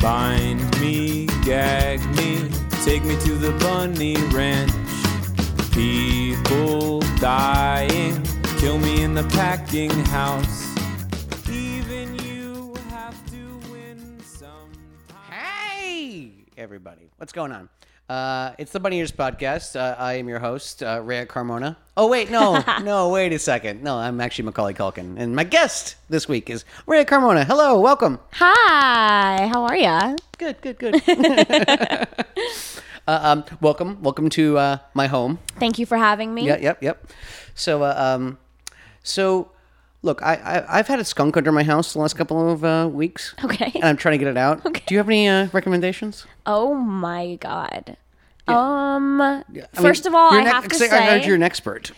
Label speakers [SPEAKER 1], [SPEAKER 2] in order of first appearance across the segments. [SPEAKER 1] Bind me, gag me, take me to the bunny ranch. People dying, kill me in the packing house. Even you have to win sometimes.
[SPEAKER 2] Hey, everybody. What's going on? Uh, it's the Bunny Ears Podcast. Uh, I am your host, uh, Rhea Carmona. Oh, wait, no, no, wait a second. No, I'm actually Macaulay Culkin. And my guest this week is Rhea Carmona. Hello, welcome.
[SPEAKER 3] Hi, how are ya?
[SPEAKER 2] Good, good, good. uh, um, welcome, welcome to uh, my home.
[SPEAKER 3] Thank you for having me.
[SPEAKER 2] Yeah, yep, yep. So, uh, um, so look, I, I I've had a skunk under my house the last couple of uh, weeks.
[SPEAKER 3] Okay.
[SPEAKER 2] And I'm trying to get it out. Okay. Do you have any uh, recommendations?
[SPEAKER 3] Oh my god. Um.
[SPEAKER 2] I mean,
[SPEAKER 3] first of all,
[SPEAKER 2] you're
[SPEAKER 3] I
[SPEAKER 2] an ex-
[SPEAKER 3] have to
[SPEAKER 2] I heard
[SPEAKER 3] say
[SPEAKER 2] you're an expert.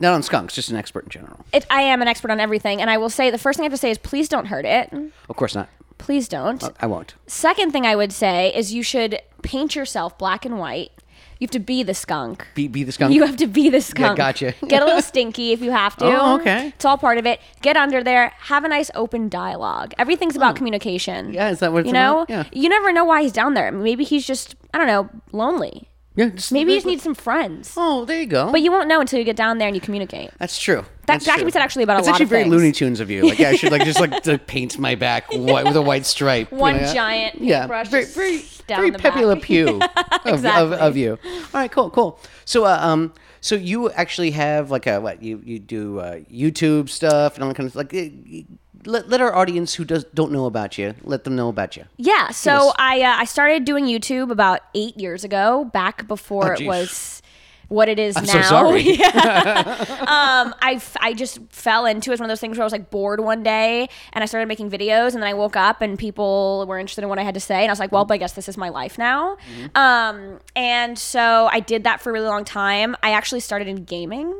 [SPEAKER 2] Not on skunks, just an expert in general.
[SPEAKER 3] it, I am an expert on everything, and I will say the first thing I have to say is please don't hurt it.
[SPEAKER 2] Of course not. Uh,
[SPEAKER 3] Please don't.
[SPEAKER 2] I won't.
[SPEAKER 3] Second thing I would say is you should paint yourself black and white. You have to be the skunk.
[SPEAKER 2] Be, be the skunk.
[SPEAKER 3] You have to be the skunk.
[SPEAKER 2] gotcha.
[SPEAKER 3] Get a little stinky if you have to.
[SPEAKER 2] Oh, okay.
[SPEAKER 3] It's all part of it. Get under there. Have a nice open dialogue. Everything's about communication.
[SPEAKER 2] Yeah, is that what it's
[SPEAKER 3] you know?
[SPEAKER 2] about? Yeah.
[SPEAKER 3] You never know why he's down there. Maybe he's just I don't know lonely.
[SPEAKER 2] yeah, just-
[SPEAKER 3] Maybe he just needs some friends.
[SPEAKER 2] Oh, there you go.
[SPEAKER 3] But you won't know until you get down there and you communicate.
[SPEAKER 2] That's true.
[SPEAKER 3] That,
[SPEAKER 2] That's
[SPEAKER 3] that
[SPEAKER 2] true.
[SPEAKER 3] can be said actually about
[SPEAKER 2] It's
[SPEAKER 3] a lot
[SPEAKER 2] actually
[SPEAKER 3] of
[SPEAKER 2] very
[SPEAKER 3] things.
[SPEAKER 2] Looney Tunes of you. Like yeah, I should like just like to paint my back white with a white stripe. you
[SPEAKER 3] One
[SPEAKER 2] know?
[SPEAKER 3] giant
[SPEAKER 2] yeah,
[SPEAKER 3] brush
[SPEAKER 2] very
[SPEAKER 3] just
[SPEAKER 2] very
[SPEAKER 3] down
[SPEAKER 2] very
[SPEAKER 3] the
[SPEAKER 2] Pepe
[SPEAKER 3] back.
[SPEAKER 2] Le Pew of, of,
[SPEAKER 3] exactly.
[SPEAKER 2] of you. All right, cool, cool. So uh, um, so you actually have like a what you you do uh, YouTube stuff and all that kind of like. uh, you- let, let our audience who does don't know about you let them know about you.
[SPEAKER 3] Yeah. So
[SPEAKER 2] Yes.
[SPEAKER 3] I uh, I started doing YouTube about eight years ago, back before
[SPEAKER 2] Oh,
[SPEAKER 3] it
[SPEAKER 2] geez.
[SPEAKER 3] was what it is
[SPEAKER 2] I'm
[SPEAKER 3] now.
[SPEAKER 2] so sorry.
[SPEAKER 3] Yeah. um, I, f- I just fell into it. It's one of those things where I was like bored one day and I started making videos and then I woke up and people were interested in what I had to say and I was like, well, but I guess this is my life now. Um, and so I did that for a really long time. I actually started in gaming.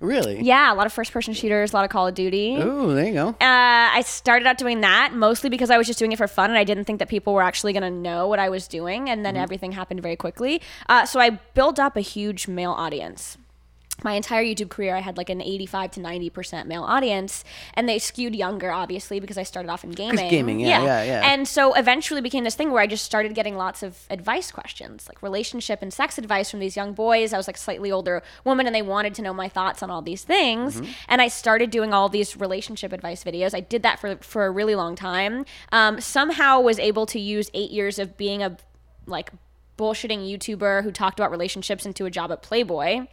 [SPEAKER 2] Really?
[SPEAKER 3] Yeah, a lot of first person shooters, a lot of Call of Duty
[SPEAKER 2] Oh, there you go.
[SPEAKER 3] uh, I started out doing that mostly because I was just doing it for fun and I didn't think that people were actually going to know what I was doing. And then everything happened very quickly. Uh, so I built up a huge male audience. My entire YouTube career, I had like an 85 to 90% male audience, and they skewed younger, obviously, because I started off in gaming.
[SPEAKER 2] gaming, yeah, yeah, yeah.
[SPEAKER 3] And so eventually became this thing where I just started getting lots of advice questions, like relationship and sex advice from these young boys. I was like a slightly older woman and they wanted to know my thoughts on all these things.
[SPEAKER 2] Mm-hmm.
[SPEAKER 3] And I started doing all these relationship advice videos. I did that for for a really long time. Um, somehow was able to use eight years of being a like bullshitting YouTuber who talked about relationships into a job at Playboy.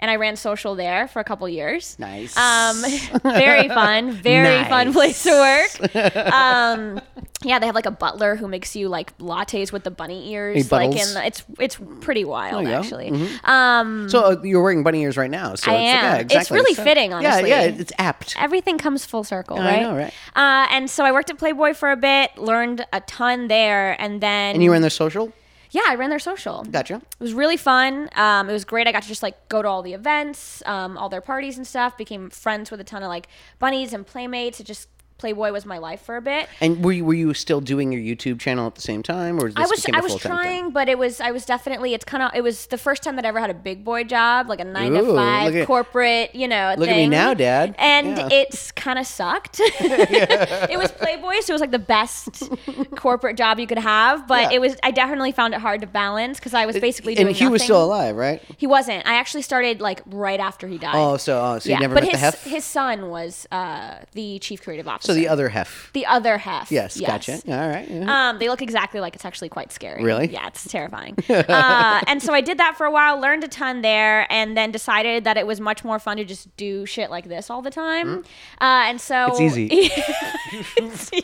[SPEAKER 3] And I ran social there for a couple years.
[SPEAKER 2] Nice.
[SPEAKER 3] Um, very fun, very fun
[SPEAKER 2] Nice.
[SPEAKER 3] place to work. Um, yeah, they have like a butler who makes you like lattes with the bunny ears.
[SPEAKER 2] Hey,
[SPEAKER 3] like
[SPEAKER 2] buttles. Oh, Mm-hmm.
[SPEAKER 3] in the, it's it's pretty wild
[SPEAKER 2] you go.
[SPEAKER 3] actually. Um,
[SPEAKER 2] so uh, you're wearing bunny ears right now. So
[SPEAKER 3] I
[SPEAKER 2] it's Like,
[SPEAKER 3] am.
[SPEAKER 2] yeah,
[SPEAKER 3] It's
[SPEAKER 2] exactly.
[SPEAKER 3] really
[SPEAKER 2] So-
[SPEAKER 3] fitting, honestly.
[SPEAKER 2] Yeah, yeah, it's apt.
[SPEAKER 3] everything comes full circle,
[SPEAKER 2] I
[SPEAKER 3] right?
[SPEAKER 2] know, right?
[SPEAKER 3] Uh, and so I worked at Playboy for a bit, learned a ton there, and then
[SPEAKER 2] And you were in their social.
[SPEAKER 3] yeah, I ran their social.
[SPEAKER 2] Gotcha.
[SPEAKER 3] It was really fun. Um, it was great. I got to just like go to all the events, um, all their parties and stuff. Became friends with a ton of like bunnies and playmates. It just Playboy was my life for a bit.
[SPEAKER 2] And were you, were you still doing your YouTube channel at the same time, or is this
[SPEAKER 3] I was
[SPEAKER 2] became a
[SPEAKER 3] I was
[SPEAKER 2] full-time
[SPEAKER 3] trying,
[SPEAKER 2] Thing?
[SPEAKER 3] but it was I was definitely it's kind of it was the first time that I ever had a big boy job, like a nine
[SPEAKER 2] Ooh,
[SPEAKER 3] to five
[SPEAKER 2] look at-
[SPEAKER 3] corporate, you know.
[SPEAKER 2] Look at me
[SPEAKER 3] thing.
[SPEAKER 2] now, Dad.
[SPEAKER 3] And
[SPEAKER 2] Yeah.
[SPEAKER 3] it's kind of sucked. it was Playboy, so it was like the best corporate job you could have. But
[SPEAKER 2] Yeah.
[SPEAKER 3] it was I definitely found it hard to balance because I was basically
[SPEAKER 2] and
[SPEAKER 3] doing
[SPEAKER 2] he was
[SPEAKER 3] nothing.
[SPEAKER 2] still alive, right?
[SPEAKER 3] He wasn't. I actually started like right after he died.
[SPEAKER 2] Oh, so oh, so you never
[SPEAKER 3] but
[SPEAKER 2] met
[SPEAKER 3] his
[SPEAKER 2] the hef.
[SPEAKER 3] his son was uh, the chief creative officer.
[SPEAKER 2] so the other hef.
[SPEAKER 3] the other half.
[SPEAKER 2] Yes, gotcha. All right. yeah.
[SPEAKER 3] Um, they look exactly like it's actually quite scary.
[SPEAKER 2] Really?
[SPEAKER 3] Yeah, it's terrifying. uh, and so I did that for a while, learned a ton there, and then decided that it was much more fun to just do shit like this all the time. Uh, and so
[SPEAKER 2] Hmm? It's easy.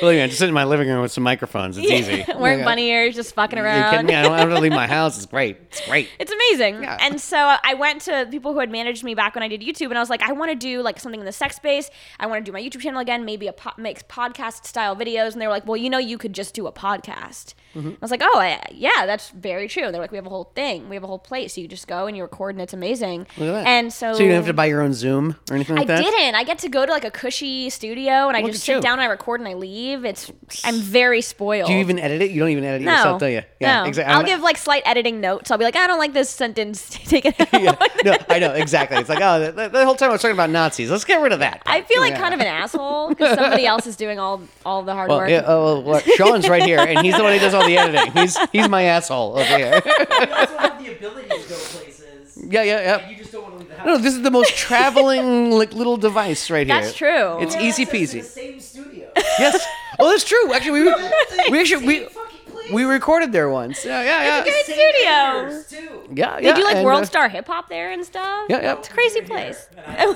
[SPEAKER 2] Believe me, I just sit in my living room with some microphones. It's easy.
[SPEAKER 3] Wearing
[SPEAKER 2] Yeah.
[SPEAKER 3] bunny ears, just fucking
[SPEAKER 2] Are you kidding
[SPEAKER 3] around.
[SPEAKER 2] me? I don't have to leave my house. It's great. It's great.
[SPEAKER 3] It's amazing. And so I went to people who had managed me back when I did YouTube, and I was like, I want to do like something in the sex space. I want to do my YouTube channel again, maybe a po- makes podcast style videos. And they were like, Well, you know, you could just do a podcast.
[SPEAKER 2] Mm-hmm.
[SPEAKER 3] I was like, Oh, I, yeah, that's very true. And they're like, We have a whole thing, we have a whole place. You just go and you record, and it's amazing.
[SPEAKER 2] Look at that.
[SPEAKER 3] And so,
[SPEAKER 2] so you don't have to buy your own Zoom or anything
[SPEAKER 3] I
[SPEAKER 2] like that.
[SPEAKER 3] didn't. I get to go to like a cushy studio and I
[SPEAKER 2] Look
[SPEAKER 3] just
[SPEAKER 2] at
[SPEAKER 3] sit
[SPEAKER 2] you.
[SPEAKER 3] down and I record and I leave. leave. It's I'm very spoiled.
[SPEAKER 2] Do you even edit it? You don't even edit it
[SPEAKER 3] no,
[SPEAKER 2] yourself, do you?
[SPEAKER 3] no.
[SPEAKER 2] exac-
[SPEAKER 3] I'll
[SPEAKER 2] I'm-
[SPEAKER 3] give like slight editing notes. I'll be like, I don't like this sentence. Take it out.
[SPEAKER 2] yeah, no, I know exactly. It's like oh, the, the whole time I was talking about Nazis. Let's get rid of that.
[SPEAKER 3] I feel like
[SPEAKER 2] Yeah.
[SPEAKER 3] kind of an asshole because somebody else is doing all all the hard
[SPEAKER 2] Well,
[SPEAKER 3] work.
[SPEAKER 2] yeah, oh, well, well, Sean's right here, and he's the one who does all the editing. He's he's my asshole over here.
[SPEAKER 4] You also have the ability to go places.
[SPEAKER 2] yeah, yeah,
[SPEAKER 4] and
[SPEAKER 2] yeah.
[SPEAKER 4] You just don't want to leave the house.
[SPEAKER 2] No, this is the most traveling like little device right here.
[SPEAKER 3] That's true.
[SPEAKER 2] It's
[SPEAKER 4] You have
[SPEAKER 2] easy
[SPEAKER 4] access to
[SPEAKER 2] peasy.
[SPEAKER 4] The same studio.
[SPEAKER 2] Yes. Oh, that's true. Actually, we we actually we
[SPEAKER 4] Same fucking place.
[SPEAKER 2] we recorded there once. Yeah, yeah, yeah.
[SPEAKER 3] Great
[SPEAKER 4] Same
[SPEAKER 3] studio.
[SPEAKER 4] editors, too.
[SPEAKER 2] Yeah,
[SPEAKER 3] They
[SPEAKER 2] yeah.
[SPEAKER 3] do like
[SPEAKER 2] and,
[SPEAKER 3] World
[SPEAKER 2] uh,
[SPEAKER 3] Star Hip Hop there and stuff.
[SPEAKER 2] Yeah, yeah.
[SPEAKER 3] It's a crazy place.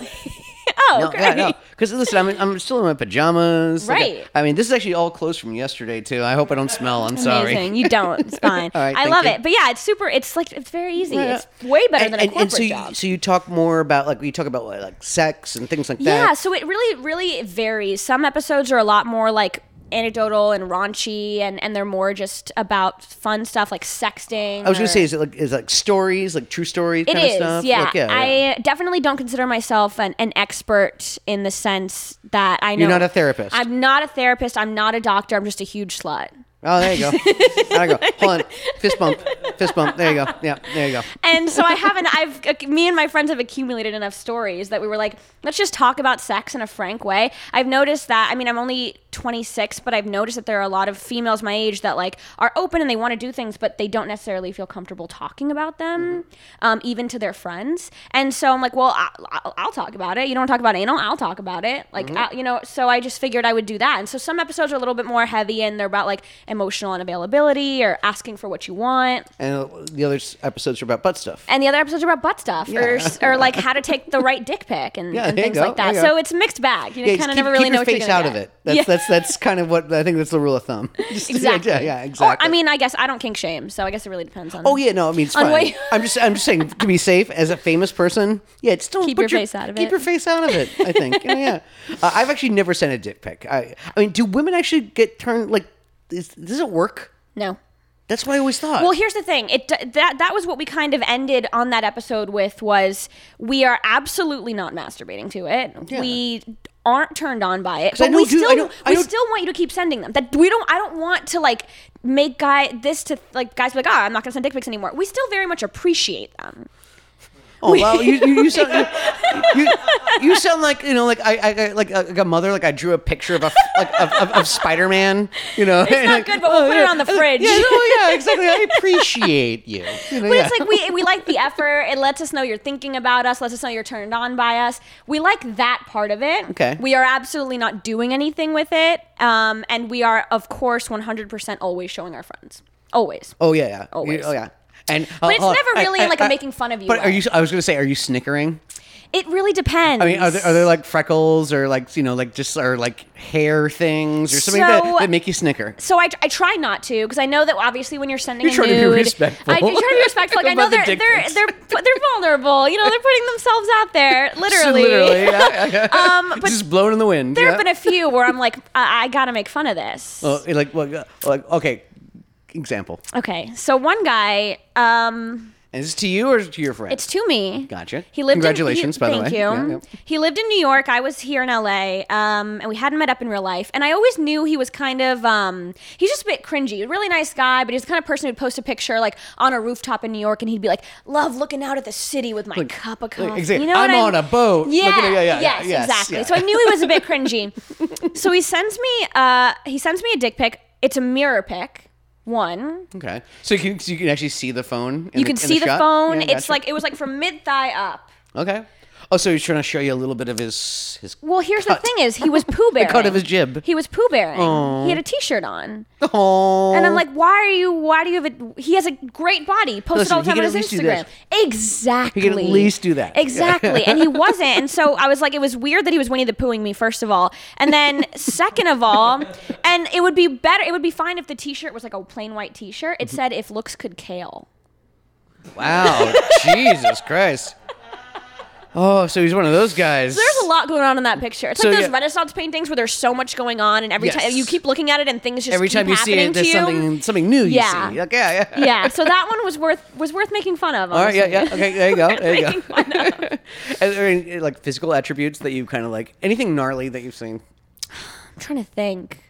[SPEAKER 2] No,
[SPEAKER 3] oh, great.
[SPEAKER 2] yeah, no. Because listen, I'm, I'm still in my pajamas. Like,
[SPEAKER 3] Right.
[SPEAKER 2] I mean, this is actually all clothes from yesterday too. I hope I don't smell. I'm sorry.
[SPEAKER 3] Amazing. You don't. It's fine.
[SPEAKER 2] All right,
[SPEAKER 3] I
[SPEAKER 2] thank
[SPEAKER 3] love
[SPEAKER 2] you.
[SPEAKER 3] it. But yeah, it's super. It's like it's very easy.
[SPEAKER 2] Yeah, yeah.
[SPEAKER 3] It's way better than a corporate
[SPEAKER 2] so you,
[SPEAKER 3] job.
[SPEAKER 2] so you talk more about like you talk about like, like sex and things like that.
[SPEAKER 3] Yeah, so it really, really varies. Some episodes are a lot more like anecdotal and raunchy, and and they're more just about fun stuff like sexting.
[SPEAKER 2] I was gonna
[SPEAKER 3] or-
[SPEAKER 2] say, is it like is it like stories, like true stories
[SPEAKER 3] It
[SPEAKER 2] kind
[SPEAKER 3] is,
[SPEAKER 2] of stuff?
[SPEAKER 3] yeah.
[SPEAKER 2] Like, yeah, yeah.
[SPEAKER 3] I definitely don't consider myself an, an expert in the sense that I know
[SPEAKER 2] You're not a therapist.
[SPEAKER 3] I'm not a therapist. I'm not a doctor. I'm just a huge slut.
[SPEAKER 2] oh, there you go. there you go. Hold on. Fist bump. Fist bump. There you go. Yeah. There you go.
[SPEAKER 3] And so I haven't. I've me and my friends have accumulated enough stories that we were like, let's just talk about sex in a frank way. I've noticed that. I mean, I'm only 26, but I've noticed that there are a lot of females my age that like are open and they want to do things, but they don't necessarily feel comfortable talking about them, um, even to their friends. And so I'm like, well, I, I'll, I'll talk about it. You don't talk about anal, I'll talk about it. Like, I, you know. So I just figured I would do that. And so some episodes are a little bit more heavy and they're about like emotional unavailability or asking for what you want
[SPEAKER 2] And the other s- episodes are about butt stuff.
[SPEAKER 3] and the other episodes are about butt stuff or, or like how to take the right dick pic and,
[SPEAKER 2] Yeah,
[SPEAKER 3] and
[SPEAKER 2] there you
[SPEAKER 3] things
[SPEAKER 2] go,
[SPEAKER 3] like that.
[SPEAKER 2] there you go.
[SPEAKER 3] So it's a mixed bag. You
[SPEAKER 2] yeah, just
[SPEAKER 3] kind of
[SPEAKER 2] keep,
[SPEAKER 3] never really
[SPEAKER 2] keep
[SPEAKER 3] know
[SPEAKER 2] your
[SPEAKER 3] what you're
[SPEAKER 2] face
[SPEAKER 3] gonna
[SPEAKER 2] out
[SPEAKER 3] get.
[SPEAKER 2] of it. That's
[SPEAKER 3] yeah.
[SPEAKER 2] that's that's kind of what I think that's the rule of thumb. Just- yeah,
[SPEAKER 3] exactly.
[SPEAKER 2] Yeah, yeah, exactly.
[SPEAKER 3] Or, I mean, I guess I don't kink shame, so I guess it really depends on.
[SPEAKER 2] Oh yeah, no, I mean it's
[SPEAKER 3] On
[SPEAKER 2] fine.
[SPEAKER 3] way-
[SPEAKER 2] I'm just I'm just saying to be safe as a famous person. Yeah, it's still
[SPEAKER 3] Keep
[SPEAKER 2] put
[SPEAKER 3] your face out of
[SPEAKER 2] keep
[SPEAKER 3] it.
[SPEAKER 2] your face out of it. I think. yeah, yeah. Uh, I've actually never sent a dick pic. I I mean, do women actually get turned like? Is, does it work?
[SPEAKER 3] No.
[SPEAKER 2] That's what I always thought.
[SPEAKER 3] Well, here's the thing. It that that was what we kind of ended on that episode with was we are absolutely not masturbating to it.
[SPEAKER 2] Yeah.
[SPEAKER 3] We aren't turned on by it.
[SPEAKER 2] I
[SPEAKER 3] But
[SPEAKER 2] know
[SPEAKER 3] we
[SPEAKER 2] dude- I
[SPEAKER 3] still
[SPEAKER 2] know- I
[SPEAKER 3] we
[SPEAKER 2] know-
[SPEAKER 3] still want you to keep sending them. That we don't I don't want to like make guy this to like guys be like, "Oh, I'm not going to send dick pics anymore." We still very much appreciate them.
[SPEAKER 2] oh wow, you you, you sound. You, you sound like you know, like I, I I- like, a, like a mother. Like I drew a picture of a like of, of, of Spider Man. You know, it's
[SPEAKER 3] not good, but we'll put it on the fridge.
[SPEAKER 2] Yeah, no, yeah, exactly. I appreciate you. you know,
[SPEAKER 3] But
[SPEAKER 2] yeah.
[SPEAKER 3] it's like we we like the effort. It lets us know you're thinking about us. Lets us know you're turned on by us. We like that part of it.
[SPEAKER 2] Okay.
[SPEAKER 3] We are absolutely not doing anything with it. Um, and we are of course 100% always showing our friends. Always.
[SPEAKER 2] Oh yeah, yeah. You-
[SPEAKER 3] Always.
[SPEAKER 2] Oh yeah. And
[SPEAKER 3] But it's never really like a making fun of you
[SPEAKER 2] But are
[SPEAKER 3] way.
[SPEAKER 2] you? I was gonna say, are you snickering?
[SPEAKER 3] It really depends.
[SPEAKER 2] I mean, are there, are there like freckles or like you know like just or like hair things or something that,
[SPEAKER 3] So-
[SPEAKER 2] that make you snicker?
[SPEAKER 3] so I, I try not to because I know that obviously when you're sending
[SPEAKER 2] You're
[SPEAKER 3] a
[SPEAKER 2] trying to
[SPEAKER 3] nude,
[SPEAKER 2] be respectful.
[SPEAKER 3] I do try to be respectful. Like I
[SPEAKER 2] About
[SPEAKER 3] know
[SPEAKER 2] the
[SPEAKER 3] they're
[SPEAKER 2] dick
[SPEAKER 3] they're,
[SPEAKER 2] pics.
[SPEAKER 3] they're they're vulnerable. You know they're putting themselves out there literally.
[SPEAKER 2] Literally, yeah, yeah, yeah.
[SPEAKER 3] Um, but
[SPEAKER 2] just blown in the wind.
[SPEAKER 3] there
[SPEAKER 2] yeah. Oh.
[SPEAKER 3] have been a few where I'm like I, I gotta make fun of this.
[SPEAKER 2] Well, Uh, like, well, like okay, example.
[SPEAKER 3] Okay, so one guy, um,
[SPEAKER 2] And is this to you or is it to your friend?
[SPEAKER 3] it's to me.
[SPEAKER 2] Gotcha.
[SPEAKER 3] He lived.
[SPEAKER 2] Congratulations,
[SPEAKER 3] in,
[SPEAKER 2] by
[SPEAKER 3] he,
[SPEAKER 2] the
[SPEAKER 3] thank
[SPEAKER 2] way.
[SPEAKER 3] you.
[SPEAKER 2] Yeah, yeah.
[SPEAKER 3] He lived in New York. I was here in LA, um, and we hadn't met up in real life. And I always knew he was kind of, um, he's just a bit cringy. A really nice guy, but he's the kind of person who'd post a picture like on a rooftop in New York, and he'd be like, "Love looking out at the city with my cup of coffee."
[SPEAKER 2] exactly.
[SPEAKER 3] You know
[SPEAKER 2] I'm on
[SPEAKER 3] what
[SPEAKER 2] a boat.
[SPEAKER 3] Yeah,
[SPEAKER 2] Looking at- yeah, yeah,
[SPEAKER 3] yes,
[SPEAKER 2] yes,
[SPEAKER 3] exactly.
[SPEAKER 2] yeah.
[SPEAKER 3] So I knew he was a bit cringy. so he sends me, uh, he sends me a dick pic. It's a mirror pic. One,
[SPEAKER 2] okay. So you can so you can actually see the phone. in
[SPEAKER 3] you can
[SPEAKER 2] in
[SPEAKER 3] see the,
[SPEAKER 2] shot?
[SPEAKER 3] phone.
[SPEAKER 2] Yeah,
[SPEAKER 3] it's
[SPEAKER 2] gotcha.
[SPEAKER 3] like it was like from mid thigh up.
[SPEAKER 2] okay. Oh, so he's trying to show you a little bit of his his.
[SPEAKER 3] Well, here's the thing: is he was poo bearing.
[SPEAKER 2] cut of his jib.
[SPEAKER 3] He was poo bearing. He had a t-shirt on,
[SPEAKER 2] Oh.
[SPEAKER 3] and I'm like, why are you? Why do you have a? He has a great body. Posted
[SPEAKER 2] Listen,
[SPEAKER 3] all the
[SPEAKER 2] he
[SPEAKER 3] time
[SPEAKER 2] can
[SPEAKER 3] on
[SPEAKER 2] at least
[SPEAKER 3] his
[SPEAKER 2] do
[SPEAKER 3] Instagram.
[SPEAKER 2] this.
[SPEAKER 3] Exactly.
[SPEAKER 2] He can at least do that.
[SPEAKER 3] Exactly. and he wasn't. And so I was like, it was weird that he was Winnie the Poohing me, first of all. And then, second of all, and it would be better, it would be fine if the t shirt was like a plain white t shirt.
[SPEAKER 2] Mm-hmm.
[SPEAKER 3] It said, if looks could kale.
[SPEAKER 2] Wow, Jesus Christ. Oh, so he's one of those guys.
[SPEAKER 3] There's a lot going on in that picture. It's
[SPEAKER 2] So,
[SPEAKER 3] like those
[SPEAKER 2] yeah.
[SPEAKER 3] Renaissance paintings where there's so much going on, and every
[SPEAKER 2] Yes.
[SPEAKER 3] time you keep looking at it, and things just
[SPEAKER 2] Every
[SPEAKER 3] keep
[SPEAKER 2] time you see
[SPEAKER 3] happening
[SPEAKER 2] it, there's
[SPEAKER 3] to you.
[SPEAKER 2] something something new
[SPEAKER 3] Yeah.
[SPEAKER 2] you see. Like, yeah, yeah.
[SPEAKER 3] yeah, so that one was worth was worth making fun of.
[SPEAKER 2] All right, yeah,
[SPEAKER 3] honestly.
[SPEAKER 2] yeah. Okay, there you go. There you
[SPEAKER 3] Making
[SPEAKER 2] go. Are there any, like physical attributes that you kind of like? Anything gnarly that you've seen?
[SPEAKER 3] I'm trying to think.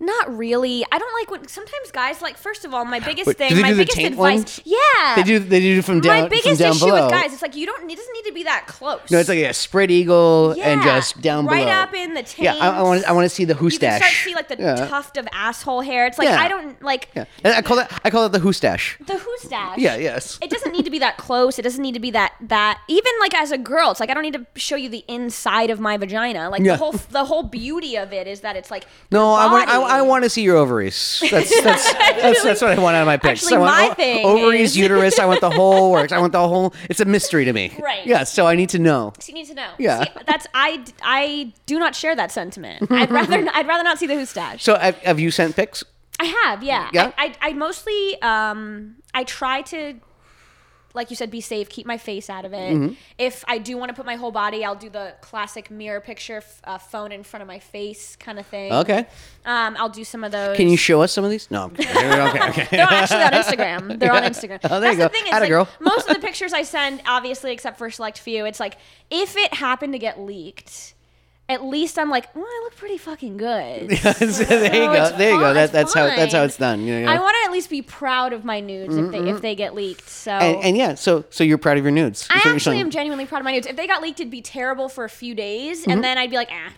[SPEAKER 3] Not really. I don't like when sometimes guys like. First of all, my biggest
[SPEAKER 2] Wait, do
[SPEAKER 3] thing,
[SPEAKER 2] they
[SPEAKER 3] my
[SPEAKER 2] do the
[SPEAKER 3] biggest
[SPEAKER 2] taint
[SPEAKER 3] advice.
[SPEAKER 2] ones?
[SPEAKER 3] Yeah,
[SPEAKER 2] They do. They do from down.
[SPEAKER 3] my biggest
[SPEAKER 2] from down
[SPEAKER 3] issue
[SPEAKER 2] below.
[SPEAKER 3] with guys, it's like you don't. It doesn't need to be that close.
[SPEAKER 2] No, it's like a spread eagle and
[SPEAKER 3] Yeah,
[SPEAKER 2] just down
[SPEAKER 3] right
[SPEAKER 2] below.
[SPEAKER 3] up in the
[SPEAKER 2] Yeah, I, I
[SPEAKER 3] taint.
[SPEAKER 2] want. I want to see the
[SPEAKER 3] you can
[SPEAKER 2] hoostache.
[SPEAKER 3] start to see like the
[SPEAKER 2] Yeah.
[SPEAKER 3] tuft of asshole hair. It's like
[SPEAKER 2] Yeah.
[SPEAKER 3] I don't like
[SPEAKER 2] Yeah, And I call that. I call that the hoostache.
[SPEAKER 3] the who stash.
[SPEAKER 2] Yeah. Yes.
[SPEAKER 3] It doesn't need to be that close. It doesn't need to be that that even like as a girl, it's like I don't need to show you the inside of my vagina. Like
[SPEAKER 2] Yeah.
[SPEAKER 3] the whole the whole beauty of it is that it's like
[SPEAKER 2] No,
[SPEAKER 3] your
[SPEAKER 2] I want. I,
[SPEAKER 3] body.
[SPEAKER 2] I want to see your ovaries. That's that's, that's that's what I want out of my pics.
[SPEAKER 3] Actually,
[SPEAKER 2] I want
[SPEAKER 3] my
[SPEAKER 2] o-
[SPEAKER 3] thing
[SPEAKER 2] ovaries,
[SPEAKER 3] is-
[SPEAKER 2] uterus. I want the whole works. I want the whole. It's a mystery to me.
[SPEAKER 3] Right.
[SPEAKER 2] Yeah. So I need to know.
[SPEAKER 3] So you need to know.
[SPEAKER 2] Yeah.
[SPEAKER 3] See, that's I. I do not share that sentiment. I'd rather. I'd rather not see the hoostache.
[SPEAKER 2] So have, have you sent pics?
[SPEAKER 3] I have. Yeah.
[SPEAKER 2] Yeah?
[SPEAKER 3] I, I. I mostly. Um. I try to. Like you said, be safe. Keep my face out of it.
[SPEAKER 2] Mm-hmm.
[SPEAKER 3] If I do want to put my whole body, I'll do the classic mirror picture, f- uh, phone in front of my face kind of thing.
[SPEAKER 2] Okay.
[SPEAKER 3] Um, I'll do some of those.
[SPEAKER 2] Can you show us some of these? No. I'm kidding. okay. Okay.
[SPEAKER 3] They're actually on Instagram. They're on Instagram.
[SPEAKER 2] Oh, there
[SPEAKER 3] That's
[SPEAKER 2] you go.
[SPEAKER 3] the thing. It's
[SPEAKER 2] Atta
[SPEAKER 3] like,
[SPEAKER 2] girl.
[SPEAKER 3] most of the pictures I send, obviously, except for a select few, it's like if it happened to get leaked, at least I'm like, well, I look pretty fucking
[SPEAKER 2] there
[SPEAKER 3] good.
[SPEAKER 2] you
[SPEAKER 3] Oh,
[SPEAKER 2] go.
[SPEAKER 3] it's
[SPEAKER 2] There you go.
[SPEAKER 3] fine,
[SPEAKER 2] That,
[SPEAKER 3] it's
[SPEAKER 2] that's how. That's how
[SPEAKER 3] fine.
[SPEAKER 2] it's done. You know,
[SPEAKER 3] I want to at least be proud of my nudes if they if they get leaked. So.
[SPEAKER 2] Mm-hmm. and, and yeah. So so you're proud of your nudes.
[SPEAKER 3] I
[SPEAKER 2] That's what you're
[SPEAKER 3] actually
[SPEAKER 2] saying.
[SPEAKER 3] am genuinely proud of my nudes. If they got leaked, it'd be terrible for a few days,
[SPEAKER 2] Mm-hmm.
[SPEAKER 3] and then I'd be like, ah,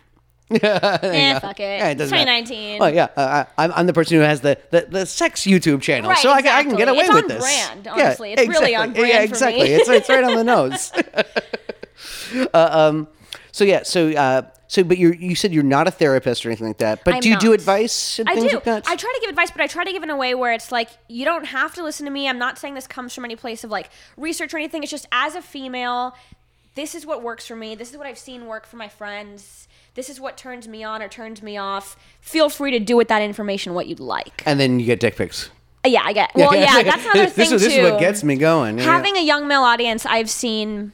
[SPEAKER 3] eh, fuck it.
[SPEAKER 2] Yeah, it doesn't matter.
[SPEAKER 3] 2019.
[SPEAKER 2] Oh yeah, uh, I, I'm, I'm the person who has the, the, the sex YouTube channel,
[SPEAKER 3] Right,
[SPEAKER 2] so I, ca- I can
[SPEAKER 3] exactly.
[SPEAKER 2] get away
[SPEAKER 3] It's
[SPEAKER 2] with
[SPEAKER 3] on
[SPEAKER 2] this.
[SPEAKER 3] brand, honestly. It's really on brand
[SPEAKER 2] Yeah,
[SPEAKER 3] for
[SPEAKER 2] exactly.
[SPEAKER 3] me.
[SPEAKER 2] it's it's right on the nose. uh, um, so yeah, so uh, so but you you said you're not a therapist or anything like that, but
[SPEAKER 3] I'm
[SPEAKER 2] do you do
[SPEAKER 3] not.
[SPEAKER 2] advice and
[SPEAKER 3] I
[SPEAKER 2] things
[SPEAKER 3] do.
[SPEAKER 2] like that?
[SPEAKER 3] I try to give advice, but I try to give it in a way where it's like you don't have to listen to me. I'm not saying this comes from any place of like research or anything. It's just as a female, this is what works for me. This is what I've seen work for my friends. This is what turns me on or turns me off. Feel free to do with that information what you'd like. Uh,
[SPEAKER 2] and then you get dick pics.
[SPEAKER 3] yeah, I get. Well, yeah, that's another
[SPEAKER 2] this,
[SPEAKER 3] thing
[SPEAKER 2] This, is- this
[SPEAKER 3] too.
[SPEAKER 2] is what gets me going. Yeah.
[SPEAKER 3] Having a young male audience, I've seen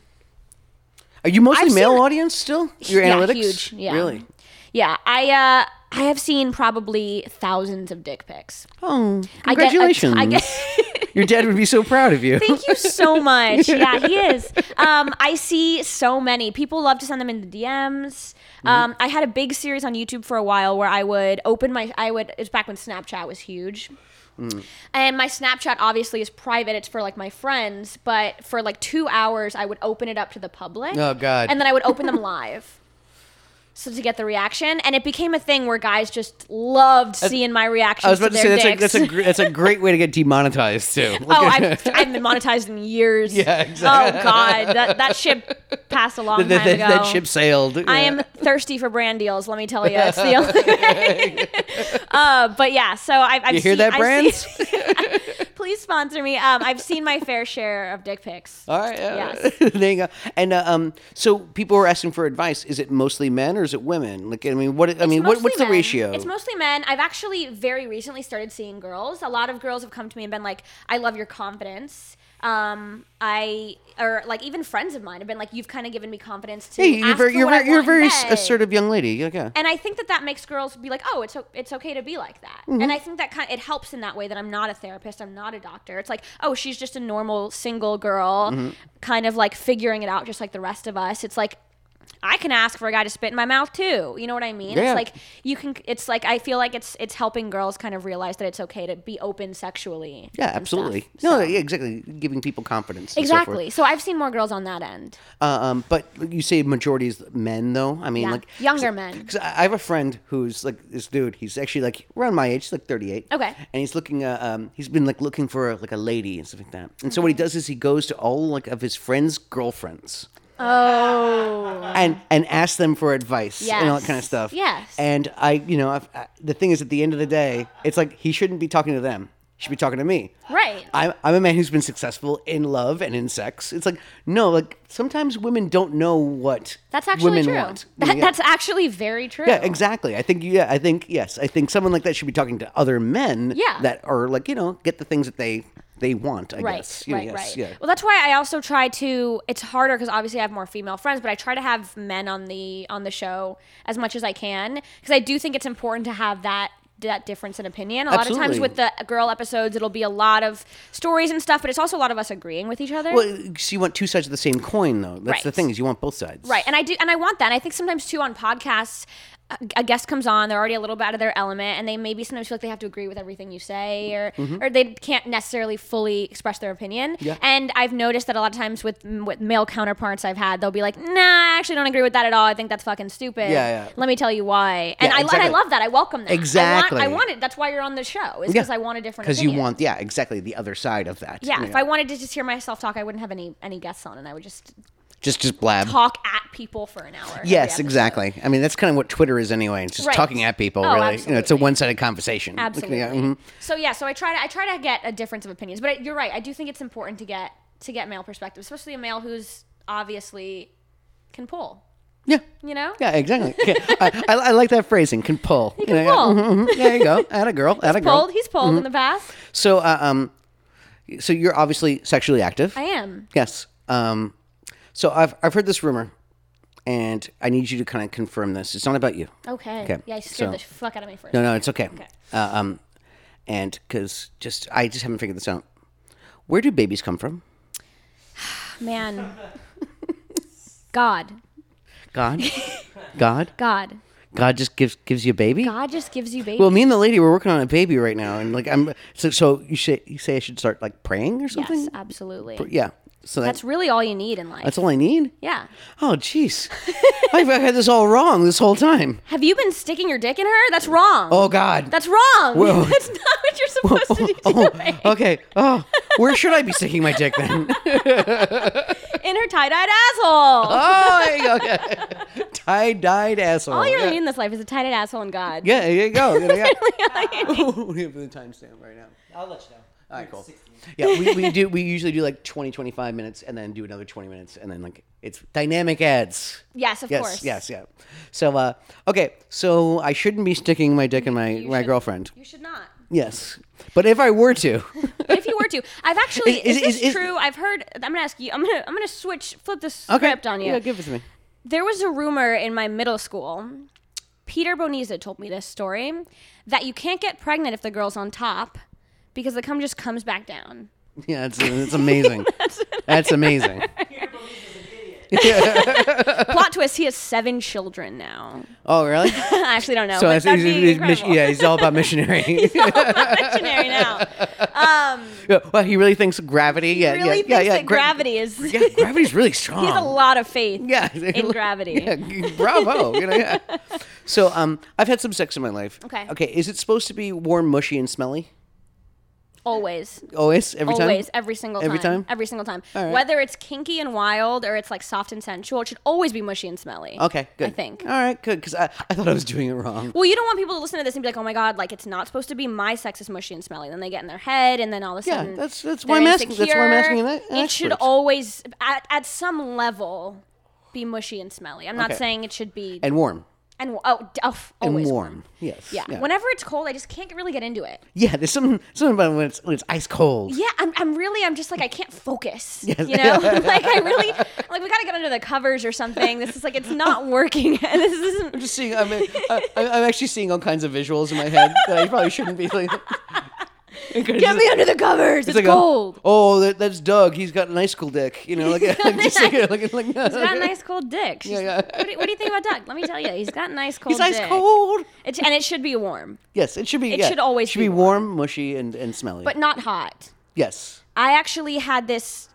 [SPEAKER 2] Are you mostly
[SPEAKER 3] I've
[SPEAKER 2] male
[SPEAKER 3] seen-
[SPEAKER 2] audience still? Your
[SPEAKER 3] yeah,
[SPEAKER 2] analytics,
[SPEAKER 3] huge. Yeah,
[SPEAKER 2] really.
[SPEAKER 3] Yeah, I uh, I have seen probably thousands of dick pics.
[SPEAKER 2] Oh,
[SPEAKER 3] I get a
[SPEAKER 2] congratulations!
[SPEAKER 3] t- I get.
[SPEAKER 2] Your dad would be so proud of you.
[SPEAKER 3] Thank you so much. Yeah, he is. Um, I see so many people love to send them in the DMs.
[SPEAKER 2] Mm-hmm.
[SPEAKER 3] Um, I had a big series on YouTube for a while where I would open my. I would. It was back when Snapchat was huge.
[SPEAKER 2] Mm.
[SPEAKER 3] And my Snapchat obviously is private. It's for like my friends, but for like two hours, I would open it up to the public.
[SPEAKER 2] Oh, God.
[SPEAKER 3] And then I would open them live. So to get the reaction, and it became a thing where guys just loved seeing my reaction.
[SPEAKER 2] I was about to
[SPEAKER 3] their
[SPEAKER 2] say that's
[SPEAKER 3] dicks.
[SPEAKER 2] a, that's a gr- that's a great way to get demonetized too.
[SPEAKER 3] Oh, I've, I've been monetized in years.
[SPEAKER 2] Yeah, exactly.
[SPEAKER 3] Oh God, that, that ship passed a long
[SPEAKER 2] that,
[SPEAKER 3] time
[SPEAKER 2] that,
[SPEAKER 3] ago.
[SPEAKER 2] that ship sailed.
[SPEAKER 3] I
[SPEAKER 2] Yeah.
[SPEAKER 3] am thirsty for brand deals. Let me tell you, it's the only way. uh, but yeah, so I've, I've
[SPEAKER 2] You hear
[SPEAKER 3] seen,
[SPEAKER 2] that,
[SPEAKER 3] I've
[SPEAKER 2] brands?
[SPEAKER 3] seen- please sponsor me. Um, I've seen my fair share of dick pics.
[SPEAKER 2] All right. uh,
[SPEAKER 3] Yes.
[SPEAKER 2] there you go. And uh, um, so people were asking for advice. Is it mostly men or is it women? Like, I mean, what? I mean,
[SPEAKER 3] It's
[SPEAKER 2] what,
[SPEAKER 3] mostly
[SPEAKER 2] what's the
[SPEAKER 3] men.
[SPEAKER 2] ratio?
[SPEAKER 3] It's mostly men. I've actually very recently started seeing girls. A lot of girls have come to me and been like, "I love your confidence." Um, I or like even friends of mine have been like, "You've kind of given me confidence to."
[SPEAKER 2] Hey, you're
[SPEAKER 3] ask
[SPEAKER 2] very,
[SPEAKER 3] for
[SPEAKER 2] you're
[SPEAKER 3] what I
[SPEAKER 2] very, you're a
[SPEAKER 3] want in
[SPEAKER 2] very s-
[SPEAKER 3] bed."
[SPEAKER 2] assertive young lady. Yeah, yeah.
[SPEAKER 3] And I think that that makes girls be like, "Oh, it's o- it's okay to be like that."
[SPEAKER 2] Mm-hmm.
[SPEAKER 3] And I think that kind it helps in that way that I'm not a therapist, I'm not a doctor. It's like, "Oh, she's just a normal single girl,
[SPEAKER 2] Mm-hmm.
[SPEAKER 3] kind of like figuring it out just like the rest of us." It's like I can ask for a guy to spit in my mouth too. You know what I mean?
[SPEAKER 2] Yeah.
[SPEAKER 3] It's like you can it's like I feel like it's it's helping girls kind of realize that it's okay to be open sexually.
[SPEAKER 2] Yeah,
[SPEAKER 3] and stuff.
[SPEAKER 2] absolutely.
[SPEAKER 3] So-
[SPEAKER 2] No, yeah, exactly. Giving people confidence. and so forth.
[SPEAKER 3] Exactly. So I've seen more girls on that end.
[SPEAKER 2] Uh, um, but you say majority is men, though. I mean,
[SPEAKER 3] Yeah.
[SPEAKER 2] like
[SPEAKER 3] Younger men.
[SPEAKER 2] Because I I have a friend who's like this dude. He's actually like around my age, he's like thirty eight.
[SPEAKER 3] Okay.
[SPEAKER 2] And he's looking. Uh, um, he's been like looking for like a lady and stuff like that. And so what he does is he goes to all like of his friends' girlfriends
[SPEAKER 3] Oh.
[SPEAKER 2] and and ask them for advice and all that kind of
[SPEAKER 3] Yes.
[SPEAKER 2] stuff.
[SPEAKER 3] Yes.
[SPEAKER 2] And I, you know, I've, I, the thing is, at the end of the day, it's like he shouldn't be talking to them. He should be talking to me.
[SPEAKER 3] Right.
[SPEAKER 2] I'm, I'm a man who's been successful in love and in sex. It's like no, like sometimes women don't know what
[SPEAKER 3] That's actually
[SPEAKER 2] women
[SPEAKER 3] true.
[SPEAKER 2] want.
[SPEAKER 3] That,
[SPEAKER 2] yeah.
[SPEAKER 3] That's actually very true.
[SPEAKER 2] yeah, exactly. I think yeah, I think yes, I think someone like that should be talking to other men.
[SPEAKER 3] Yeah.
[SPEAKER 2] that are like you know get the things that they they want. I
[SPEAKER 3] Right,
[SPEAKER 2] guess. You know,
[SPEAKER 3] right,
[SPEAKER 2] yes,
[SPEAKER 3] right.
[SPEAKER 2] Yeah.
[SPEAKER 3] Well, that's why I also try to. It's harder because obviously I have more female friends, but I try to have men on the on the show as much as I can because I do think it's important to have that that difference in opinion. A lot of
[SPEAKER 2] Absolutely.
[SPEAKER 3] times with the girl episodes, it'll be a lot of stories and stuff, but it's also a lot of us agreeing with each other.
[SPEAKER 2] Well, so you want two sides of the same coin, though. That's the
[SPEAKER 3] Right.
[SPEAKER 2] thing is you want both sides.
[SPEAKER 3] Right. And I do and I want that. And I think sometimes too on podcasts a- a guest comes on, they're already a little bit out of their element, and they maybe sometimes feel like they have to agree with everything you say, or or they can't necessarily fully express their opinion.
[SPEAKER 2] Mm-hmm. Yeah.
[SPEAKER 3] And I've noticed that a lot of times with with male counterparts I've had, they'll be like, "Nah, I actually don't agree with that at all. I think that's fucking stupid.
[SPEAKER 2] Yeah, yeah.
[SPEAKER 3] Let me tell you why." And
[SPEAKER 2] Yeah,
[SPEAKER 3] I and I
[SPEAKER 2] exactly.
[SPEAKER 3] love that. I welcome that. I want-
[SPEAKER 2] Exactly.
[SPEAKER 3] I want, it. That's why you're on the show. Is because I want a different.
[SPEAKER 2] Because you
[SPEAKER 3] opinion.
[SPEAKER 2] want, yeah, exactly the other side of that.
[SPEAKER 3] Yeah,
[SPEAKER 2] you
[SPEAKER 3] if
[SPEAKER 2] know.
[SPEAKER 3] I wanted to just hear myself talk, I wouldn't have any any guests on, and I would just
[SPEAKER 2] just just blab.
[SPEAKER 3] talk at people for an hour. every
[SPEAKER 2] Yes,
[SPEAKER 3] episode.
[SPEAKER 2] exactly. I mean, that's kind of what Twitter is anyway. It's just
[SPEAKER 3] Right.
[SPEAKER 2] talking at people.
[SPEAKER 3] Oh,
[SPEAKER 2] really, You know, it's a
[SPEAKER 3] absolutely.
[SPEAKER 2] one-sided conversation. Like,
[SPEAKER 3] Absolutely.
[SPEAKER 2] yeah, mhm.
[SPEAKER 3] So yeah, so I try to I try to get a difference of opinions, but I, you're right. I do think it's important to get to get male perspective, especially a male who's obviously can pull.
[SPEAKER 2] Yeah.
[SPEAKER 3] You know.
[SPEAKER 2] Yeah, exactly. Yeah, I, I, I like that phrasing. Can pull. You
[SPEAKER 3] can
[SPEAKER 2] know,
[SPEAKER 3] pull.
[SPEAKER 2] Yeah, mhm, mhm. There you go. At a girl. At a girl.
[SPEAKER 3] Pulled. He's
[SPEAKER 2] mm-hmm.
[SPEAKER 3] pulled in the past.
[SPEAKER 2] So, uh, um, so you're obviously sexually active.
[SPEAKER 3] I am.
[SPEAKER 2] Yes. Um, so I've I've heard this rumor, and I need you to kind of confirm this. It's not about you.
[SPEAKER 3] Okay.
[SPEAKER 2] Okay,
[SPEAKER 3] Yeah, you
[SPEAKER 2] so-
[SPEAKER 3] scared the fuck out of me first.
[SPEAKER 2] No, no, it's okay. Uh, um, and because just I just haven't figured this out. Where do babies come from?
[SPEAKER 3] Man. God.
[SPEAKER 2] God, God,
[SPEAKER 3] God.
[SPEAKER 2] God just gives gives you a baby.
[SPEAKER 3] God just gives you baby.
[SPEAKER 2] Well, me and the lady we're working on a baby right now, and like I'm so so. You say you say I should start like praying or something.
[SPEAKER 3] yes, absolutely.
[SPEAKER 2] Yeah. So that,
[SPEAKER 3] That's really all you need in life.
[SPEAKER 2] that's all I need.
[SPEAKER 3] yeah.
[SPEAKER 2] Oh, jeez, I've, I've had this all wrong this whole time.
[SPEAKER 3] Have you been sticking your dick in her? That's wrong.
[SPEAKER 2] Oh God.
[SPEAKER 3] That's wrong.
[SPEAKER 2] Whoa.
[SPEAKER 3] That's not what you're supposed to be
[SPEAKER 2] Oh,
[SPEAKER 3] doing.
[SPEAKER 2] okay. Oh, where should I be sticking my dick then?
[SPEAKER 3] In her tie-dyed asshole.
[SPEAKER 2] Oh, there you go. Tie dyed asshole.
[SPEAKER 3] All you
[SPEAKER 2] Oh, yeah.
[SPEAKER 3] really need in this life is a tie-dyed asshole and God.
[SPEAKER 2] yeah, there you go. Yeah, yeah. we have the timestamp right now.
[SPEAKER 4] I'll let you know.
[SPEAKER 2] All right, cool. Yeah, we, we do. We usually do like 20, 25 minutes, and then do another twenty minutes, and then like it's dynamic ads.
[SPEAKER 3] Yes, of
[SPEAKER 2] yes,
[SPEAKER 3] course.
[SPEAKER 2] yes, yeah. So, uh, okay, so I shouldn't be sticking my dick in my
[SPEAKER 3] You
[SPEAKER 2] my
[SPEAKER 3] should-
[SPEAKER 2] girlfriend.
[SPEAKER 3] You should not.
[SPEAKER 2] Yes, but if I were to,
[SPEAKER 3] But if you were to, I've actually
[SPEAKER 2] Is-
[SPEAKER 3] is,
[SPEAKER 2] is-
[SPEAKER 3] this
[SPEAKER 2] is- is-
[SPEAKER 3] true? I've heard. I'm gonna ask you. I'm gonna I'm gonna switch flip the
[SPEAKER 2] okay,
[SPEAKER 3] script on you.
[SPEAKER 2] Yeah, give it to me.
[SPEAKER 3] There was a rumor in my middle school. Peter Boniza told me this story that you can't get pregnant if the girl's on top because the cum just comes back down.
[SPEAKER 2] Yeah, it's, it's amazing. that's, amazing.
[SPEAKER 3] Plot twist: He has seven children now.
[SPEAKER 2] Oh, really?
[SPEAKER 3] I actually don't know.
[SPEAKER 2] So
[SPEAKER 3] but
[SPEAKER 2] it's, it's,
[SPEAKER 3] that'd be
[SPEAKER 2] it's, mis-
[SPEAKER 3] incredible.
[SPEAKER 2] yeah, he's all about missionary.
[SPEAKER 3] Dictionary now. Um,
[SPEAKER 2] Yeah, well, he really thinks gravity. Yeah,
[SPEAKER 3] really
[SPEAKER 2] yeah,
[SPEAKER 3] thinks
[SPEAKER 2] yeah, yeah.
[SPEAKER 3] that
[SPEAKER 2] gra-
[SPEAKER 3] gravity is.
[SPEAKER 2] Yeah, gravity's really strong.
[SPEAKER 3] He has a lot of faith
[SPEAKER 2] Yeah,
[SPEAKER 3] in gravity.
[SPEAKER 2] Yeah, g- bravo. you know, yeah. So, um, I've had some sex in my life.
[SPEAKER 3] Okay.
[SPEAKER 2] Okay. Is it supposed to be warm, mushy, and smelly?
[SPEAKER 3] Always.
[SPEAKER 2] Always, every time.
[SPEAKER 3] Always. Every single time.
[SPEAKER 2] Every time?
[SPEAKER 3] Every single time.
[SPEAKER 2] All right.
[SPEAKER 3] Whether it's kinky and wild or it's like soft and sensual, it should always be mushy and smelly.
[SPEAKER 2] Okay. Good.
[SPEAKER 3] I think.
[SPEAKER 2] All right. Good. Because I, I thought I was doing it wrong.
[SPEAKER 3] Well, you don't want people to listen to this and be like, "Oh my god, like it's not supposed to be my sex is mushy and smelly." Then they get in their head, and then all of a
[SPEAKER 2] Yeah,
[SPEAKER 3] sudden,
[SPEAKER 2] that's- that's
[SPEAKER 3] they're
[SPEAKER 2] why I'm asking- that's why I'm
[SPEAKER 3] insecure.
[SPEAKER 2] asking an e- an
[SPEAKER 3] it should
[SPEAKER 2] expert.
[SPEAKER 3] always, at, at some level, be mushy and smelly. I'm not
[SPEAKER 2] Okay.
[SPEAKER 3] saying it should be and,
[SPEAKER 2] And warm.
[SPEAKER 3] oh, d- oh, f-
[SPEAKER 2] And
[SPEAKER 3] always
[SPEAKER 2] warm. Yes.
[SPEAKER 3] Yeah. Whenever it's cold, I just can't really get into it.
[SPEAKER 2] yeah. There's something something about when it's when it's ice cold.
[SPEAKER 3] Yeah, I'm, I'm really, I'm just like, I can't focus. You know, like I really, I'm like we gotta get under the covers or something. This is like, it's not working. And this isn't.
[SPEAKER 2] just seeing. I'm, I, I'm actually seeing all kinds of visuals in my head that I probably shouldn't be. Like,
[SPEAKER 3] Get me under the covers. It's,
[SPEAKER 2] like a,
[SPEAKER 3] cold.
[SPEAKER 2] oh, that, that's Doug. He's got an ice cool dick. You know, like, like just like, like, like
[SPEAKER 3] He's got a nice cold dick. She's-
[SPEAKER 2] yeah.
[SPEAKER 3] What, do, what do you think about Doug? Let me tell you, he's got a nice cold.
[SPEAKER 2] He's ice
[SPEAKER 3] dick.
[SPEAKER 2] cold.
[SPEAKER 3] It, and it should be warm,
[SPEAKER 2] Yes, it should be.
[SPEAKER 3] It
[SPEAKER 2] yeah,
[SPEAKER 3] should always
[SPEAKER 2] should
[SPEAKER 3] be
[SPEAKER 2] be warm, mushy, and, and smelly.
[SPEAKER 3] but not hot.
[SPEAKER 2] yes,
[SPEAKER 3] I actually had this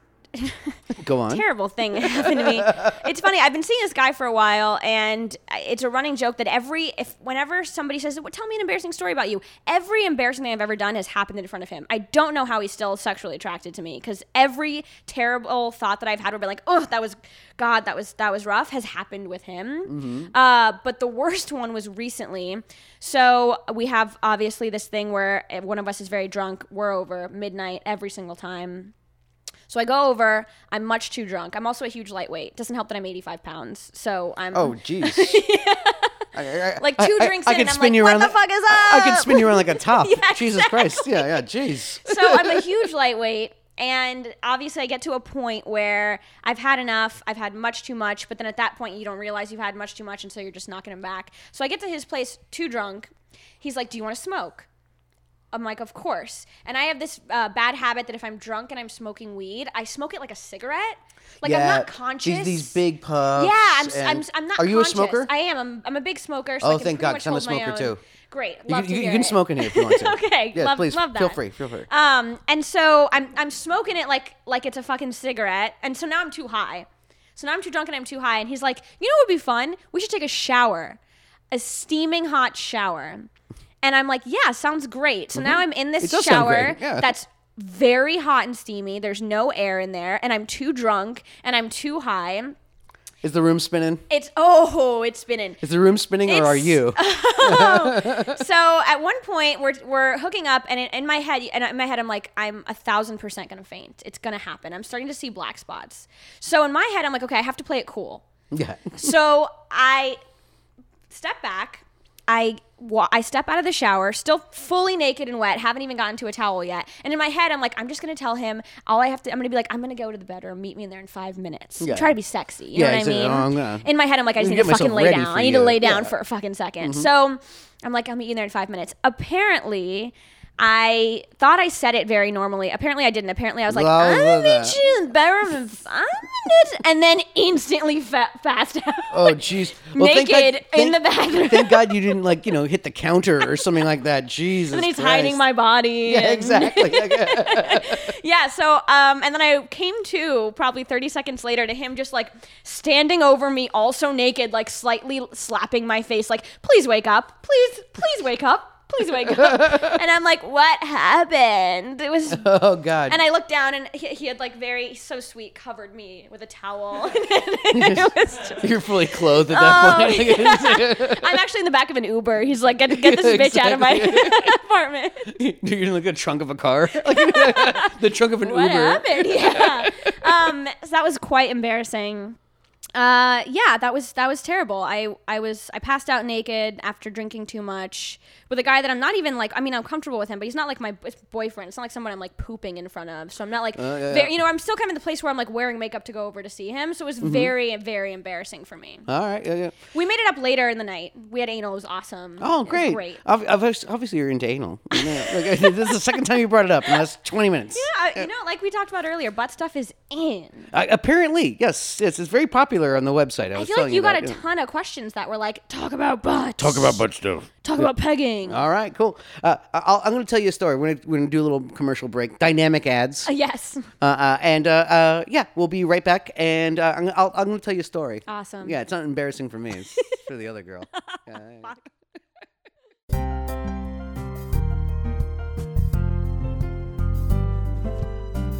[SPEAKER 2] go on.
[SPEAKER 3] terrible thing that happened to me. It's funny. I've been seeing this guy for a while, and it's a running joke that every if whenever somebody says, well, "Tell me an embarrassing story about you," every embarrassing thing I've ever done has happened in front of him. I don't know how he's still sexually attracted to me because every terrible thought that I've had, would be like, "Oh, that was God, that was that was rough," has happened with him. Uh, but the worst one was recently. So we have obviously this thing where if one of us is very drunk. We're over midnight every single time. So I go over. I'm much too drunk. I'm also a huge lightweight. Doesn't help that I'm 85 pounds. So I'm
[SPEAKER 2] Oh, jeez. I- I-
[SPEAKER 3] like
[SPEAKER 2] I-
[SPEAKER 3] two
[SPEAKER 2] I-
[SPEAKER 3] drinks
[SPEAKER 2] I
[SPEAKER 3] in,
[SPEAKER 2] could
[SPEAKER 3] and I'm
[SPEAKER 2] spin
[SPEAKER 3] like,
[SPEAKER 2] you
[SPEAKER 3] what
[SPEAKER 2] around
[SPEAKER 3] the
[SPEAKER 2] like-
[SPEAKER 3] fuck is up?
[SPEAKER 2] I I could spin you around like a top.
[SPEAKER 3] Yeah,
[SPEAKER 2] Jesus Christ. Yeah, yeah. Jeez.
[SPEAKER 3] so I'm a huge lightweight. And obviously, I get to a point where I've had enough. I've had much too much. But then at that point, you don't realize you've had much too much. And so you're just knocking him back. So I get to his place too drunk. He's like, Do you want to smoke? I'm like, of course. And I have this uh, bad habit that if I'm drunk and I'm smoking weed, I smoke it like a cigarette. Like I'm
[SPEAKER 2] Yeah,
[SPEAKER 3] not
[SPEAKER 2] these-
[SPEAKER 3] conscious.
[SPEAKER 2] These big puffs.
[SPEAKER 3] Yeah, I'm, s-
[SPEAKER 2] and-
[SPEAKER 3] I'm, s- I'm not.
[SPEAKER 2] Are you
[SPEAKER 3] conscious.
[SPEAKER 2] a smoker?
[SPEAKER 3] I am. I'm, I'm a big smoker. So
[SPEAKER 2] Oh,
[SPEAKER 3] I can
[SPEAKER 2] thank
[SPEAKER 3] pretty
[SPEAKER 2] God,
[SPEAKER 3] much
[SPEAKER 2] 'cause I'm a
[SPEAKER 3] hold my
[SPEAKER 2] smoker,
[SPEAKER 3] own.
[SPEAKER 2] too.
[SPEAKER 3] Great.
[SPEAKER 2] you,
[SPEAKER 3] Love
[SPEAKER 2] can-
[SPEAKER 3] to
[SPEAKER 2] you,
[SPEAKER 3] hear
[SPEAKER 2] you can
[SPEAKER 3] it.
[SPEAKER 2] smoke in here if you want to.
[SPEAKER 3] okay.
[SPEAKER 2] Yes,
[SPEAKER 3] love,
[SPEAKER 2] please.
[SPEAKER 3] love that.
[SPEAKER 2] Feel free. Feel free.
[SPEAKER 3] Um, and so I'm I'm smoking it like like it's a fucking cigarette, and so now I'm too high. So now I'm too drunk and I'm too high. And he's like, you know what would be fun? We should take a shower, a steaming hot shower. And I'm like, yeah, sounds great. So now I'm in
[SPEAKER 2] Mm-hmm. It
[SPEAKER 3] this
[SPEAKER 2] does sound
[SPEAKER 3] shower
[SPEAKER 2] great, yeah.
[SPEAKER 3] that's very hot and steamy. There's no air in there, and I'm too drunk and I'm too high.
[SPEAKER 2] Is the room spinning?
[SPEAKER 3] It's oh, it's spinning.
[SPEAKER 2] Is the room spinning, or are
[SPEAKER 3] It's- uh,
[SPEAKER 2] you?
[SPEAKER 3] so at one point we're, we're hooking up and in, in my head and in my head i'm like i'm a thousand percent gonna faint it's gonna happen i'm starting to see black spots so in my head i'm like okay i have to play it cool
[SPEAKER 2] yeah.
[SPEAKER 3] so i step back I, wa- I step out of the shower, still fully naked and wet, haven't even gotten to a towel yet. And in my head, I'm like, I'm just gonna tell him all I have to. I'm gonna be like, I'm gonna go to the bedroom. Meet me in there in five minutes.
[SPEAKER 2] Yeah.
[SPEAKER 3] Try to be sexy. You
[SPEAKER 2] Yeah,
[SPEAKER 3] know what I
[SPEAKER 2] exactly.
[SPEAKER 3] mean?
[SPEAKER 2] Oh, I'm gonna-
[SPEAKER 3] in my head, I'm like, I just
[SPEAKER 2] Let me
[SPEAKER 3] need to
[SPEAKER 2] get myself
[SPEAKER 3] fucking lay
[SPEAKER 2] ready
[SPEAKER 3] down.
[SPEAKER 2] for
[SPEAKER 3] I need to
[SPEAKER 2] you.
[SPEAKER 3] lay down
[SPEAKER 2] Yeah. Mm-hmm.
[SPEAKER 3] for a fucking 2nd So I'm like, I'll meet you there in five minutes. Apparently, I thought I said it very normally. Apparently, I didn't. Apparently, I was like,
[SPEAKER 2] Well, I
[SPEAKER 3] I'll
[SPEAKER 2] love
[SPEAKER 3] meet
[SPEAKER 2] that.
[SPEAKER 3] you in the bedroom in five minutes, and then instantly fa- passed out.
[SPEAKER 2] Oh, jeez. Well, thank God-
[SPEAKER 3] Naked in the bathroom.
[SPEAKER 2] Thank God you didn't like you know hit the counter or something like that. Jesus.
[SPEAKER 3] and then he's
[SPEAKER 2] Christ.
[SPEAKER 3] hiding my body.
[SPEAKER 2] Yeah,
[SPEAKER 3] and-
[SPEAKER 2] exactly.
[SPEAKER 3] Yeah. So, um, and then I came to probably 30 seconds later to him just like standing over me, also naked, like slightly slapping my face, like, please wake up. Please, please wake up. Please wake up. and I'm like, what happened? It was.
[SPEAKER 2] oh God.
[SPEAKER 3] And I looked down and he, he had like very so sweet covered me with a towel. it was just
[SPEAKER 2] You're fully clothed at that
[SPEAKER 3] Oh,
[SPEAKER 2] point.
[SPEAKER 3] I'm actually in the back of an Uber. He's like, get, get this bitch out of my apartment.
[SPEAKER 2] You're gonna look at the trunk of a car, Like, the trunk of an
[SPEAKER 3] What
[SPEAKER 2] Uber.
[SPEAKER 3] happened? Yeah. Um, so that was quite embarrassing. Uh, yeah, that was that was terrible. I I was I passed out naked after drinking too much with a guy that I'm not even like. I mean, I'm comfortable with him, but he's not like my b- boyfriend. It's not like someone I'm like pooping in front of. So I'm not like,
[SPEAKER 2] Oh, yeah,
[SPEAKER 3] very,
[SPEAKER 2] yeah. Mm-hmm.
[SPEAKER 3] you know, I'm still kind of in the place where I'm like wearing makeup to go over to see him. So it was very very embarrassing for me.
[SPEAKER 2] All right. Yeah, yeah.
[SPEAKER 3] We made it up later in the night. We had anal. It was awesome. It
[SPEAKER 2] Oh,
[SPEAKER 3] was
[SPEAKER 2] great.
[SPEAKER 3] Great.
[SPEAKER 2] Ob- obvious- Obviously, you're into anal. You know, like, this is the second time you brought it up in the last 20 minutes.
[SPEAKER 3] Yeah, Uh, you know, like we talked about earlier, butt stuff is in.
[SPEAKER 2] Uh, apparently, yes, yes. It's very popular on the website. I,
[SPEAKER 3] I
[SPEAKER 2] was
[SPEAKER 3] feel
[SPEAKER 2] telling
[SPEAKER 3] like you got
[SPEAKER 2] about,
[SPEAKER 3] a
[SPEAKER 2] yeah.
[SPEAKER 3] ton of questions that were like, talk about butts.
[SPEAKER 2] butt stuff.
[SPEAKER 3] Talk about pegging.
[SPEAKER 2] All right, cool. Uh, I'll, I'm going to tell you a story. We're going to do a little commercial break. Dynamic ads.
[SPEAKER 3] Uh, yes.
[SPEAKER 2] Uh, uh, and uh, uh, yeah, we'll be right back. And uh, I'm, I'll, I'm going to tell you a story.
[SPEAKER 3] Awesome.
[SPEAKER 2] Yeah, it's not embarrassing for me. It's for the other girl. Yeah.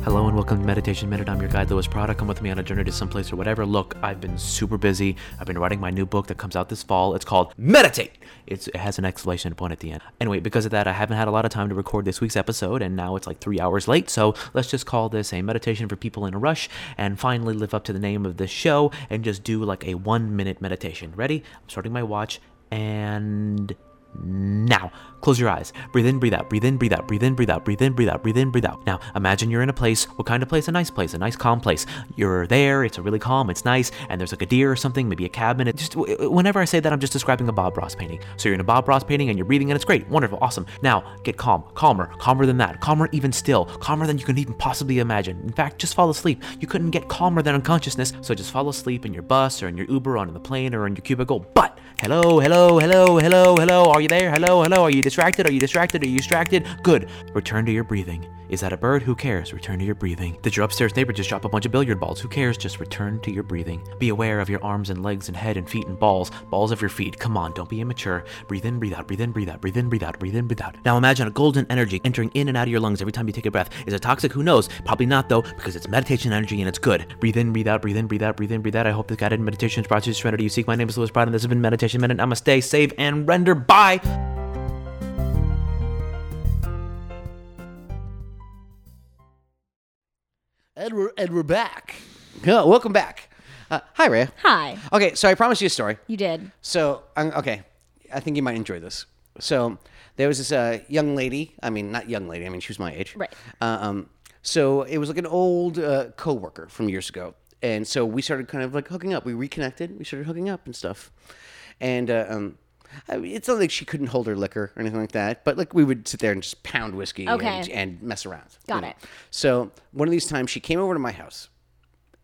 [SPEAKER 5] Hello and welcome to Meditation Minute. I'm your guide, Lewis Prada. Come with me on a journey to someplace or whatever. Look, I've been super busy. I've been writing my new book that comes out this fall. It's called Meditate. It's, it has an exclamation point at the end. Anyway, because of that, I haven't had a lot of time to record this week's episode, and now it's like three hours late. So let's just call this a meditation for people in a rush, and finally live up to the name of this show, and just do like a one-minute meditation. Ready? I'm starting my watch, and now, close your eyes. Breathe in, breathe out, breathe in, breathe out, breathe in, breathe out, breathe in, breathe out, breathe in, breathe out. Now, imagine you're in a place. What kind of place? A nice place, a nice calm place. You're there, it's a really calm, it's nice, and there's like a deer or something, maybe a cabin. It just w- w- whenever I say that, I'm just describing a Bob Ross painting. So you're in a Bob Ross painting and you're breathing and it's great, wonderful, awesome. Now, get calm, calmer, calmer than that, calmer even still, calmer than you can even possibly imagine. In fact, just fall asleep. You couldn't get calmer than unconsciousness, so just fall asleep in your bus or in your Uber or on the plane or in your cubicle. But hello, hello, hello, hello, hello. Are you there? Hello, hello. Are you distracted? Are you distracted? Are you distracted? Good. Return to your breathing. Is that a bird? Who cares? Return to your breathing. Did your upstairs neighbor just drop a bunch of billiard balls? Who cares? Just return to your breathing. Be aware of your arms and legs and head and feet and balls. Balls of your feet. Come on, don't be immature. Breathe in, breathe out, breathe in, breathe out, breathe in, breathe out, breathe in, breathe out. Now imagine a golden energy entering in and out of your lungs every time you take a breath. Is it toxic? Who knows? Probably not though, because it's meditation energy and it's good. Breathe in, breathe out, breathe in, breathe out, breathe in, breathe out. I hope this guided meditation is brought to you serenity. You seek. My name is Louis Brown, and this has been Meditation Minute. Namaste, save and render. Bye.
[SPEAKER 2] And we're, and we're back. Yeah, welcome back. Uh, hi, Rhea.
[SPEAKER 3] Hi.
[SPEAKER 2] Okay, so I promised you a story.
[SPEAKER 3] You did.
[SPEAKER 2] So, um, okay, I think you might enjoy this. So, there was this uh, young lady. I mean, not young lady. I mean, she was my age.
[SPEAKER 3] Right.
[SPEAKER 2] Uh, um, so it was like an old uh, coworker from years ago, and so we started kind of like hooking up. We reconnected. We started hooking up and stuff, and uh, um, I mean, it's not like she couldn't hold her liquor or anything like that, but like we would sit there and just pound whiskey and,
[SPEAKER 3] Okay.
[SPEAKER 2] and mess around.
[SPEAKER 3] Got
[SPEAKER 2] know.
[SPEAKER 3] it.
[SPEAKER 2] So one of these times she came over to my house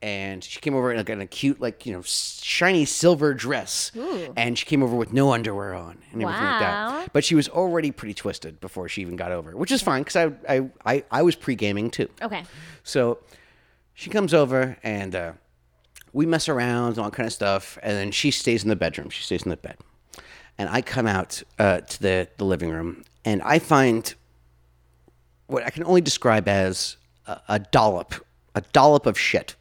[SPEAKER 2] and she came over in like in a cute, like, you know, s- shiny silver dress. And she came over with no underwear on and everything like
[SPEAKER 3] Wow.
[SPEAKER 2] that. But she was already pretty twisted before she even got over, which is fine because I, I, I, I was pre gaming too.
[SPEAKER 3] Okay.
[SPEAKER 2] So she comes over and uh, we mess around and all kind of stuff. And then she stays in the bedroom. She stays in the bed. And I come out uh, to the, the living room and I find what I can only describe as a, a dollop, a dollop of shit.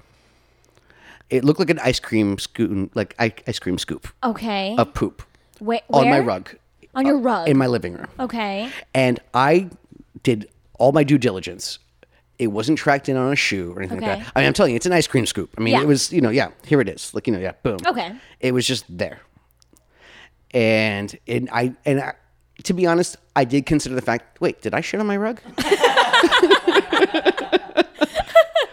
[SPEAKER 2] It looked like an ice cream scoop, like i- ice cream scoop
[SPEAKER 3] Okay.
[SPEAKER 2] of poop
[SPEAKER 3] Wait,
[SPEAKER 2] Uh, on my
[SPEAKER 3] where?
[SPEAKER 2] rug, Uh,
[SPEAKER 3] On your rug.
[SPEAKER 2] in my living room.
[SPEAKER 3] okay.
[SPEAKER 2] And I did all my due diligence. It wasn't tracked in on a shoe or anything like
[SPEAKER 3] Okay.
[SPEAKER 2] that. I mean, I'm telling you, it's an ice cream scoop. I mean,
[SPEAKER 3] Yeah.
[SPEAKER 2] it was, you know, yeah, here it is. Like, you know, yeah, boom.
[SPEAKER 3] Okay.
[SPEAKER 2] It was just there. And and I and I, to be honest, I did consider the fact, wait, did I shit on my rug?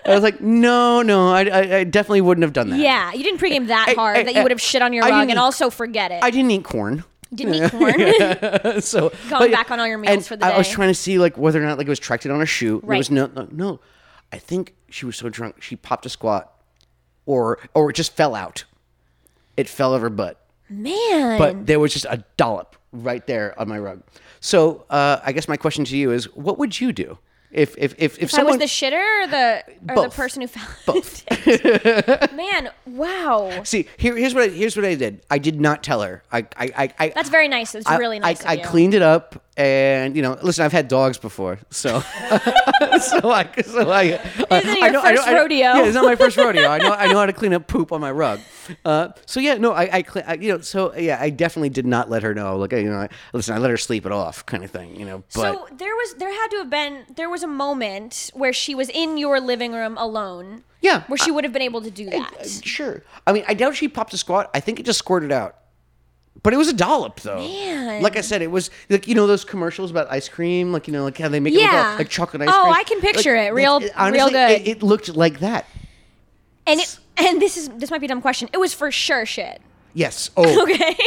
[SPEAKER 2] I was like, no, no, I, I, I definitely wouldn't have done that.
[SPEAKER 3] Yeah, you didn't pregame that
[SPEAKER 2] I-
[SPEAKER 3] hard
[SPEAKER 2] I-
[SPEAKER 3] that you would have shit on your
[SPEAKER 2] I
[SPEAKER 3] rug
[SPEAKER 2] didn't-
[SPEAKER 3] and also forget it.
[SPEAKER 2] I didn't eat corn.
[SPEAKER 3] didn't eat corn.
[SPEAKER 2] so
[SPEAKER 3] Going back on all your meals
[SPEAKER 2] and
[SPEAKER 3] for the
[SPEAKER 2] I was
[SPEAKER 3] day.
[SPEAKER 2] trying to see like whether or not like it was tracked in on her shoe. There
[SPEAKER 3] Right.
[SPEAKER 2] was no, no no. I think she was so drunk she popped a squat, or or it just fell out. It fell out of her butt,
[SPEAKER 3] Man.
[SPEAKER 2] but there was just a dollop right there on my rug. So uh, I guess my question to you is, what would you do if if if, if,
[SPEAKER 3] I was
[SPEAKER 2] someone
[SPEAKER 3] the shitter or the or
[SPEAKER 2] Both.
[SPEAKER 3] the person who found both. Man, wow,
[SPEAKER 2] see here here's what I, here's what I did. I did not tell her. I I I, I
[SPEAKER 3] that's very nice. That's
[SPEAKER 2] I-
[SPEAKER 3] really nice.
[SPEAKER 2] I, I
[SPEAKER 3] of you.
[SPEAKER 2] cleaned it up, and you know, listen, I've had dogs before, so so I so I. uh,
[SPEAKER 3] Isn't it your first rodeo?
[SPEAKER 2] yeah, it's not my first rodeo. I know I know how to clean up poop on my rug. Uh, so yeah, no, I, I, cle- I you know, so yeah, I definitely did not let her know. Like you know, I, listen, I let her sleep it off, kind of thing, you know. But
[SPEAKER 3] So there was there had to have been there was a moment where she was in your living room alone.
[SPEAKER 2] Yeah,
[SPEAKER 3] where she would have been able to do that.
[SPEAKER 2] Uh, sure, I mean, I doubt she popped a squat. I think it just squirted out. But it was a dollop, though.
[SPEAKER 3] Man.
[SPEAKER 2] Like I said, it was like you know those commercials about ice cream, like you know, like how they make it look
[SPEAKER 3] Yeah.
[SPEAKER 2] all- like chocolate ice
[SPEAKER 3] Oh,
[SPEAKER 2] cream.
[SPEAKER 3] I can picture
[SPEAKER 2] Like,
[SPEAKER 3] it. Real-
[SPEAKER 2] that's-
[SPEAKER 3] real
[SPEAKER 2] honestly, It,
[SPEAKER 3] good.
[SPEAKER 2] it looked like that.
[SPEAKER 3] and it, and this is this might be a dumb question. It was for sure shit.
[SPEAKER 2] Yes. Oh,
[SPEAKER 3] Okay,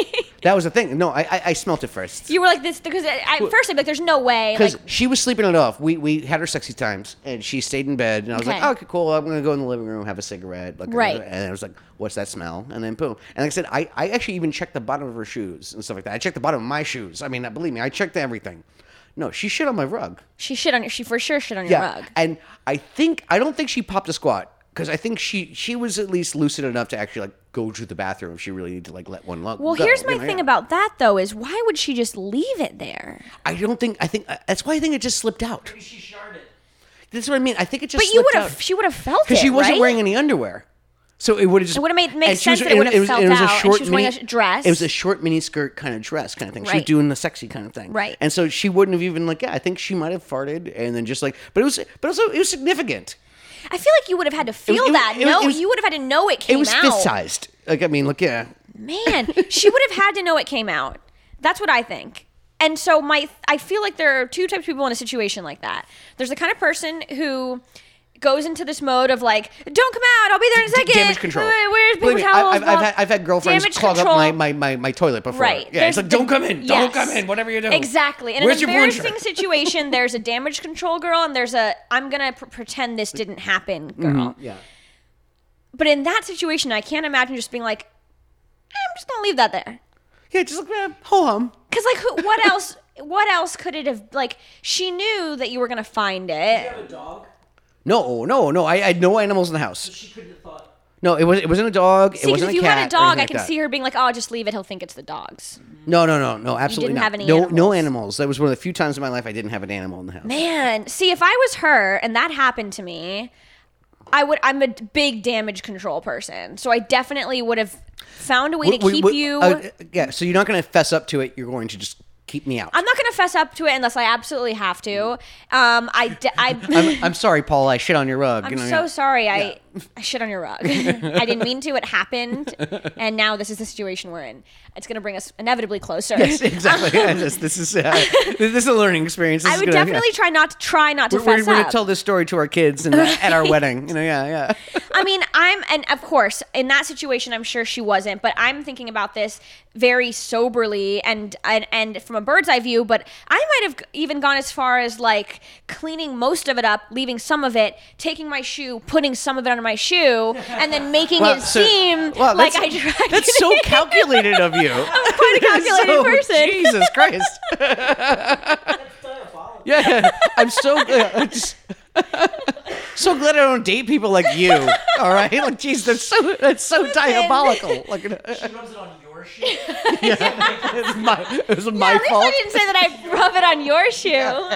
[SPEAKER 2] that was the thing. No, I I, I smelt it first
[SPEAKER 3] you were like this because at at first I'm like, there's no way. Like
[SPEAKER 2] because she was sleeping it off. We we had her sexy times, and she stayed in bed, and I was like,
[SPEAKER 3] Okay.
[SPEAKER 2] oh, okay, cool. I'm gonna go in the living room, have a cigarette, like,
[SPEAKER 3] Right.
[SPEAKER 2] And I was like, what's that smell? And then boom. And like I said, I I actually even checked the bottom of her shoes and stuff like that. I checked the bottom of my shoes. I mean, believe me, I checked everything. No, she shit on my rug.
[SPEAKER 3] she shit on your she for sure shit on your rug.
[SPEAKER 2] And I think I don't think she popped a squat because I think she she was at least lucid enough to actually like go to the bathroom if she really needed to like let one look.
[SPEAKER 3] Well,
[SPEAKER 2] go,
[SPEAKER 3] here's
[SPEAKER 2] you
[SPEAKER 3] my
[SPEAKER 2] know,
[SPEAKER 3] thing
[SPEAKER 2] yeah.
[SPEAKER 3] about that though is why would she just leave it there?
[SPEAKER 2] I don't think I think that's why I think it just slipped out.
[SPEAKER 4] She sharded.
[SPEAKER 2] This is what I mean. I think it just
[SPEAKER 3] But you would have she would have felt it
[SPEAKER 2] because she wasn't
[SPEAKER 3] right?
[SPEAKER 2] wearing any underwear. So it would have just
[SPEAKER 3] It would've made- made
[SPEAKER 2] and she was-
[SPEAKER 3] sense that it would've
[SPEAKER 2] was-
[SPEAKER 3] felt
[SPEAKER 2] was a
[SPEAKER 3] out, and
[SPEAKER 2] short
[SPEAKER 3] she was wearing a
[SPEAKER 2] mini-
[SPEAKER 3] dress.
[SPEAKER 2] It was a short mini skirt kind of dress kind of thing. She was
[SPEAKER 3] Right.
[SPEAKER 2] doing the sexy kind of thing.
[SPEAKER 3] Right.
[SPEAKER 2] And so she wouldn't have even like yeah, I think she might have farted and then just like but it was but also it was significant.
[SPEAKER 3] I feel like you would have had to feel
[SPEAKER 2] it was-
[SPEAKER 3] that.
[SPEAKER 2] it was-
[SPEAKER 3] no,
[SPEAKER 2] it was-
[SPEAKER 3] you would have had to know it
[SPEAKER 2] It
[SPEAKER 3] came
[SPEAKER 2] was
[SPEAKER 3] out.
[SPEAKER 2] fist sized. Like I mean, look yeah.
[SPEAKER 3] Man, she would have had to know it came out. That's what I think. And so my I feel like there are two types of people in a situation like that. There's the kind of person who goes into this mode of like, don't come out, I'll be there in a second.
[SPEAKER 2] damage control.
[SPEAKER 3] Wait, where's paper
[SPEAKER 2] Believe me,
[SPEAKER 3] towels?
[SPEAKER 2] I, I've, I've,
[SPEAKER 3] Blah.
[SPEAKER 2] had, I've had girlfriends
[SPEAKER 3] Damage
[SPEAKER 2] clog
[SPEAKER 3] control.
[SPEAKER 2] up my, my, my, my toilet before.
[SPEAKER 3] Right.
[SPEAKER 2] Yeah, it's
[SPEAKER 3] There's
[SPEAKER 2] like, don't
[SPEAKER 3] the-
[SPEAKER 2] come in. Don't
[SPEAKER 3] yes.
[SPEAKER 2] come in. Whatever you're doing.
[SPEAKER 3] Exactly. In
[SPEAKER 2] Where's your
[SPEAKER 3] an
[SPEAKER 2] plunger?
[SPEAKER 3] embarrassing situation, there's a damage control girl and there's a I'm going to pr- pretend this didn't happen girl.
[SPEAKER 2] Mm-hmm. Yeah.
[SPEAKER 3] But in that situation, I can't imagine just being like, I'm just going to leave that there.
[SPEAKER 2] Yeah, just like, eh, ho hum.
[SPEAKER 3] Cuz like who, what else what else could it have like she knew that you were going to find it.
[SPEAKER 4] Have a dog.
[SPEAKER 2] No, no, no. I, I had no animals in the house.
[SPEAKER 4] She couldn't have thought.
[SPEAKER 2] No, it, was, it wasn't a dog.
[SPEAKER 3] See,
[SPEAKER 2] it
[SPEAKER 3] 'cause
[SPEAKER 2] wasn't
[SPEAKER 3] if
[SPEAKER 2] a
[SPEAKER 3] you
[SPEAKER 2] cat.
[SPEAKER 3] had a
[SPEAKER 2] or
[SPEAKER 3] dog,
[SPEAKER 2] anything
[SPEAKER 3] I can
[SPEAKER 2] like that.
[SPEAKER 3] see her being like, "Oh, I'll just leave it. He'll think it's the dogs."
[SPEAKER 2] No, no, no, no. Absolutely
[SPEAKER 3] didn't
[SPEAKER 2] not.
[SPEAKER 3] have any
[SPEAKER 2] no, no
[SPEAKER 3] animals.
[SPEAKER 2] animals. That was one of the few times in my life I didn't have an animal in the house.
[SPEAKER 3] Man, see, if I was her and that happened to me, I would. I'm a big damage control person, so I definitely would have found a way
[SPEAKER 2] Wait,
[SPEAKER 3] to
[SPEAKER 2] wait,
[SPEAKER 3] keep
[SPEAKER 2] wait,
[SPEAKER 3] you.
[SPEAKER 2] uh, yeah, so you're not going to fess up to it. You're going to just keep me out.
[SPEAKER 3] I'm not gonna fess up to it unless I absolutely have to. Um, I, de- I
[SPEAKER 2] I'm, I'm sorry, Paul. I shit on your rug.
[SPEAKER 3] I'm
[SPEAKER 2] you know,
[SPEAKER 3] so
[SPEAKER 2] yeah.
[SPEAKER 3] sorry. I, I shit on your rug. I didn't mean to. It happened, and now this is the situation we're in. It's gonna bring us inevitably closer.
[SPEAKER 2] Yes, exactly. this, this is uh, this is a learning experience. This
[SPEAKER 3] I
[SPEAKER 2] is
[SPEAKER 3] would
[SPEAKER 2] gonna- yeah.
[SPEAKER 3] definitely try not to try not to
[SPEAKER 2] We're, we're
[SPEAKER 3] fess
[SPEAKER 2] going
[SPEAKER 3] up.
[SPEAKER 2] to tell this story to our kids and, uh, at our wedding. You know, yeah, yeah.
[SPEAKER 3] I mean, I'm, and of course, in that situation, I'm sure she wasn't, but I'm thinking about this very soberly and, and, and from a bird's eye view, but I might have even gone as far as like cleaning most of it up, leaving some of it, taking my shoe, putting some of it under my shoe, and then making
[SPEAKER 2] Wow,
[SPEAKER 3] it
[SPEAKER 2] so-
[SPEAKER 3] seem
[SPEAKER 2] wow,
[SPEAKER 3] like I
[SPEAKER 2] that's-
[SPEAKER 3] dragged
[SPEAKER 2] That's
[SPEAKER 3] it
[SPEAKER 2] so
[SPEAKER 3] in.
[SPEAKER 2] calculated of you.
[SPEAKER 3] I'm quite a calculated
[SPEAKER 2] So-
[SPEAKER 3] person.
[SPEAKER 2] Jesus Christ. yeah, I'm so uh, I'm just- so glad I don't date people like you. All right, like, jeez, that's so that's so diabolical. Like,
[SPEAKER 4] She rubs it on your shit.
[SPEAKER 2] it's my, it was my
[SPEAKER 3] At least I
[SPEAKER 2] fault.
[SPEAKER 3] didn't say that I rub it on your shoe.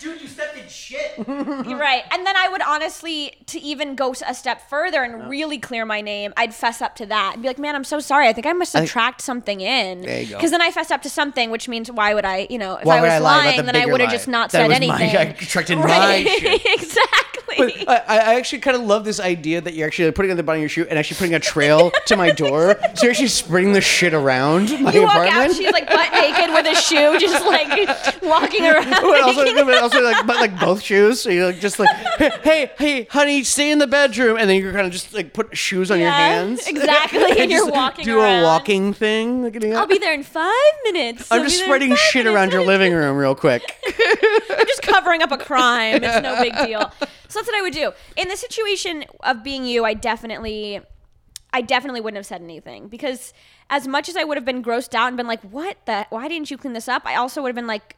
[SPEAKER 4] Dude, you stepped in shit.
[SPEAKER 3] You're right. And then I would honestly, to even go a step further and really clear my name, I'd fess up to that and be like, man, I'm so sorry. I think I must have tracked something in.
[SPEAKER 2] There you go.
[SPEAKER 3] Because then I fessed up to something, which means why would I, you know, if
[SPEAKER 2] Why
[SPEAKER 3] I
[SPEAKER 2] would
[SPEAKER 3] was
[SPEAKER 2] I lie about
[SPEAKER 3] lying,
[SPEAKER 2] the
[SPEAKER 3] then I
[SPEAKER 2] bigger
[SPEAKER 3] would have
[SPEAKER 2] lie?
[SPEAKER 3] just not
[SPEAKER 2] That
[SPEAKER 3] said
[SPEAKER 2] was my-
[SPEAKER 3] anything.
[SPEAKER 2] I tracked in
[SPEAKER 3] right.
[SPEAKER 2] my uh, shit.
[SPEAKER 3] exactly.
[SPEAKER 2] I, I I actually kind of love this idea that you're actually like, putting it on the bottom of your shoe and actually putting a trail to my door. So you're actually spreading the shit around my
[SPEAKER 3] you walk
[SPEAKER 2] apartment.
[SPEAKER 3] out, she's like butt naked with a shoe, just like walking around.
[SPEAKER 2] But also,
[SPEAKER 3] making-
[SPEAKER 2] but also like, but like both shoes. So you're like just like, hey, hey, honey, stay in the bedroom, and then you're kind of just like put shoes on your
[SPEAKER 3] Yeah,
[SPEAKER 2] hands.
[SPEAKER 3] exactly,
[SPEAKER 2] And
[SPEAKER 3] and you're
[SPEAKER 2] just
[SPEAKER 3] walking
[SPEAKER 2] Do
[SPEAKER 3] around.
[SPEAKER 2] a walking thing. Like, you know,
[SPEAKER 3] I'll be there in five minutes.
[SPEAKER 2] I'm
[SPEAKER 3] I'll be
[SPEAKER 2] just
[SPEAKER 3] there in
[SPEAKER 2] spreading
[SPEAKER 3] five
[SPEAKER 2] shit
[SPEAKER 3] minutes.
[SPEAKER 2] around your living room real quick.
[SPEAKER 3] just covering up a crime. It's no big deal. So that's what I would do. In the situation of being you, I definitely I definitely wouldn't have said anything because as much as I would have been grossed out and been like, "What the? Why didn't you clean this up?" I also would have been like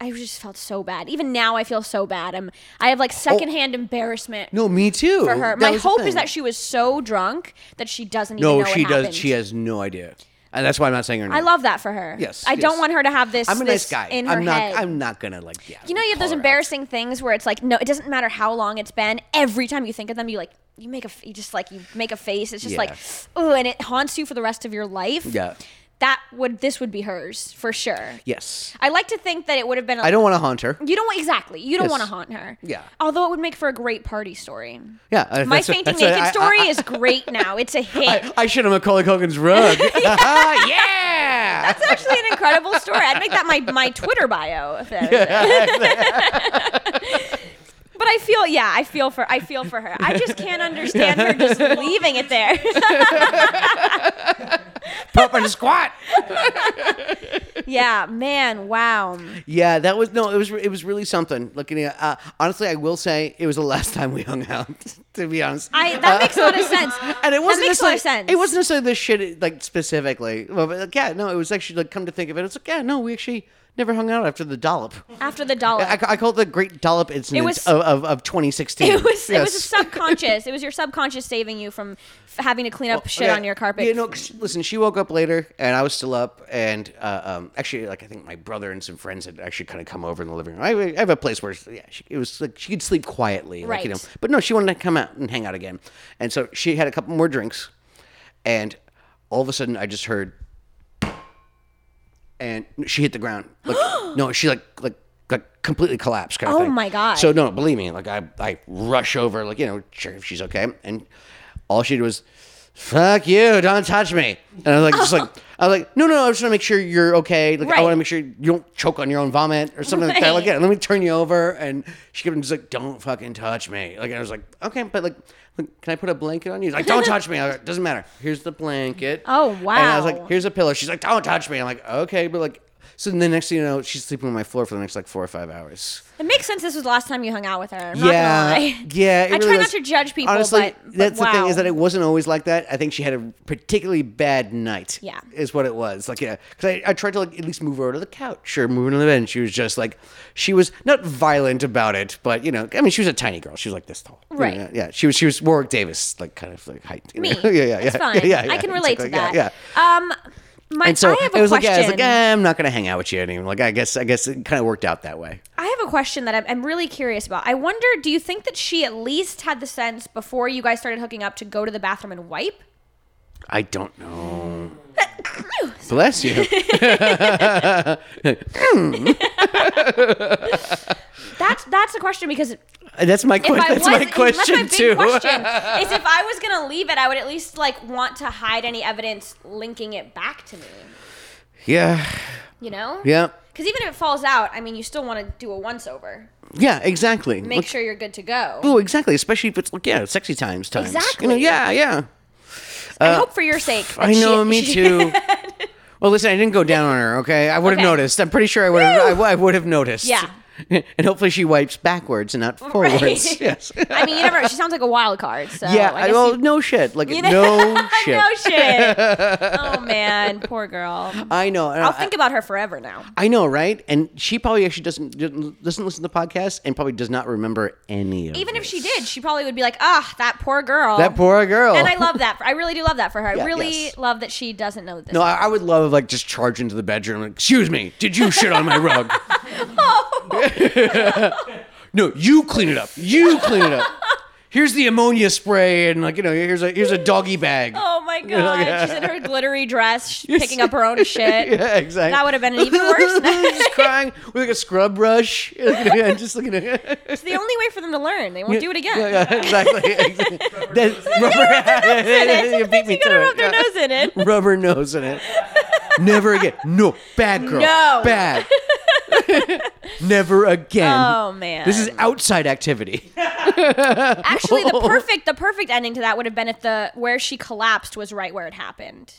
[SPEAKER 3] I just felt so bad. Even now, I feel so bad. I'm, I have like secondhand embarrassment
[SPEAKER 2] Oh. No, me too.
[SPEAKER 3] for her.
[SPEAKER 2] That
[SPEAKER 3] My
[SPEAKER 2] was the
[SPEAKER 3] hope is
[SPEAKER 2] thing.
[SPEAKER 3] that she was so drunk that she doesn't even
[SPEAKER 2] No,
[SPEAKER 3] know
[SPEAKER 2] she
[SPEAKER 3] what
[SPEAKER 2] does.
[SPEAKER 3] happened.
[SPEAKER 2] She has no idea, and that's why I'm not saying her name.
[SPEAKER 3] I love that for her.
[SPEAKER 2] Yes,
[SPEAKER 3] I don't
[SPEAKER 2] yes.
[SPEAKER 3] want her to have this.
[SPEAKER 2] I'm a nice
[SPEAKER 3] this
[SPEAKER 2] guy.
[SPEAKER 3] In her
[SPEAKER 2] I'm not.
[SPEAKER 3] head.
[SPEAKER 2] I'm not gonna like. Yeah,
[SPEAKER 3] You know, you have
[SPEAKER 2] call
[SPEAKER 3] those
[SPEAKER 2] her out.
[SPEAKER 3] embarrassing things where it's like, no, it doesn't matter how long it's been. Every time you think of them, you like, you make a, f- you just like, you make a face. It's just
[SPEAKER 2] Yeah.
[SPEAKER 3] like, oh, and it haunts you for the rest of your life.
[SPEAKER 2] Yeah.
[SPEAKER 3] That would, this would be hers for sure.
[SPEAKER 2] Yes,
[SPEAKER 3] I like to think that it would have been. I
[SPEAKER 2] I don't want to haunt her.
[SPEAKER 3] You don't want exactly. You don't
[SPEAKER 2] Yes.
[SPEAKER 3] want to haunt her.
[SPEAKER 2] Yeah.
[SPEAKER 3] Although it would make for a great party story.
[SPEAKER 2] Yeah, I-
[SPEAKER 3] My
[SPEAKER 2] that's-
[SPEAKER 3] fainting
[SPEAKER 2] that's-
[SPEAKER 3] naked
[SPEAKER 2] I- I-
[SPEAKER 3] story
[SPEAKER 2] I-
[SPEAKER 3] is great now. It's a hit.
[SPEAKER 2] I, I should have Macaulay Culkin's rug. yeah.
[SPEAKER 3] That's actually an incredible story. I'd make that my, my Twitter bio. If that but I feel, yeah, I feel for, I feel for her. I just can't understand her just leaving it there.
[SPEAKER 2] Pop and squat.
[SPEAKER 3] yeah, man, wow.
[SPEAKER 2] Yeah, that was no. It was it was really something. Looking at uh, honestly, I will say it was the last time we hung out. To be honest,
[SPEAKER 3] I that makes a lot of sense.
[SPEAKER 2] and it wasn't
[SPEAKER 3] that makes a lot of
[SPEAKER 2] necessarily-
[SPEAKER 3] sense.
[SPEAKER 2] It wasn't necessarily this shit like specifically. Well, but like, yeah, no, it was actually like come to think of it, it's like yeah, no, we actually never hung out after the dollop.
[SPEAKER 3] after the dollar.
[SPEAKER 2] I, I call it the great dollop incident
[SPEAKER 3] was-
[SPEAKER 2] of, of, of 2016.
[SPEAKER 3] it was it was a
[SPEAKER 2] Yes.
[SPEAKER 3] subconscious. It was your subconscious saving you from f- having to clean up shit
[SPEAKER 2] Yeah,
[SPEAKER 3] on your carpet.
[SPEAKER 2] Oh, You know, 'cause, listen, she woke up later, and I was still up, and uh, um, actually, like I think my brother and some friends had actually kind of come over in the living room. I, have a- I have a place where, yeah, she, it was like she could sleep quietly, like you know.
[SPEAKER 3] Right.
[SPEAKER 2] But no, she wanted to come out and hang out again, and so she had a couple more drinks, and all of a sudden, I just heard, and she hit the ground. Like, no, she like like. Like completely collapsed, kind of
[SPEAKER 3] Oh
[SPEAKER 2] thing.
[SPEAKER 3] my God.
[SPEAKER 2] So no, believe me. Like I, I rush over, like you know, check if she's okay, and all she did was, "Fuck you! Don't touch me!" And I was like, just like I was like, no, no, I just want to make sure you're okay. Like I
[SPEAKER 3] Right.
[SPEAKER 2] want to make sure you don't choke on your own vomit or something like that. Like
[SPEAKER 3] Right.
[SPEAKER 2] yeah, let me turn you over, and she kept on just like, "Don't fucking touch me!" Like I was like, okay, but like, like, can I put a blanket on you? Like don't touch me. I was like, doesn't matter. Here's the blanket.
[SPEAKER 3] Oh,
[SPEAKER 2] And I was
[SPEAKER 3] wow.
[SPEAKER 2] like, here's a pillow. She's like, don't touch me. I'm like, okay, but like. So then the next thing you know, she's sleeping on my floor for the next like four or five hours.
[SPEAKER 3] It makes sense. This was the last time you hung out with her. I'm
[SPEAKER 2] yeah,
[SPEAKER 3] not gonna lie.
[SPEAKER 2] yeah. it
[SPEAKER 3] I try
[SPEAKER 2] really
[SPEAKER 3] not
[SPEAKER 2] was.
[SPEAKER 3] to judge people,
[SPEAKER 2] Honestly,
[SPEAKER 3] but- but
[SPEAKER 2] that's the thing
[SPEAKER 3] wow.
[SPEAKER 2] is that it wasn't always like that. I think she had a particularly bad night.
[SPEAKER 3] Yeah.
[SPEAKER 2] is what it was. Like yeah, because I, I tried to like at least move her to the couch or move her to the bed. And she was just like, she was not violent about it, but you know, I mean, she was a tiny girl. She was like this tall. You
[SPEAKER 3] Right.
[SPEAKER 2] know, yeah, she was. She was Warwick Davis, like kind of like height. you
[SPEAKER 3] Me.
[SPEAKER 2] know? yeah, yeah, yeah.
[SPEAKER 3] It's fine.
[SPEAKER 2] yeah, yeah,
[SPEAKER 3] I can
[SPEAKER 2] yeah,
[SPEAKER 3] relate
[SPEAKER 2] exactly.
[SPEAKER 3] to that.
[SPEAKER 2] Yeah, yeah.
[SPEAKER 3] Um, my,
[SPEAKER 2] And so
[SPEAKER 3] I have a
[SPEAKER 2] it was like,
[SPEAKER 3] question.
[SPEAKER 2] yeah, I was like, eh, I'm not gonna hang out with you anymore. Like, I guess, I guess it kind of worked out that way.
[SPEAKER 3] I have a question that I'm, I'm really curious about. I wonder, do you think that she at least had the sense before you guys started hooking up to go to the bathroom and wipe?
[SPEAKER 2] I don't know. Bless you.
[SPEAKER 3] That's that's a question because if
[SPEAKER 2] That's my question.
[SPEAKER 3] I
[SPEAKER 2] That's
[SPEAKER 3] was,
[SPEAKER 2] my question
[SPEAKER 3] that's my big
[SPEAKER 2] too.
[SPEAKER 3] question is if I was gonna leave it, I would at least like want to hide any evidence linking it back to me.
[SPEAKER 2] yeah,
[SPEAKER 3] You know?
[SPEAKER 2] yeah,
[SPEAKER 3] Because even if it falls out, I mean, you still want to do a once over.
[SPEAKER 2] Yeah, exactly.
[SPEAKER 3] Make sure you're good to go.
[SPEAKER 2] Oh, exactly. Especially if it's like yeah, sexy times times. You know,
[SPEAKER 3] Exactly.
[SPEAKER 2] yeah, yeah.
[SPEAKER 3] I hope for your sake. that
[SPEAKER 2] uh, I know,
[SPEAKER 3] she-
[SPEAKER 2] me
[SPEAKER 3] she-
[SPEAKER 2] too. well, listen, I didn't go down on her. Okay, I would have
[SPEAKER 3] Okay.
[SPEAKER 2] noticed. I'm pretty sure I would have. I, I would have noticed.
[SPEAKER 3] Yeah.
[SPEAKER 2] And hopefully she wipes backwards and not forwards.
[SPEAKER 3] Right. Oh,
[SPEAKER 2] Yes.
[SPEAKER 3] I mean, you never. She sounds like a wild card. So
[SPEAKER 2] yeah.
[SPEAKER 3] I
[SPEAKER 2] I
[SPEAKER 3] guess
[SPEAKER 2] well,
[SPEAKER 3] you-
[SPEAKER 2] no shit. Like
[SPEAKER 3] you know-
[SPEAKER 2] no shit.
[SPEAKER 3] no shit. Oh man, poor girl.
[SPEAKER 2] Uh, I know.
[SPEAKER 3] I'll think about her forever now.
[SPEAKER 2] I know, right? And she probably actually doesn't doesn't listen to the podcast and probably does not remember any of.
[SPEAKER 3] Even if
[SPEAKER 2] this.
[SPEAKER 3] she did, she probably would be like, "Ah, that poor girl."
[SPEAKER 2] that poor girl.
[SPEAKER 3] And I love that. For, I really do love that for her.
[SPEAKER 2] Yeah,
[SPEAKER 3] I really
[SPEAKER 2] yes.
[SPEAKER 3] love that she doesn't know this.
[SPEAKER 2] No, I, I would love like just charge into the bedroom. Like, Excuse me, did you shit on my rug?
[SPEAKER 3] Oh,
[SPEAKER 2] no, you clean it up. You clean it up. Here's the ammonia spray, and like you know, here's a here's a doggy bag.
[SPEAKER 3] oh my god, she's in her glittery dress, she's picking up her own shit.
[SPEAKER 2] Yeah, exactly.
[SPEAKER 3] That would have been even worse.
[SPEAKER 2] just crying with like a scrub brush. and just looking at
[SPEAKER 3] It's the only way for them to learn. They won't do it again.
[SPEAKER 2] Yeah, yeah, exactly. exactly. That- rubber, you beat me
[SPEAKER 3] She's gonna
[SPEAKER 2] to
[SPEAKER 3] rub
[SPEAKER 2] it.
[SPEAKER 3] their
[SPEAKER 2] Yeah.
[SPEAKER 3] nose in it.
[SPEAKER 2] Rubber nose in it. Never again. No, bad girl.
[SPEAKER 3] No.
[SPEAKER 2] Bad. Never again.
[SPEAKER 3] Oh man.
[SPEAKER 2] This is outside activity.
[SPEAKER 3] actually the perfect the perfect ending to that would have been if the where she collapsed was right where it happened.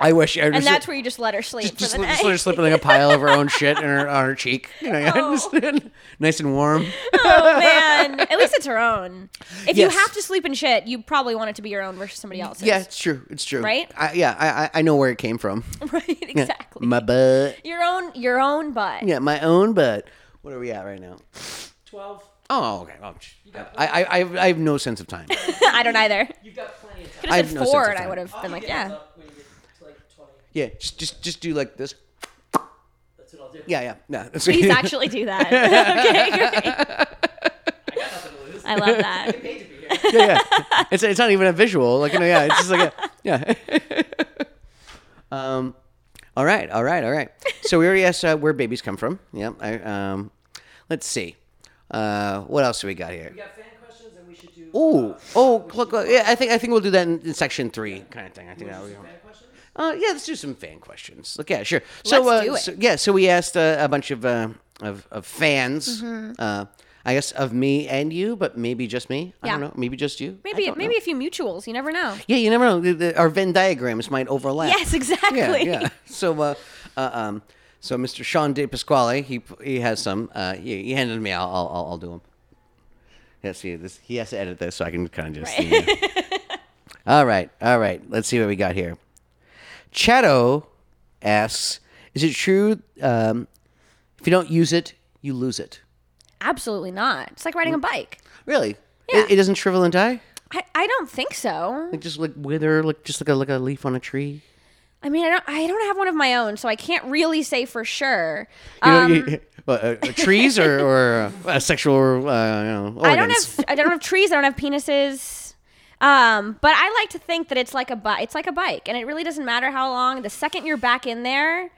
[SPEAKER 2] I wish. I
[SPEAKER 3] And
[SPEAKER 2] just,
[SPEAKER 3] that's where you just let her sleep
[SPEAKER 2] just, just
[SPEAKER 3] for the
[SPEAKER 2] let
[SPEAKER 3] night.
[SPEAKER 2] just let her slip in like a pile of her own shit in her, on her cheek. You know, nice and warm.
[SPEAKER 3] Oh man! At least it's her own. If
[SPEAKER 2] Yes.
[SPEAKER 3] you have to sleep in shit, you probably want it to be your own versus somebody else's.
[SPEAKER 2] Yeah, it's true. It's true.
[SPEAKER 3] Right?
[SPEAKER 2] I, yeah, I- I I know where it came from.
[SPEAKER 3] right. Exactly.
[SPEAKER 2] My butt.
[SPEAKER 3] Your own, your own butt.
[SPEAKER 2] Yeah, my own butt. What are we at right now?
[SPEAKER 4] 12.
[SPEAKER 2] Oh, okay. Oh, sh- I, I I have- I have no sense of time.
[SPEAKER 3] I don't either.
[SPEAKER 4] You've got plenty of Oh, time.
[SPEAKER 3] Could
[SPEAKER 2] I
[SPEAKER 3] have
[SPEAKER 2] have
[SPEAKER 3] said
[SPEAKER 2] no sense
[SPEAKER 3] four,
[SPEAKER 2] of
[SPEAKER 3] and I
[SPEAKER 2] time.
[SPEAKER 3] would have been
[SPEAKER 4] I'll
[SPEAKER 3] like,
[SPEAKER 4] give it
[SPEAKER 3] yeah.
[SPEAKER 4] up when you get to like 20.
[SPEAKER 2] Yeah, just just just do like this.
[SPEAKER 4] That's what I'll do.
[SPEAKER 2] Yeah, yeah, yeah. That's
[SPEAKER 3] Please actually do that. okay, great.
[SPEAKER 4] I got nothing to lose.
[SPEAKER 3] I love that.
[SPEAKER 4] paid to be here.
[SPEAKER 2] yeah, yeah. It's it's not even a visual. Like you know, yeah, it's just like a, yeah. um, all right, all right, all right. So we already asked uh, where babies come from. Yep. I, um, let's see. Uh, what else do we got here?
[SPEAKER 4] We got fan questions and we should do.
[SPEAKER 2] Oh,
[SPEAKER 4] Uh,
[SPEAKER 2] oh, look, look, yeah, I think I think we'll do that in, in section three kind of thing. I think that would be.
[SPEAKER 4] fan questions?
[SPEAKER 2] Uh, yeah, let's do some fan questions. Like, yeah, sure. So,
[SPEAKER 3] Let's
[SPEAKER 2] uh,
[SPEAKER 3] do it.
[SPEAKER 2] so- yeah, so we asked uh, a bunch of uh, of, of fans.
[SPEAKER 3] Mm-hmm.
[SPEAKER 2] Uh, I guess of me and you, but maybe just me. I don't
[SPEAKER 3] Yeah.
[SPEAKER 2] know. Maybe just you. I
[SPEAKER 3] Maybe,
[SPEAKER 2] don't know.
[SPEAKER 3] maybe a few mutuals. You never know.
[SPEAKER 2] Yeah, you never know. The- the- Our Venn diagrams might overlap.
[SPEAKER 3] Yes, exactly.
[SPEAKER 2] Yeah, yeah. So, uh, uh, um, so Mr. Sean De Pasquale, he he has some. Uh, he, he handed me. I'll I'll, I'll- I'll do them. Yeah, see this. He has to edit this, so I can kind of just. you know. all right, all right. Let's see what we got here. Chato asks, "Is it true? Um, if you don't use it, you lose it.
[SPEAKER 3] Absolutely not. It's like riding a bike.
[SPEAKER 2] Really?
[SPEAKER 3] Yeah.
[SPEAKER 2] It, it doesn't shrivel and die.
[SPEAKER 3] I, I don't think so.
[SPEAKER 2] Like just like wither, like just like a like a leaf on a tree."
[SPEAKER 3] I mean, I don't, I don't have one of my own, so I can't really say for sure.
[SPEAKER 2] You know,
[SPEAKER 3] Um,
[SPEAKER 2] you- what, uh, uh, trees or, or uh, sexual uh, you know, organs.
[SPEAKER 3] I don't have I don't have trees. I don't have penises. Um, but I like to think that it's like a bi- it's like a bike, and it really doesn't matter how long. The second you're back in there,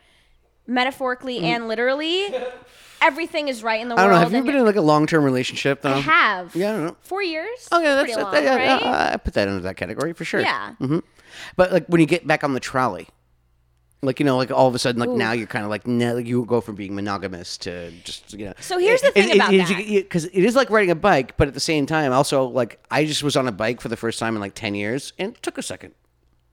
[SPEAKER 3] metaphorically and literally, everything is right in the
[SPEAKER 2] Mm. I
[SPEAKER 3] world.
[SPEAKER 2] don't know. Have you
[SPEAKER 3] and
[SPEAKER 2] been
[SPEAKER 3] you're-
[SPEAKER 2] in like a long term relationship though?
[SPEAKER 3] I have.
[SPEAKER 2] Yeah, I don't know.
[SPEAKER 3] Four years.
[SPEAKER 2] Oh yeah, that's,
[SPEAKER 3] pretty long,
[SPEAKER 2] that- yeah, uh, mm-hmm.
[SPEAKER 3] right?
[SPEAKER 2] I, I put that under that category for sure.
[SPEAKER 3] yeah.
[SPEAKER 2] But like when you get back on the trolley, like you know, like all of a sudden, like now you're kind of like now you go from being monogamous to just you know.
[SPEAKER 3] So here's the thing about that.
[SPEAKER 2] because it is like riding a bike, but at the same time, also like I just was on a bike for the first time in like ten years, and it took a second.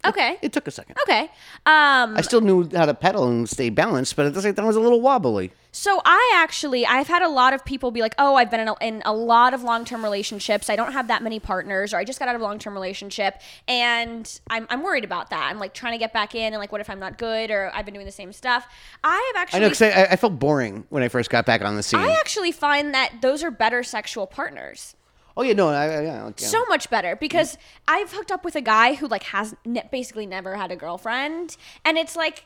[SPEAKER 3] Okay.
[SPEAKER 2] It took a second.
[SPEAKER 3] Okay. Um,
[SPEAKER 2] I still knew how to pedal and stay balanced, but at the same time, it was a little wobbly.
[SPEAKER 3] So I actually I've had a lot of people be like, "Oh, I've been in a, in a lot of long-term relationships. I don't have that many partners or I just got out of a long-term relationship and I'm I'm worried about that. I'm like trying to get back in and like what if I'm not good or I've been doing the same stuff." I have
[SPEAKER 2] I
[SPEAKER 3] actually
[SPEAKER 2] know because I, I felt boring when I first got back on the scene.
[SPEAKER 3] I actually find that those are better sexual partners.
[SPEAKER 2] oh yeah, no, I, I, yeah, like, yeah.
[SPEAKER 3] so much better because I've hooked up with a guy who like has ne- basically never had a girlfriend, and it's like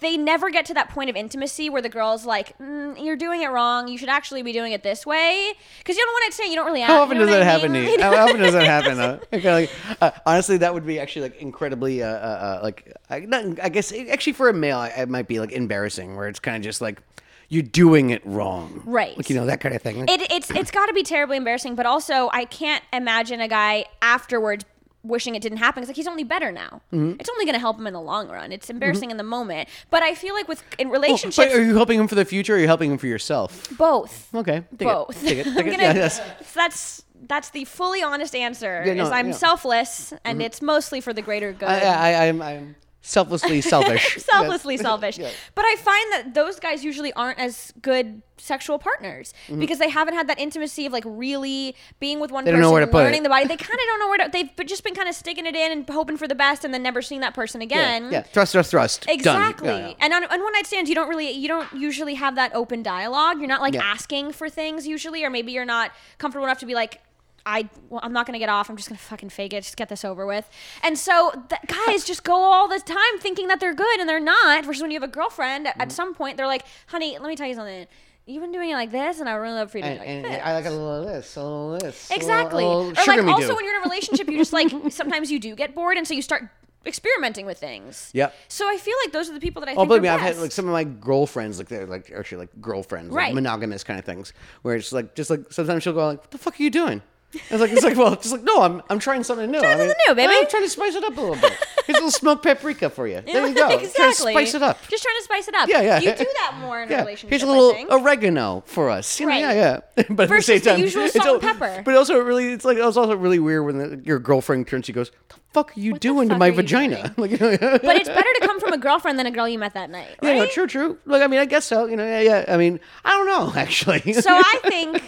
[SPEAKER 3] they never get to that point of intimacy where the girl's like, mm, "You're doing it wrong. You should actually be doing it this way." Because you don't want to say you don't really.
[SPEAKER 2] how often does that happen to
[SPEAKER 3] mean?
[SPEAKER 2] you? How often does that happen? Huh? Okay, like, uh, honestly, that would be actually like incredibly, uh, uh, uh, like I, not, I guess actually for a male, I- it might be like embarrassing, where it's kind of just like you're doing it wrong,
[SPEAKER 3] Right.
[SPEAKER 2] Like you know that kind of thing. Like, oh,
[SPEAKER 3] It, it's it's got to be terribly embarrassing, but also I can't imagine a guy afterwards wishing it didn't happen. It's like he's only better now.
[SPEAKER 2] Mm-hmm.
[SPEAKER 3] It's only going to help him in the long run. It's embarrassing in the moment, but I feel like with in relationships,
[SPEAKER 2] But are you helping him for the future or are you helping him for yourself?
[SPEAKER 3] both.
[SPEAKER 2] Okay. take it,
[SPEAKER 3] both.
[SPEAKER 2] take it,
[SPEAKER 3] I'm
[SPEAKER 2] take it.
[SPEAKER 3] gonna-
[SPEAKER 2] Yeah, yes.
[SPEAKER 3] That's that's the fully honest answer.
[SPEAKER 2] Yeah, no,
[SPEAKER 3] is I'm
[SPEAKER 2] yeah. Mm-hmm.
[SPEAKER 3] selfless, and it's mostly for the greater good.
[SPEAKER 2] I, I, I'm, I'm selflessly selfish.
[SPEAKER 3] selflessly selfish. But I find that those guys usually aren't as good sexual partners because they haven't had that intimacy of like really being with one
[SPEAKER 2] Mm-hmm. They don't
[SPEAKER 3] person,
[SPEAKER 2] know where to put
[SPEAKER 3] learning
[SPEAKER 2] it.
[SPEAKER 3] the body. They kind of don't know where to. They've been- just been kind of sticking it in and hoping for the best, and then never seeing that person
[SPEAKER 2] Yeah,
[SPEAKER 3] again.
[SPEAKER 2] yeah. Thrust, thrust, thrust. Done. Yeah,
[SPEAKER 3] Exactly.
[SPEAKER 2] yeah.
[SPEAKER 3] And on, on one night stands, you don't really, you don't usually have that open dialogue. You're not like
[SPEAKER 2] Yeah.
[SPEAKER 3] asking for things usually, or maybe you're not comfortable enough to be like, I, well, I'm not gonna get off. I'm just gonna fucking fake it. Just get this over with. And so the guys just go all the time thinking that they're good and they're not. Versus when you have a girlfriend,
[SPEAKER 2] Mm-hmm.
[SPEAKER 3] at- at some point they're like, honey, let me tell you something. You've been doing it like this, and I would really love for you to
[SPEAKER 2] And,
[SPEAKER 3] do it like
[SPEAKER 2] and
[SPEAKER 3] this.
[SPEAKER 2] I like a little of this, a little of this. a little-
[SPEAKER 3] Exactly.
[SPEAKER 2] A little,
[SPEAKER 3] or
[SPEAKER 2] sugar
[SPEAKER 3] like
[SPEAKER 2] me
[SPEAKER 3] also
[SPEAKER 2] do.
[SPEAKER 3] when you're in a relationship, you just like sometimes you do get bored, and so you start experimenting with things.
[SPEAKER 2] Yep.
[SPEAKER 3] So I feel like those are the people that I
[SPEAKER 2] Oh,
[SPEAKER 3] think
[SPEAKER 2] believe
[SPEAKER 3] are
[SPEAKER 2] me, I've
[SPEAKER 3] best.
[SPEAKER 2] had like some of my girlfriends, like they're like actually like girlfriends, like
[SPEAKER 3] Right.
[SPEAKER 2] monogamous kind of things, where it's like just like sometimes she'll go like, "What the fuck are you doing?" And it's like it's like well, just like no, I'm I'm trying something new. I
[SPEAKER 3] something new, baby."
[SPEAKER 2] I'm trying to spice it up a little bit. Here's a little smoked paprika for you. There you go. Trying to
[SPEAKER 3] exactly.
[SPEAKER 2] spice it up.
[SPEAKER 3] Just trying to spice it up.
[SPEAKER 2] Yeah, yeah.
[SPEAKER 3] You do that more in a
[SPEAKER 2] Yeah.
[SPEAKER 3] relationship.
[SPEAKER 2] Here's a
[SPEAKER 3] I
[SPEAKER 2] little
[SPEAKER 3] think.
[SPEAKER 2] oregano for us. You know,
[SPEAKER 3] Right.
[SPEAKER 2] Yeah, yeah. but at
[SPEAKER 3] Versus
[SPEAKER 2] the same
[SPEAKER 3] the
[SPEAKER 2] time,
[SPEAKER 3] usual
[SPEAKER 2] it's
[SPEAKER 3] salt
[SPEAKER 2] al-
[SPEAKER 3] and pepper.
[SPEAKER 2] But also, really, it's like it's also really weird when the, your girlfriend turns to you and goes, "The fuck are you
[SPEAKER 3] the
[SPEAKER 2] doing to
[SPEAKER 3] fuck
[SPEAKER 2] my
[SPEAKER 3] are you
[SPEAKER 2] vagina?" Like, you know, yeah.
[SPEAKER 3] but it's better to come from a girlfriend than a girl you met that night.
[SPEAKER 2] Yeah,
[SPEAKER 3] Right?
[SPEAKER 2] no, true, true. Like, I mean, I guess so. You know, yeah, yeah. I mean, I don't know, actually.
[SPEAKER 3] So I think,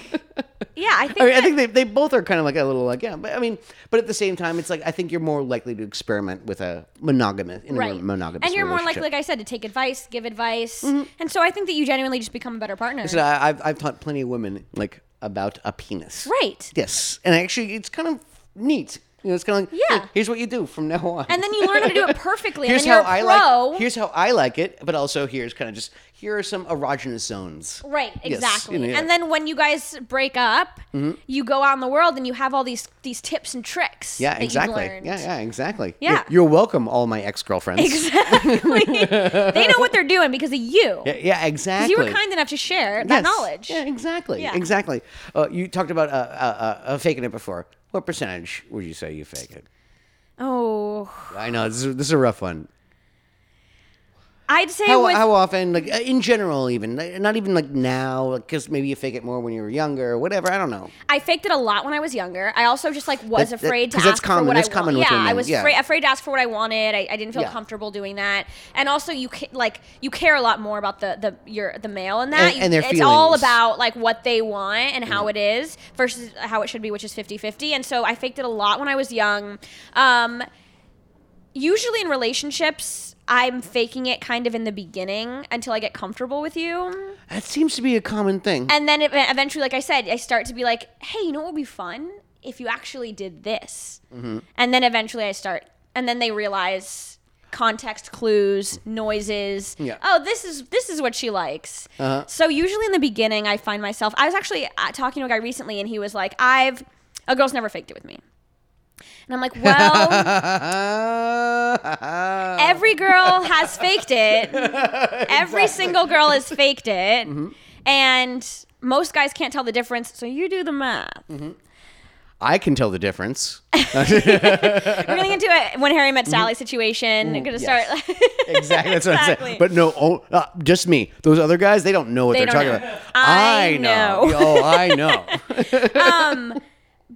[SPEAKER 3] yeah, I think.
[SPEAKER 2] I, mean, I
[SPEAKER 3] that-
[SPEAKER 2] think they, they both are kind of like a little like yeah, but I mean, but at the same time, it's like I think you're more likely to experiment with a monogamous in a
[SPEAKER 3] Right,
[SPEAKER 2] monogamous
[SPEAKER 3] and you're more likely,
[SPEAKER 2] relationship.
[SPEAKER 3] like I said, to take advice, give advice, and so I think that you genuinely just become a better partner.
[SPEAKER 2] So I, I've I've taught plenty of women like about a penis,
[SPEAKER 3] Right,
[SPEAKER 2] Yes, and actually, it's kind of neat. You know, it's kind of like
[SPEAKER 3] Yeah.
[SPEAKER 2] "Hey, here's what you do from now on,
[SPEAKER 3] and then you learn how to do it perfectly,
[SPEAKER 2] here's
[SPEAKER 3] and then
[SPEAKER 2] how
[SPEAKER 3] you're
[SPEAKER 2] I
[SPEAKER 3] a pro.
[SPEAKER 2] like here's how I like it, but also here's kind of just here are some erogenous zones.
[SPEAKER 3] Right,
[SPEAKER 2] Yes, you
[SPEAKER 3] exactly.
[SPEAKER 2] know, yeah. Mm-hmm.
[SPEAKER 3] And then when you guys break up, you go out in the world and you have all these these tips and tricks.
[SPEAKER 2] Yeah,
[SPEAKER 3] that
[SPEAKER 2] exactly.
[SPEAKER 3] You've learned.
[SPEAKER 2] Yeah, yeah, exactly.
[SPEAKER 3] Yeah.
[SPEAKER 2] You're, you're welcome, all my ex girlfriends.
[SPEAKER 3] exactly. they know what they're doing because of you.
[SPEAKER 2] Yeah, yeah, exactly.
[SPEAKER 3] You were kind enough to share
[SPEAKER 2] Yes.
[SPEAKER 3] that knowledge.
[SPEAKER 2] Yeah, exactly.
[SPEAKER 3] Yeah.
[SPEAKER 2] Exactly. Uh, you talked about uh, uh, uh, uh, faking it before. What percentage would you say you fake it?
[SPEAKER 3] Oh,
[SPEAKER 2] I know this is, this is a rough one.
[SPEAKER 3] I'd say
[SPEAKER 2] How,
[SPEAKER 3] with
[SPEAKER 2] how often, like uh, in general, even like, not even like now, because maybe you fake it more when you were younger or whatever. I don't know.
[SPEAKER 3] I faked it a lot when I was younger. I also just like was
[SPEAKER 2] That- that-
[SPEAKER 3] afraid to
[SPEAKER 2] 'cause
[SPEAKER 3] ask
[SPEAKER 2] that's common.
[SPEAKER 3] for what
[SPEAKER 2] That's
[SPEAKER 3] I
[SPEAKER 2] common
[SPEAKER 3] wanted.
[SPEAKER 2] with
[SPEAKER 3] yeah, I
[SPEAKER 2] women.
[SPEAKER 3] was
[SPEAKER 2] Yeah.
[SPEAKER 3] Afraid, afraid to ask for what I wanted. I, I didn't feel
[SPEAKER 2] Yeah.
[SPEAKER 3] comfortable doing that. And also, you ca- like you care a lot more about the the your the male in that.
[SPEAKER 2] And-
[SPEAKER 3] You-
[SPEAKER 2] and their
[SPEAKER 3] it's all
[SPEAKER 2] feelings. Mm-hmm.
[SPEAKER 3] about like what they want and how it is versus how it should be, which is 50-50. And so I faked it a lot when I was young. Um, usually in relationships. I'm faking it kind of in the beginning until I get comfortable with you.
[SPEAKER 2] That seems to be a common thing.
[SPEAKER 3] And then ev- eventually, like I said, I start to be like, hey, you know what would be fun if you actually did this? And then eventually I start, and then they realize context clues noises
[SPEAKER 2] Yeah.
[SPEAKER 3] oh this is this is what she likes so usually in the beginning i find myself i was actually uh, talking to a guy recently and he was like i've a girl's never faked it with me and i'm like well
[SPEAKER 2] Oh.
[SPEAKER 3] every girl has faked it. Every single girl has faked it.
[SPEAKER 2] Mm-hmm.
[SPEAKER 3] And most guys can't tell the difference, so you do the math.
[SPEAKER 2] Mm-hmm. I can tell the difference.
[SPEAKER 3] We're going to get into a when Harry met Sally situation. We're going
[SPEAKER 2] Mm-hmm.
[SPEAKER 3] to
[SPEAKER 2] yes.
[SPEAKER 3] start.
[SPEAKER 2] Exactly. That's what I'm
[SPEAKER 3] Exactly.
[SPEAKER 2] saying. But no, oh, uh, just me. Those other guys, they don't know what
[SPEAKER 3] They
[SPEAKER 2] are
[SPEAKER 3] don't
[SPEAKER 2] talking
[SPEAKER 3] know.
[SPEAKER 2] about.
[SPEAKER 3] I know.
[SPEAKER 2] oh, I know.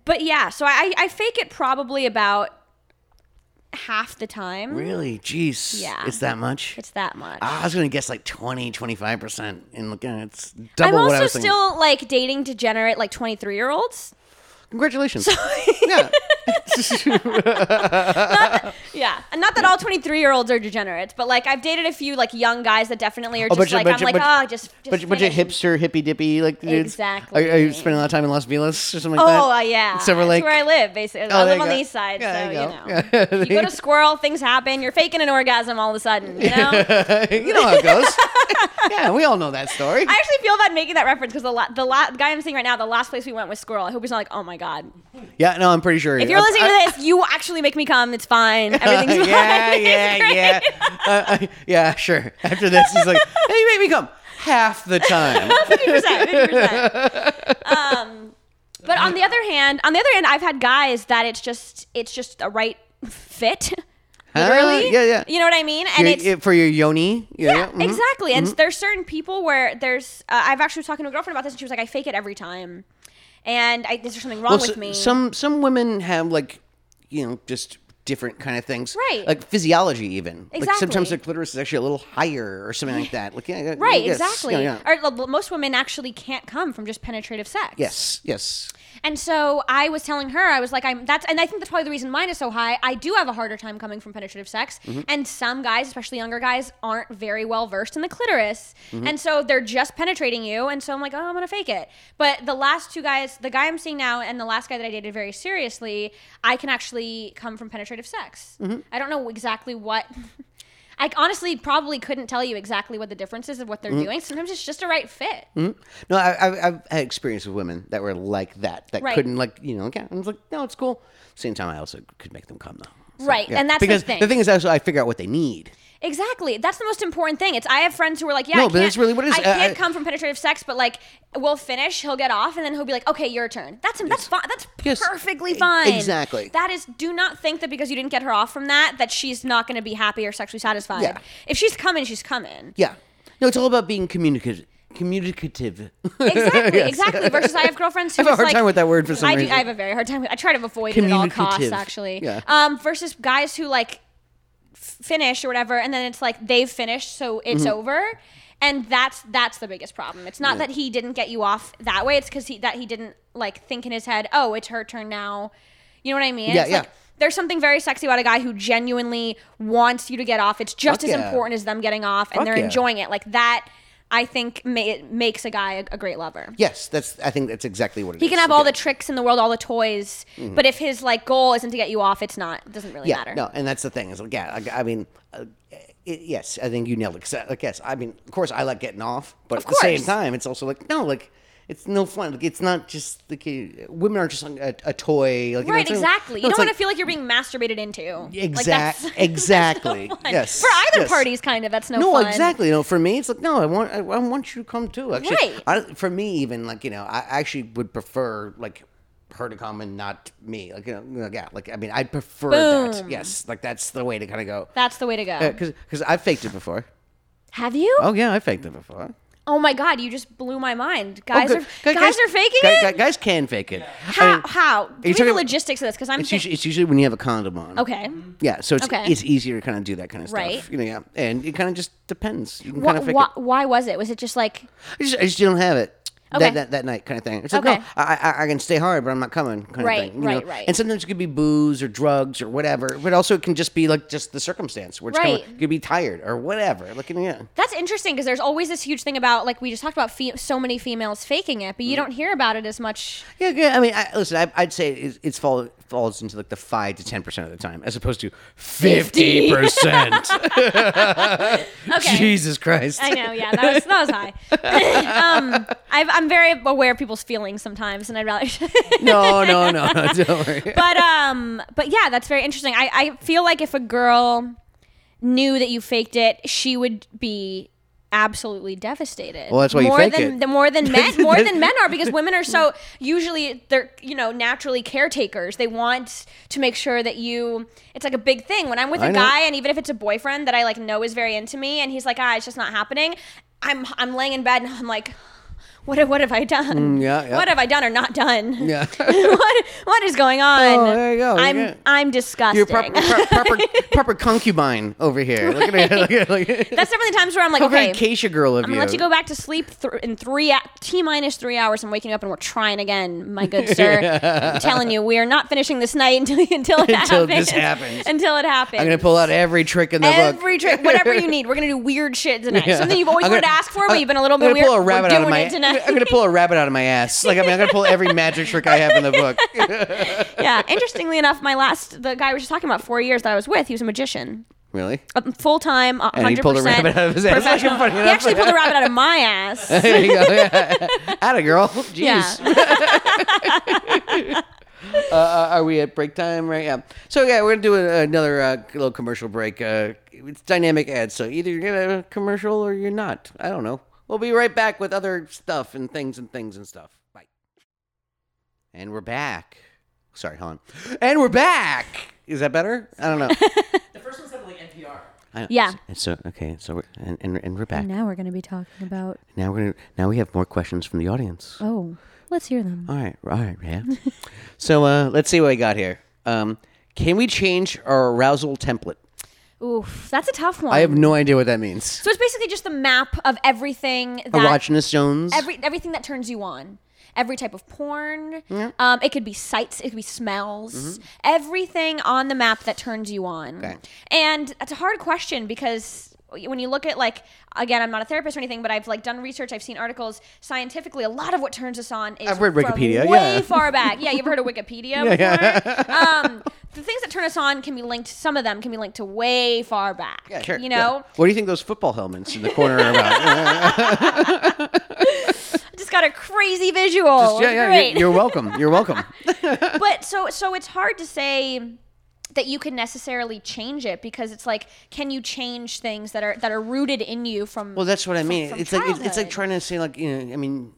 [SPEAKER 3] but yeah, so I, I fake it probably about half the time.
[SPEAKER 2] really? Ah, Jeez.
[SPEAKER 3] Yeah.
[SPEAKER 2] It's that much?
[SPEAKER 3] It's that much.
[SPEAKER 2] I was going to guess like 20, 25%. And look, uh, it's
[SPEAKER 3] I'm
[SPEAKER 2] double what I
[SPEAKER 3] also
[SPEAKER 2] was thinking.
[SPEAKER 3] still like dating degenerate like 23 year olds.
[SPEAKER 2] Congratulations. yeah.
[SPEAKER 3] Yeah, and not that all 23 year olds are degenerates, but like I've dated a few like young guys that definitely are
[SPEAKER 2] Oh,
[SPEAKER 3] just
[SPEAKER 2] but you-
[SPEAKER 3] like
[SPEAKER 2] but
[SPEAKER 3] I'm
[SPEAKER 2] you-
[SPEAKER 3] like
[SPEAKER 2] but-
[SPEAKER 3] oh just, just
[SPEAKER 2] But bunch of
[SPEAKER 3] finish.
[SPEAKER 2] hipster, hippy dippy, like dudes. Are, are you
[SPEAKER 3] Exactly.
[SPEAKER 2] spending a lot of time in Las Vegas or something like that?
[SPEAKER 3] Oh uh, yeah,
[SPEAKER 2] Silver
[SPEAKER 3] That's
[SPEAKER 2] Lake.
[SPEAKER 3] where I live. Basically,
[SPEAKER 2] Oh,
[SPEAKER 3] I
[SPEAKER 2] there
[SPEAKER 3] live
[SPEAKER 2] you
[SPEAKER 3] on
[SPEAKER 2] go.
[SPEAKER 3] the east side,
[SPEAKER 2] Yeah, there
[SPEAKER 3] so you,
[SPEAKER 2] you go.
[SPEAKER 3] know. you go to Squirrel, things happen. You're faking an orgasm all of a sudden. You know,
[SPEAKER 2] you know how it goes. yeah, we all know that story.
[SPEAKER 3] I actually feel bad making that reference because the la- the la- guy I'm seeing right now, the last place we went was Squirrel. I hope he's not like, oh my god.
[SPEAKER 2] yeah, no, I'm pretty sure.
[SPEAKER 3] If you're listening to this, you actually make me come. It's fine. Everything's
[SPEAKER 2] yeah,
[SPEAKER 3] fine. It's
[SPEAKER 2] yeah,
[SPEAKER 3] great.
[SPEAKER 2] yeah. Uh, I- yeah, sure. After this, he's like, hey, you make me come half the time.
[SPEAKER 3] 50%, 50%. Um, But on the other hand, on the other hand, I've had guys that it's just it's just a right fit. Literally.
[SPEAKER 2] Ah, yeah, yeah.
[SPEAKER 3] You know what I mean? And
[SPEAKER 2] Your-
[SPEAKER 3] it's
[SPEAKER 2] it- for your yoni. Yeah,
[SPEAKER 3] yeah,
[SPEAKER 2] mhm.
[SPEAKER 3] exactly. And there's certain people where there's uh, I've actually was talking to a girlfriend about this, and she was like, "I fake it every time," and I, there's something wrong
[SPEAKER 2] Well,
[SPEAKER 3] with
[SPEAKER 2] so-
[SPEAKER 3] me.
[SPEAKER 2] Some some women have like, you know, just different kind of things.
[SPEAKER 3] Right.
[SPEAKER 2] Like physiology, even. Like sometimes
[SPEAKER 3] Exactly.
[SPEAKER 2] their clitoris is actually a little higher or something like that. Like yeah, yeah,
[SPEAKER 3] Right,
[SPEAKER 2] yes,
[SPEAKER 3] exactly.
[SPEAKER 2] Yeah, yeah.
[SPEAKER 3] Or l- most women actually can't come from just penetrative sex.
[SPEAKER 2] yes, yes.
[SPEAKER 3] And so I was telling her, I was like, I'm that's, and I think that's probably the reason mine is so high. I do have a harder time coming from penetrative sex, and some guys, especially younger guys, aren't very well versed in the clitoris, and so they're just penetrating you. And so I'm like, oh, I'm gonna fake it. But the last two guys, the guy I'm seeing now, and the last guy that I dated very seriously, I can actually come from penetrative sex. I don't know exactly what. I honestly probably couldn't tell you exactly what the difference is of what they're doing. Sometimes it's just a right fit.
[SPEAKER 2] No, I, I, I've had experience with women that were like that, that
[SPEAKER 3] Right.
[SPEAKER 2] couldn't like, you know, yeah. I was like, no, it's cool. Same time, I also could make them come though. So,
[SPEAKER 3] Right,
[SPEAKER 2] yeah.
[SPEAKER 3] and that's the
[SPEAKER 2] because
[SPEAKER 3] thing.
[SPEAKER 2] the thing is, also, I figure out what they need.
[SPEAKER 3] Exactly. That's the most important thing. It's I have friends who are like, yeah,
[SPEAKER 2] No,
[SPEAKER 3] I
[SPEAKER 2] but
[SPEAKER 3] can't,
[SPEAKER 2] that's really what it is.
[SPEAKER 3] I can't
[SPEAKER 2] I- I-
[SPEAKER 3] come from penetrative sex, but like we'll finish, he'll get off, and then he'll be like, okay, your turn. That's him. That's fine. That's
[SPEAKER 2] Yes.
[SPEAKER 3] perfectly
[SPEAKER 2] E-
[SPEAKER 3] fine.
[SPEAKER 2] exactly.
[SPEAKER 3] That is. Do not think that because you didn't get her off from that, that she's not going to be happy or sexually satisfied.
[SPEAKER 2] Yeah.
[SPEAKER 3] If she's coming, she's coming.
[SPEAKER 2] Yeah. No, it's all about being communicative. Communicative.
[SPEAKER 3] Exactly. Exactly. Versus I have girlfriends
[SPEAKER 2] I
[SPEAKER 3] who
[SPEAKER 2] have a
[SPEAKER 3] is
[SPEAKER 2] hard
[SPEAKER 3] like-
[SPEAKER 2] time with that word for some
[SPEAKER 3] I do-
[SPEAKER 2] reason.
[SPEAKER 3] I have a very hard time. with I try to avoid it at all costs,
[SPEAKER 2] Communicative.
[SPEAKER 3] actually.
[SPEAKER 2] Yeah.
[SPEAKER 3] Um, versus guys who like f- finish or whatever, and then it's like they've finished, so it's
[SPEAKER 2] Mm-hmm.
[SPEAKER 3] over, and that's that's the biggest problem. It's not that he didn't get you off that way. It's because he that he didn't like think in his head, oh, it's her turn now. You know what I mean?
[SPEAKER 2] Yeah,
[SPEAKER 3] it's
[SPEAKER 2] yeah.
[SPEAKER 3] Like, there's something very sexy about a guy who genuinely wants you to get off. It's just
[SPEAKER 2] Fuck
[SPEAKER 3] as
[SPEAKER 2] yeah.
[SPEAKER 3] important as them getting off, and
[SPEAKER 2] Fuck
[SPEAKER 3] they're
[SPEAKER 2] yeah.
[SPEAKER 3] enjoying it. Like that, I think ma- it makes a guy a, a great lover.
[SPEAKER 2] yes, that's. I think that's exactly what it is.
[SPEAKER 3] He can have all the
[SPEAKER 2] Okay.
[SPEAKER 3] tricks in the world, all the toys, but if his like goal isn't to get you off, it's not. It doesn't really
[SPEAKER 2] Mm-hmm. yeah,
[SPEAKER 3] matter.
[SPEAKER 2] No, and that's the thing is, like, yeah, I, I mean, uh, it, yes, I think you nailed it. 'cause I- like, yes, I mean, of course, I like getting off, but
[SPEAKER 3] Of
[SPEAKER 2] at the same
[SPEAKER 3] course.
[SPEAKER 2] time, it's also like, no, like, it's no fun. Like, it's not just like you- women aren't just like, a, a toy. Like, you know,
[SPEAKER 3] Right,
[SPEAKER 2] it's like-
[SPEAKER 3] exactly.
[SPEAKER 2] no,
[SPEAKER 3] you
[SPEAKER 2] it's
[SPEAKER 3] don't want
[SPEAKER 2] like-
[SPEAKER 3] to feel like you're being masturbated into. Like,
[SPEAKER 2] Exact-
[SPEAKER 3] that's- that's
[SPEAKER 2] exactly.
[SPEAKER 3] no fun.
[SPEAKER 2] Yes,
[SPEAKER 3] For either
[SPEAKER 2] yes.
[SPEAKER 3] parties, kind of. That's no.
[SPEAKER 2] No,
[SPEAKER 3] fun.
[SPEAKER 2] exactly. No, for me, it's like no. I want, I, I want you to come too. Actually,
[SPEAKER 3] Right.
[SPEAKER 2] I, for me, even like you know, I actually would prefer like her to come and not me. Like you know, like, yeah. Like I mean, I prefer that.
[SPEAKER 3] Boom.
[SPEAKER 2] Yes, like that's the way to kind of go. Uh,
[SPEAKER 3] That's the way to go.
[SPEAKER 2] Because because I faked it before.
[SPEAKER 3] Have you? Oh.
[SPEAKER 2] Oh yeah, I faked it before.
[SPEAKER 3] my god, you just blew my mind. Guys
[SPEAKER 2] Oh,
[SPEAKER 3] are
[SPEAKER 2] gu- gu-
[SPEAKER 3] guys, are faking
[SPEAKER 2] gu-
[SPEAKER 3] it.
[SPEAKER 2] gu- Guys can fake it.
[SPEAKER 3] how? how? Give me
[SPEAKER 2] talking
[SPEAKER 3] the
[SPEAKER 2] about-
[SPEAKER 3] logistics of this because I'm
[SPEAKER 2] It's
[SPEAKER 3] think-
[SPEAKER 2] usually, it's usually when you have a condom on.
[SPEAKER 3] okay.
[SPEAKER 2] Yeah, so it's
[SPEAKER 3] Okay.
[SPEAKER 2] it's easier to kind of do that kind of stuff.
[SPEAKER 3] Right.
[SPEAKER 2] You know, yeah, and it kind of just depends. You can kind
[SPEAKER 3] Why,
[SPEAKER 2] of fake
[SPEAKER 3] why,
[SPEAKER 2] it.
[SPEAKER 3] why was it? Was it just like
[SPEAKER 2] I just, I just don't have it.
[SPEAKER 3] Okay.
[SPEAKER 2] That, that, that night kind of thing. It's like,
[SPEAKER 3] Okay.
[SPEAKER 2] no, I, I, I can stay hard, but I'm not coming kind
[SPEAKER 3] Right,
[SPEAKER 2] of thing. you
[SPEAKER 3] right,
[SPEAKER 2] know?
[SPEAKER 3] right.
[SPEAKER 2] And sometimes it could be booze or drugs or whatever, but also it can just be like just the circumstance where it's kinda-
[SPEAKER 3] Right.
[SPEAKER 2] you could be tired or whatever. Like, yeah.
[SPEAKER 3] That's interesting because there's always this huge thing about like we just talked about fe- so many females faking it, but
[SPEAKER 2] Mm.
[SPEAKER 3] you don't hear about it as much.
[SPEAKER 2] Yeah, yeah. I mean, I, listen, I, I'd say it's, it's fall, falls into like the five to ten percent of the time, as opposed to fifty percent.
[SPEAKER 3] Okay.
[SPEAKER 2] Jesus Christ!
[SPEAKER 3] I know, yeah, that was that was high. um, I've, I'm very aware of people's feelings sometimes, and I'd rather.
[SPEAKER 2] No, no, no, no. Don't worry.
[SPEAKER 3] but um, but yeah, that's very interesting. I, I feel like if a girl knew that you faked it, she would be absolutely devastated.
[SPEAKER 2] Well, that's why you
[SPEAKER 3] more
[SPEAKER 2] fake
[SPEAKER 3] than
[SPEAKER 2] it.
[SPEAKER 3] the more than men more than men are because women are so usually they're you know naturally caretakers. They want to make sure that you. It's like a big thing when I'm with a
[SPEAKER 2] I know.
[SPEAKER 3] guy, and even if it's a boyfriend that I like know is very into me, and he's like, ah, it's just not happening. I'm I'm laying in bed and I'm like. What, what have I done?
[SPEAKER 2] Mm, yeah, yeah.
[SPEAKER 3] What have I done or not done?
[SPEAKER 2] Yeah.
[SPEAKER 3] what, what is going on?
[SPEAKER 2] Oh, there you go.
[SPEAKER 3] I'm
[SPEAKER 2] Yeah.
[SPEAKER 3] I'm disgusting.
[SPEAKER 2] You're proper, pro- proper, proper concubine over here. Look at her. Look at her. Look at her.
[SPEAKER 3] That's definitely the times where I'm like,
[SPEAKER 2] How very
[SPEAKER 3] okay,
[SPEAKER 2] Acacia girl of
[SPEAKER 3] I'm
[SPEAKER 2] you.
[SPEAKER 3] gonna let you go back to sleep thr in three t minus three hours. I'm waking you up and we're trying again, my good sir. I'm telling you, we are not finishing this night until until it
[SPEAKER 2] Until
[SPEAKER 3] happens.
[SPEAKER 2] this happens.
[SPEAKER 3] Until it happens.
[SPEAKER 2] I'm gonna pull out every trick in the book.
[SPEAKER 3] Every trick, whatever you need, we're gonna do weird shit tonight. Something you've always
[SPEAKER 2] I'm
[SPEAKER 3] wanted to
[SPEAKER 2] gonna-
[SPEAKER 3] ask for, but
[SPEAKER 2] I'm-
[SPEAKER 3] you've been a little
[SPEAKER 2] I'm
[SPEAKER 3] bit
[SPEAKER 2] gonna
[SPEAKER 3] weird.
[SPEAKER 2] Pull a rabbit
[SPEAKER 3] we're
[SPEAKER 2] out
[SPEAKER 3] doing
[SPEAKER 2] of my,
[SPEAKER 3] it tonight.
[SPEAKER 2] I'm gonna pull a rabbit out of my ass. Like I mean, I'm gonna pull every magic trick I have in the book.
[SPEAKER 3] yeah. Interestingly enough, my last the guy we were just talking about four years that I was with, he was a magician.
[SPEAKER 2] Really?
[SPEAKER 3] full time, hundred percent.
[SPEAKER 2] And he pulled a rabbit out of his ass.
[SPEAKER 3] Uh, professional.
[SPEAKER 2] Funny
[SPEAKER 3] he
[SPEAKER 2] enough.
[SPEAKER 3] actually pulled a rabbit out of my ass.
[SPEAKER 2] There you go. Yeah. Atta girl. Jeez.
[SPEAKER 3] Yeah.
[SPEAKER 2] Uh, uh, are we at break time right now? So yeah, we're gonna do a, another uh, little commercial break. Uh, it's dynamic ads, so either you're gonna have a commercial or you're not. I don't know. We'll be right back with other stuff and things and things and stuff. Bye. And we're back. Sorry, hold on. And we're back. Is that better? I don't know.
[SPEAKER 4] The first one sounded like NPR.
[SPEAKER 2] I-
[SPEAKER 3] Yeah.
[SPEAKER 2] And so okay, so we're and, and, and we're back.
[SPEAKER 6] Now we're going to be talking about.
[SPEAKER 2] Now we're gonna now we have more questions from the audience.
[SPEAKER 6] Oh, let's hear them.
[SPEAKER 2] All right, all right, yeah. so uh, let's see what we got here. Um, can we change our arousal template?
[SPEAKER 3] Oof, that's a tough one.
[SPEAKER 2] I have no idea what that means.
[SPEAKER 3] so it's basically just the map of everything that
[SPEAKER 2] Erogenous zones.
[SPEAKER 3] every everything that turns you on every type of porn um, it could be sights it could be
[SPEAKER 2] Mm-hmm.
[SPEAKER 3] smells everything on the map that turns you on
[SPEAKER 2] Okay.
[SPEAKER 3] and it's a hard question because when you look at like again i'm not a therapist or anything but i've like done research i've seen articles scientifically a lot of what turns us on is
[SPEAKER 2] I've read
[SPEAKER 3] from
[SPEAKER 2] Wikipedia,
[SPEAKER 3] way
[SPEAKER 2] yeah.
[SPEAKER 3] far back yeah you've heard of wikipedia before um, the things that turn us on can be linked some of them can be linked to way far back
[SPEAKER 2] Sure,
[SPEAKER 3] you
[SPEAKER 2] yeah.
[SPEAKER 3] know
[SPEAKER 2] What do you think those football helmets in the corner are about?
[SPEAKER 3] I just got a crazy visual
[SPEAKER 2] yeah, yeah.
[SPEAKER 3] Oh, Great.
[SPEAKER 2] You're, you're welcome. You're welcome.
[SPEAKER 3] but so so it's hard to say that you can necessarily change it because it's like can you change things that are that are rooted in you from
[SPEAKER 2] Well, that's what I
[SPEAKER 3] from-
[SPEAKER 2] mean.
[SPEAKER 3] from
[SPEAKER 2] it's like it's, it's like
[SPEAKER 3] childhood?
[SPEAKER 2] trying to say like you know. I mean,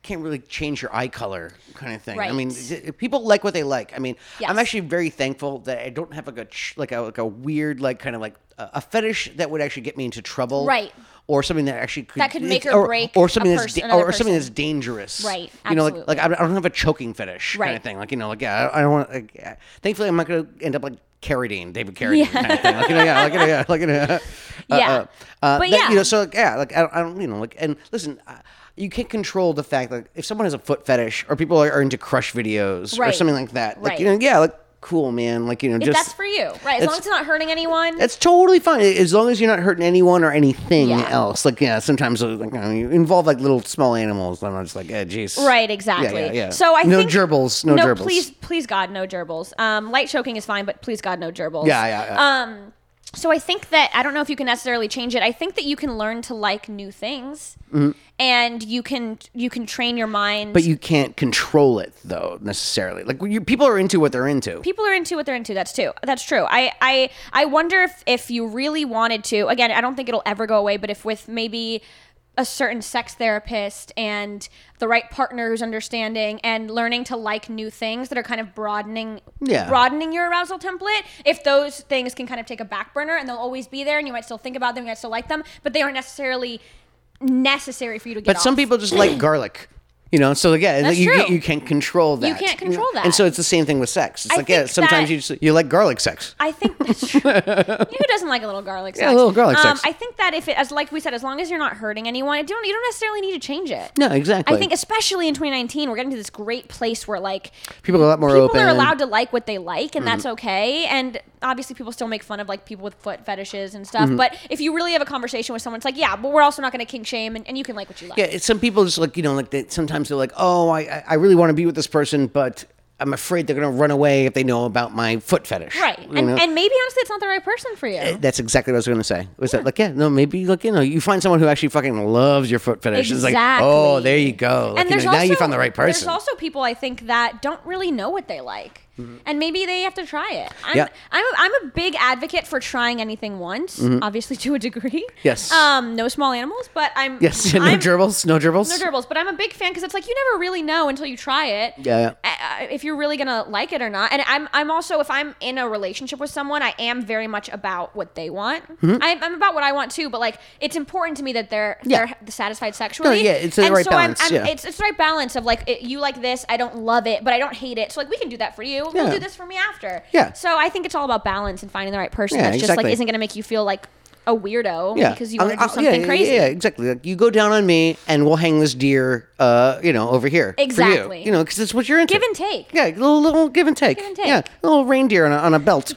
[SPEAKER 2] can't really change your eye color kind of thing. I mean,
[SPEAKER 3] Right.
[SPEAKER 2] th- people like what they like. I mean, I'm
[SPEAKER 3] Yes.
[SPEAKER 2] actually very thankful that I don't have like a ch- like a like a weird like kind of like a a fetish that would actually get me into trouble.
[SPEAKER 3] Right.
[SPEAKER 2] Or something that actually could,
[SPEAKER 3] That could make
[SPEAKER 2] it's-
[SPEAKER 3] or break
[SPEAKER 2] or something
[SPEAKER 3] a
[SPEAKER 2] that's
[SPEAKER 3] person-
[SPEAKER 2] da-
[SPEAKER 3] another
[SPEAKER 2] or, something
[SPEAKER 3] person.
[SPEAKER 2] that's dangerous,
[SPEAKER 3] Right,
[SPEAKER 2] You know, like,
[SPEAKER 3] absolutely.
[SPEAKER 2] like I don't I don't have a choking fetish kind of
[SPEAKER 3] Right.
[SPEAKER 2] thing. Like you know, like yeah, I, I don't want. Like, yeah. thankfully, I'm not going to end up like Carradine, David Carradine kind of thing. Like you know, yeah, like you know, yeah, like you know, uh,
[SPEAKER 3] Yeah.
[SPEAKER 2] uh, uh,
[SPEAKER 3] But
[SPEAKER 2] that, you
[SPEAKER 3] yeah.
[SPEAKER 2] know, so like, yeah, like I don't, I don't, you know, like, and listen, uh, you can't control the fact that if someone has a foot fetish or people are, are into crush videos or
[SPEAKER 3] Right.
[SPEAKER 2] something like that, like you know,
[SPEAKER 3] Right.
[SPEAKER 2] yeah, like cool, man, like you know,
[SPEAKER 3] If
[SPEAKER 2] just
[SPEAKER 3] that's for you right as
[SPEAKER 2] it's-
[SPEAKER 3] long as it's not hurting anyone
[SPEAKER 2] that's totally fine as long as you're not hurting anyone or anything
[SPEAKER 3] Yeah.
[SPEAKER 2] else. Like yeah, sometimes uh, like, you, know, you involve like little small animals, and I'm just like, eh, jeez,
[SPEAKER 3] Right, exactly.
[SPEAKER 2] Yeah, yeah, yeah.
[SPEAKER 3] So I
[SPEAKER 2] no
[SPEAKER 3] think-
[SPEAKER 2] gerbils, no, gerbils.
[SPEAKER 3] please, please, God, no gerbils. Um, light choking is fine, but please, God, no gerbils.
[SPEAKER 2] Yeah, yeah, yeah.
[SPEAKER 3] Um, so I think that I don't know if you can necessarily change it. I think that you can learn to like new things, and you can you can train your mind.
[SPEAKER 2] Mm-hmm. but you can't control it though necessarily. Like you, people are into what they're into.
[SPEAKER 3] people are into what they're into. That's too. That's true. I I I wonder if if you really wanted to. Again, I don't think it'll ever go away. But if with maybe a certain sex therapist and the right partners understanding and learning to like new things that are kind of broadening
[SPEAKER 2] Yeah.
[SPEAKER 3] broadening your arousal template if those things can kind of take a back burner and they'll always be there and you might still think about them you might still like them but they aren't necessarily necessary for you to get
[SPEAKER 2] But some
[SPEAKER 3] off.
[SPEAKER 2] people just like garlic. You know, so again,
[SPEAKER 3] That's
[SPEAKER 2] you,
[SPEAKER 3] true.
[SPEAKER 2] you can't control that.
[SPEAKER 3] You can't control
[SPEAKER 2] know?
[SPEAKER 3] that.
[SPEAKER 2] And so it's the same thing with sex. It's
[SPEAKER 3] I
[SPEAKER 2] like yeah,
[SPEAKER 3] think
[SPEAKER 2] sometimes
[SPEAKER 3] that-
[SPEAKER 2] you just, you like garlic sex.
[SPEAKER 3] I think that's true. You know Who doesn't like a little garlic sex? Um,
[SPEAKER 2] Yeah, a little garlic sex.
[SPEAKER 3] I think that if it, as like we said, as long as you're not hurting anyone, you don't you don't necessarily need to change it.
[SPEAKER 2] No, exactly.
[SPEAKER 3] I think especially in 2019, we're getting to this great place where like
[SPEAKER 2] people are a lot more
[SPEAKER 3] people
[SPEAKER 2] open. Mm-hmm.
[SPEAKER 3] are allowed to like what they like, and that's okay. And obviously, people still make fun of like people with foot fetishes and
[SPEAKER 2] Mm-hmm.
[SPEAKER 3] stuff. But if you really have a conversation with someone, it's like, yeah, but we're also not going to kink shame, and, and you can like what you like.
[SPEAKER 2] yeah, it's- some people just like you know, like they, sometimes they're like, oh, I I- I really want to be with this person, but I'm afraid they're gonna run away if they know about my foot fetish.
[SPEAKER 3] Right,
[SPEAKER 2] You
[SPEAKER 3] and,
[SPEAKER 2] know?
[SPEAKER 3] and maybe honestly, it's not the right person for you.
[SPEAKER 2] That's exactly what I was going to say. Was that like, yeah, no, maybe like you know, you find someone who actually fucking loves your foot fetish. It's like, oh,
[SPEAKER 3] Exactly.
[SPEAKER 2] there you go. Like,
[SPEAKER 3] and
[SPEAKER 2] you
[SPEAKER 3] there's
[SPEAKER 2] know,
[SPEAKER 3] also,
[SPEAKER 2] now you found the right person.
[SPEAKER 3] There's also people I think that don't really know what they like, and maybe they have to try it. I'm,
[SPEAKER 2] Mm-hmm. Yeah.
[SPEAKER 3] I'm, a, I'm a big advocate for trying anything once, obviously to a degree.
[SPEAKER 2] Mm-hmm. Yes.
[SPEAKER 3] Um, no small animals, but I'm
[SPEAKER 2] yes, no
[SPEAKER 3] I'm-
[SPEAKER 2] gerbils, no gerbils,
[SPEAKER 3] No gerbils, but I'm a big fan because it's like you never really know until you try it.
[SPEAKER 2] Yeah, yeah.
[SPEAKER 3] uh, If you're really gonna like it or not, and I'm I'm also if I'm in a relationship with someone, I am very much about what they want.
[SPEAKER 2] Mm-hmm.
[SPEAKER 3] I'm, I'm about what I want too, but like it's important to me that they're
[SPEAKER 2] Yeah. Oh,
[SPEAKER 3] they're satisfied sexually.
[SPEAKER 2] yeah, it's the
[SPEAKER 3] and
[SPEAKER 2] right
[SPEAKER 3] so
[SPEAKER 2] balance,
[SPEAKER 3] I'm, I'm,
[SPEAKER 2] yeah.
[SPEAKER 3] it's it's the right balance of like it, you like this, I don't love it, but I don't hate it. So like we can do that for you.
[SPEAKER 2] Yeah.
[SPEAKER 3] We'll do this for me after.
[SPEAKER 2] Yeah.
[SPEAKER 3] So I think it's all about balance and finding the right person
[SPEAKER 2] Yeah,
[SPEAKER 3] that's just
[SPEAKER 2] exactly.
[SPEAKER 3] like isn't gonna make you feel like a weirdo because you
[SPEAKER 2] I'll-
[SPEAKER 3] want to do
[SPEAKER 2] I'll-
[SPEAKER 3] something
[SPEAKER 2] yeah, yeah,
[SPEAKER 3] crazy.
[SPEAKER 2] Yeah, exactly. Like, you go down on me, and we'll hang this deer, uh, you know, over here. for you.
[SPEAKER 3] Exactly.
[SPEAKER 2] You, know, because it's what you're into.
[SPEAKER 3] Give and take.
[SPEAKER 2] Yeah, little, little give and take.
[SPEAKER 3] Give and take.
[SPEAKER 2] Yeah, little reindeer on a, on a belt,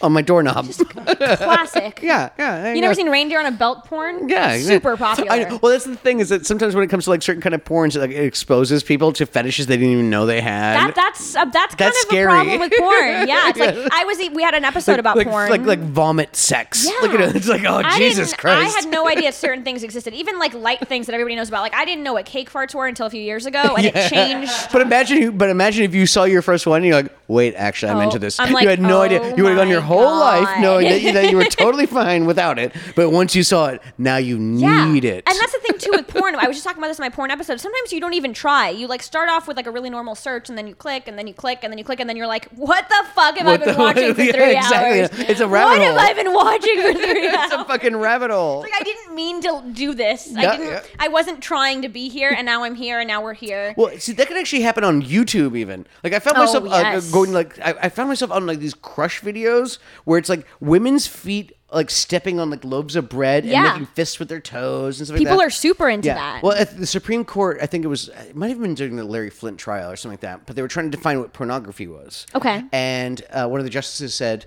[SPEAKER 2] on my doorknob.
[SPEAKER 3] Classic.
[SPEAKER 2] yeah, yeah.
[SPEAKER 3] You never seen reindeer on a belt porn?
[SPEAKER 2] Yeah, yeah.
[SPEAKER 3] super
[SPEAKER 2] So I
[SPEAKER 3] popular.
[SPEAKER 2] know- well, that's the thing is that sometimes when it comes to like certain kind of porns, it, like it exposes people to fetishes they didn't even know they had.
[SPEAKER 3] that, that's uh, that's kind
[SPEAKER 2] That's
[SPEAKER 3] of
[SPEAKER 2] scary.
[SPEAKER 3] a problem with porn. Yeah, it's like I was e, we had an episode
[SPEAKER 2] like,
[SPEAKER 3] about
[SPEAKER 2] like,
[SPEAKER 3] porn.
[SPEAKER 2] like like vomit sex.
[SPEAKER 3] Yeah.
[SPEAKER 2] Look at it. It's like oh
[SPEAKER 3] I
[SPEAKER 2] Jesus
[SPEAKER 3] didn't-
[SPEAKER 2] Christ.
[SPEAKER 3] I had no idea certain things existed. Even like light things that everybody knows about. Like I didn't know what cake farts were until a few years ago, and it changed.
[SPEAKER 2] But imagine you. But imagine if you saw your first one, and you're like, "Wait, actually, I'm
[SPEAKER 3] Oh,
[SPEAKER 2] into this."
[SPEAKER 3] I'm
[SPEAKER 2] you
[SPEAKER 3] like,
[SPEAKER 2] had no idea.
[SPEAKER 3] oh
[SPEAKER 2] You would have gone
[SPEAKER 3] my
[SPEAKER 2] your whole life
[SPEAKER 3] God.
[SPEAKER 2] knowing that you, that you were totally fine without it, but once you saw it, now you need it.
[SPEAKER 3] And that's the thing too with porn. I was just talking about this in my porn episode. Sometimes you don't even try. You like start off with like a really normal search and then you click and then you click and then you click and then you're like, what the fuck have
[SPEAKER 2] What
[SPEAKER 3] I been
[SPEAKER 2] the-
[SPEAKER 3] watching for
[SPEAKER 2] yeah,
[SPEAKER 3] three
[SPEAKER 2] exactly.
[SPEAKER 3] hours?
[SPEAKER 2] It's a rabbit
[SPEAKER 3] what
[SPEAKER 2] hole."
[SPEAKER 3] have I been watching for three
[SPEAKER 2] it's a
[SPEAKER 3] hours?
[SPEAKER 2] fucking rabbit hole.
[SPEAKER 3] Like I didn't mean to do this.
[SPEAKER 2] Yeah,
[SPEAKER 3] I didn't.
[SPEAKER 2] yeah.
[SPEAKER 3] I wasn't trying to be here, and now I'm here, and now we're here.
[SPEAKER 2] Well, see, that could actually happen on YouTube. Even like I found
[SPEAKER 3] Oh,
[SPEAKER 2] myself uh,
[SPEAKER 3] yes.
[SPEAKER 2] going like I, I found myself on like these crush videos where it's like women's feet like stepping on like loaves of bread and
[SPEAKER 3] Yeah.
[SPEAKER 2] making fists with their toes and stuff like
[SPEAKER 3] People
[SPEAKER 2] that.
[SPEAKER 3] are super into
[SPEAKER 2] yeah.
[SPEAKER 3] that.
[SPEAKER 2] Well, at the Supreme Court, I think it was it might have been during the Larry Flint trial or something like that, but they were trying to define what pornography was.
[SPEAKER 3] Okay.
[SPEAKER 2] And uh, one of the justices said,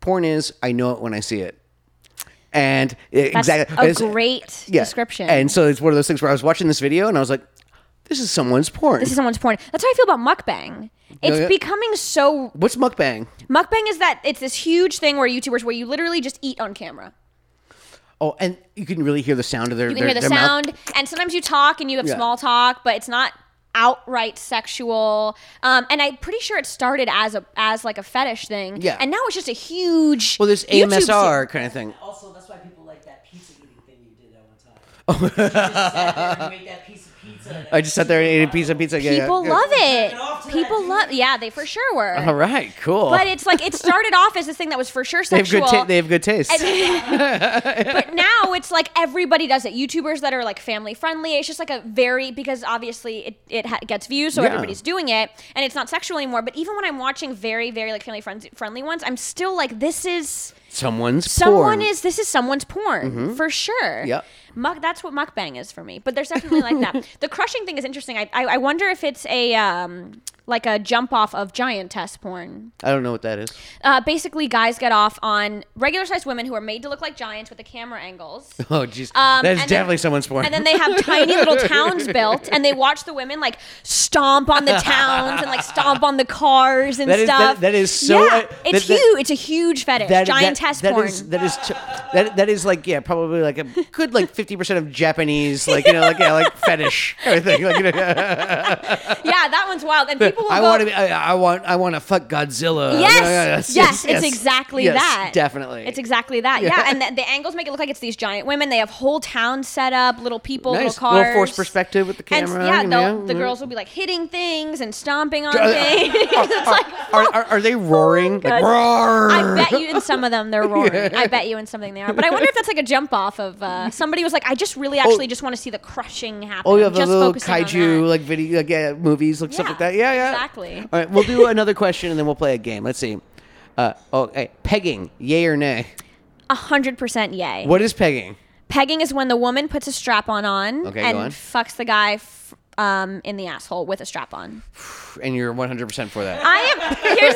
[SPEAKER 2] "Porn is I know it when I see it." And it-
[SPEAKER 3] That's
[SPEAKER 2] exactly
[SPEAKER 3] a
[SPEAKER 2] it's-
[SPEAKER 3] great description.
[SPEAKER 2] and so it's one of those things where I was watching this video and I was like, this is someone's porn.
[SPEAKER 3] this is someone's porn. That's how I feel about mukbang. It's
[SPEAKER 2] yeah.
[SPEAKER 3] becoming so
[SPEAKER 2] What's mukbang?
[SPEAKER 3] mukbang is that it's this huge thing where YouTubers where you literally just eat on camera.
[SPEAKER 2] Oh, and you can really hear the sound of their
[SPEAKER 3] You can
[SPEAKER 2] their,
[SPEAKER 3] hear the
[SPEAKER 2] their mouth.
[SPEAKER 3] sound, and sometimes you talk and you have
[SPEAKER 2] Yeah.
[SPEAKER 3] small talk, but it's not outright sexual. Um, and I'm pretty sure it started as a as like a fetish thing.
[SPEAKER 2] Yeah.
[SPEAKER 3] And now it's just a huge.
[SPEAKER 2] Well, there's
[SPEAKER 3] YouTube
[SPEAKER 2] AMSR
[SPEAKER 3] se-
[SPEAKER 2] kind of thing.
[SPEAKER 4] Also, that's why people like that pizza eating thing you did that one time. Oh. you just sat there and you ate
[SPEAKER 2] I just sat there and
[SPEAKER 4] that piece of pizza. and
[SPEAKER 2] ate a piece of pizza. Yeah, yeah,
[SPEAKER 3] People
[SPEAKER 2] yeah. Uh-huh.
[SPEAKER 3] love
[SPEAKER 4] Jerking off to
[SPEAKER 3] it.
[SPEAKER 4] that,
[SPEAKER 3] People
[SPEAKER 4] dude.
[SPEAKER 3] love. Yeah, they for sure were.
[SPEAKER 2] All right, cool.
[SPEAKER 3] But it's like it started off as this thing that was for sure
[SPEAKER 2] they have
[SPEAKER 3] sexual.
[SPEAKER 2] good ta- they have good taste.
[SPEAKER 3] but now it's like everybody does it. YouTubers that are like family friendly. It's just like a very because obviously it, it ha- gets views, so
[SPEAKER 2] Yeah.
[SPEAKER 3] everybody's doing it, and it's not sexual anymore. But even when I'm watching very very like family friend- friendly ones, I'm still like this is
[SPEAKER 2] someone's
[SPEAKER 3] someone
[SPEAKER 2] porn. Mm-hmm.
[SPEAKER 3] is this is someone's porn for sure.
[SPEAKER 2] Yep.
[SPEAKER 3] Muck, that's what mukbang is for me. But there's definitely like that. The crushing thing is interesting. I, I, I wonder if it's a um like a jump off of giant test porn
[SPEAKER 2] I don't know what that is.
[SPEAKER 3] uh, basically guys get off on regular sized women who are made to look like giants with the camera angles.
[SPEAKER 2] Oh, jeez. that is
[SPEAKER 3] Um, and then-
[SPEAKER 2] definitely someone's porn.
[SPEAKER 3] And then they have tiny little towns built, and they watch the women like stomp on the towns and like stomp on the cars and
[SPEAKER 2] That is-
[SPEAKER 3] stuff.
[SPEAKER 2] that- that is so-
[SPEAKER 3] Yeah,
[SPEAKER 2] uh,
[SPEAKER 3] it's
[SPEAKER 2] that- that-
[SPEAKER 3] huge. It's a huge fetish.
[SPEAKER 2] That-
[SPEAKER 3] Giant
[SPEAKER 2] that-
[SPEAKER 3] test
[SPEAKER 2] that
[SPEAKER 3] porn.
[SPEAKER 2] is- that is t- that that is like yeah probably like a good like fifty percent of Japanese like you know like yeah like fetish everything like you know,
[SPEAKER 3] yeah, that one's wild. And people will
[SPEAKER 2] I
[SPEAKER 3] go.
[SPEAKER 2] want to be I, I want I want to fuck Godzilla
[SPEAKER 3] Yes,
[SPEAKER 2] Yeah, yeah,
[SPEAKER 3] yes, it's exactly
[SPEAKER 2] Yes,
[SPEAKER 3] that.
[SPEAKER 2] definitely
[SPEAKER 3] It's exactly that. Yeah,
[SPEAKER 2] Yeah.
[SPEAKER 3] and the, the angles make it look like it's these giant women. They have whole towns set up, little people,
[SPEAKER 2] nice
[SPEAKER 3] little cars,
[SPEAKER 2] little forced perspective with the
[SPEAKER 3] And
[SPEAKER 2] camera
[SPEAKER 3] yeah,
[SPEAKER 2] you
[SPEAKER 3] they'll-
[SPEAKER 2] know, mm.
[SPEAKER 3] the
[SPEAKER 2] yeah.
[SPEAKER 3] girls will be like hitting things and stomping on
[SPEAKER 2] Uh,
[SPEAKER 3] things. it's like
[SPEAKER 2] are, are, are they roaring? like, roar!
[SPEAKER 3] I bet you in some of them they're roaring. I bet you in something they are. But I wonder if that's like a jump off of uh, somebody was like, I just really actually just want to see the crushing happen.
[SPEAKER 2] Oh, you have the
[SPEAKER 3] just
[SPEAKER 2] little
[SPEAKER 3] focusing on
[SPEAKER 2] kaiju
[SPEAKER 3] that.
[SPEAKER 2] like video, like, yeah, movies, like stuff
[SPEAKER 3] Yeah,
[SPEAKER 2] like that. Yeah, yeah.
[SPEAKER 3] exactly.
[SPEAKER 2] All right, we'll do another question and then we'll play a game. Let's see. Uh, oh, hey, pegging, yay or nay?
[SPEAKER 3] A hundred percent yay.
[SPEAKER 2] What is pegging?
[SPEAKER 3] Pegging is when the woman puts a strap on on
[SPEAKER 2] Okay, go
[SPEAKER 3] and
[SPEAKER 2] on.
[SPEAKER 3] fucks the guy. F- um, in the asshole with a strap on.
[SPEAKER 2] And you're 100 percent for that.
[SPEAKER 3] I am. Here's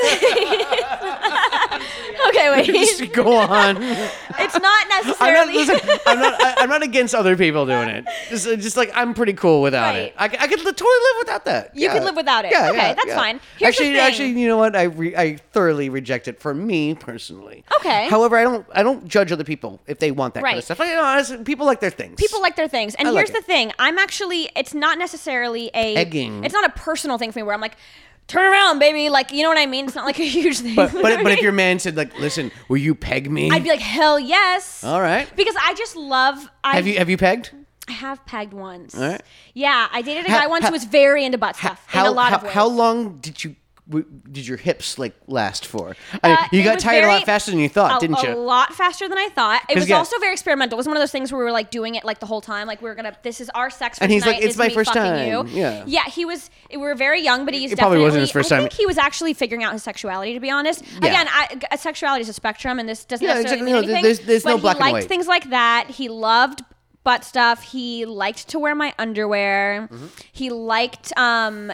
[SPEAKER 3] the thing. okay, wait.
[SPEAKER 2] Go on.
[SPEAKER 3] It's not
[SPEAKER 2] I'm not,
[SPEAKER 3] necessarily.
[SPEAKER 2] listen, I'm not. I, am not against other people doing it. Just, uh, just like I'm pretty cool without it.
[SPEAKER 3] Right.
[SPEAKER 2] I, c- I could li- totally live without that.
[SPEAKER 3] You could live without it. Okay, that's fine. Here's the
[SPEAKER 2] actually,
[SPEAKER 3] thing.
[SPEAKER 2] actually, you know what? I re- I thoroughly reject it for me personally.
[SPEAKER 3] Okay.
[SPEAKER 2] However, I don't I don't judge other people if they want that kind of
[SPEAKER 3] Right.
[SPEAKER 2] stuff. I, you know, honestly, people like their things.
[SPEAKER 3] people like their things. And
[SPEAKER 2] I like
[SPEAKER 3] here's
[SPEAKER 2] it.
[SPEAKER 3] the thing: I'm actually, it's not necessarily a,
[SPEAKER 2] Egging.
[SPEAKER 3] it's not a personal thing for me where I'm like, turn around, baby. Like, you know what I mean? It's not like a huge thing.
[SPEAKER 2] But but, but if your man said like, listen, will you peg me?
[SPEAKER 3] I'd be like, hell yes.
[SPEAKER 2] All right.
[SPEAKER 3] Because I just love. I
[SPEAKER 2] have you have you pegged?
[SPEAKER 3] I have pegged once.
[SPEAKER 2] All right.
[SPEAKER 3] Yeah, I dated a
[SPEAKER 2] How-
[SPEAKER 3] guy once
[SPEAKER 2] how-
[SPEAKER 3] who was very into butt stuff in a lot
[SPEAKER 2] how,
[SPEAKER 3] of ways.
[SPEAKER 2] how long did you w- did your hips like last for? I mean,
[SPEAKER 3] Uh,
[SPEAKER 2] you
[SPEAKER 3] it
[SPEAKER 2] got
[SPEAKER 3] was
[SPEAKER 2] tired a lot
[SPEAKER 3] very-
[SPEAKER 2] faster than you thought,
[SPEAKER 3] a,
[SPEAKER 2] didn't
[SPEAKER 3] a
[SPEAKER 2] you?
[SPEAKER 3] lot faster than I thought. It
[SPEAKER 2] 'Cause,
[SPEAKER 3] was
[SPEAKER 2] yeah.
[SPEAKER 3] also very experimental. It was one of those things where we were like doing it like the whole time. Like we were gonna, this is our sex. For
[SPEAKER 2] And he's
[SPEAKER 3] tonight,
[SPEAKER 2] like, "It's
[SPEAKER 3] is
[SPEAKER 2] my
[SPEAKER 3] me
[SPEAKER 2] first
[SPEAKER 3] fucking
[SPEAKER 2] time."
[SPEAKER 3] You.
[SPEAKER 2] Yeah.
[SPEAKER 3] yeah. He was. We were very young, but he's
[SPEAKER 2] It probably wasn't his
[SPEAKER 3] definitely-
[SPEAKER 2] first
[SPEAKER 3] I
[SPEAKER 2] time.
[SPEAKER 3] think he was actually figuring out his sexuality. To be honest,
[SPEAKER 2] Yeah.
[SPEAKER 3] again, I, g- sexuality is a spectrum, and this doesn't
[SPEAKER 2] Yeah,
[SPEAKER 3] necessarily
[SPEAKER 2] exactly.
[SPEAKER 3] mean
[SPEAKER 2] No,
[SPEAKER 3] anything.
[SPEAKER 2] there's- there's
[SPEAKER 3] but
[SPEAKER 2] no black
[SPEAKER 3] he
[SPEAKER 2] and
[SPEAKER 3] liked
[SPEAKER 2] white.
[SPEAKER 3] things like that. He loved butt stuff. He liked to wear my underwear.
[SPEAKER 2] Mm-hmm.
[SPEAKER 3] He liked. um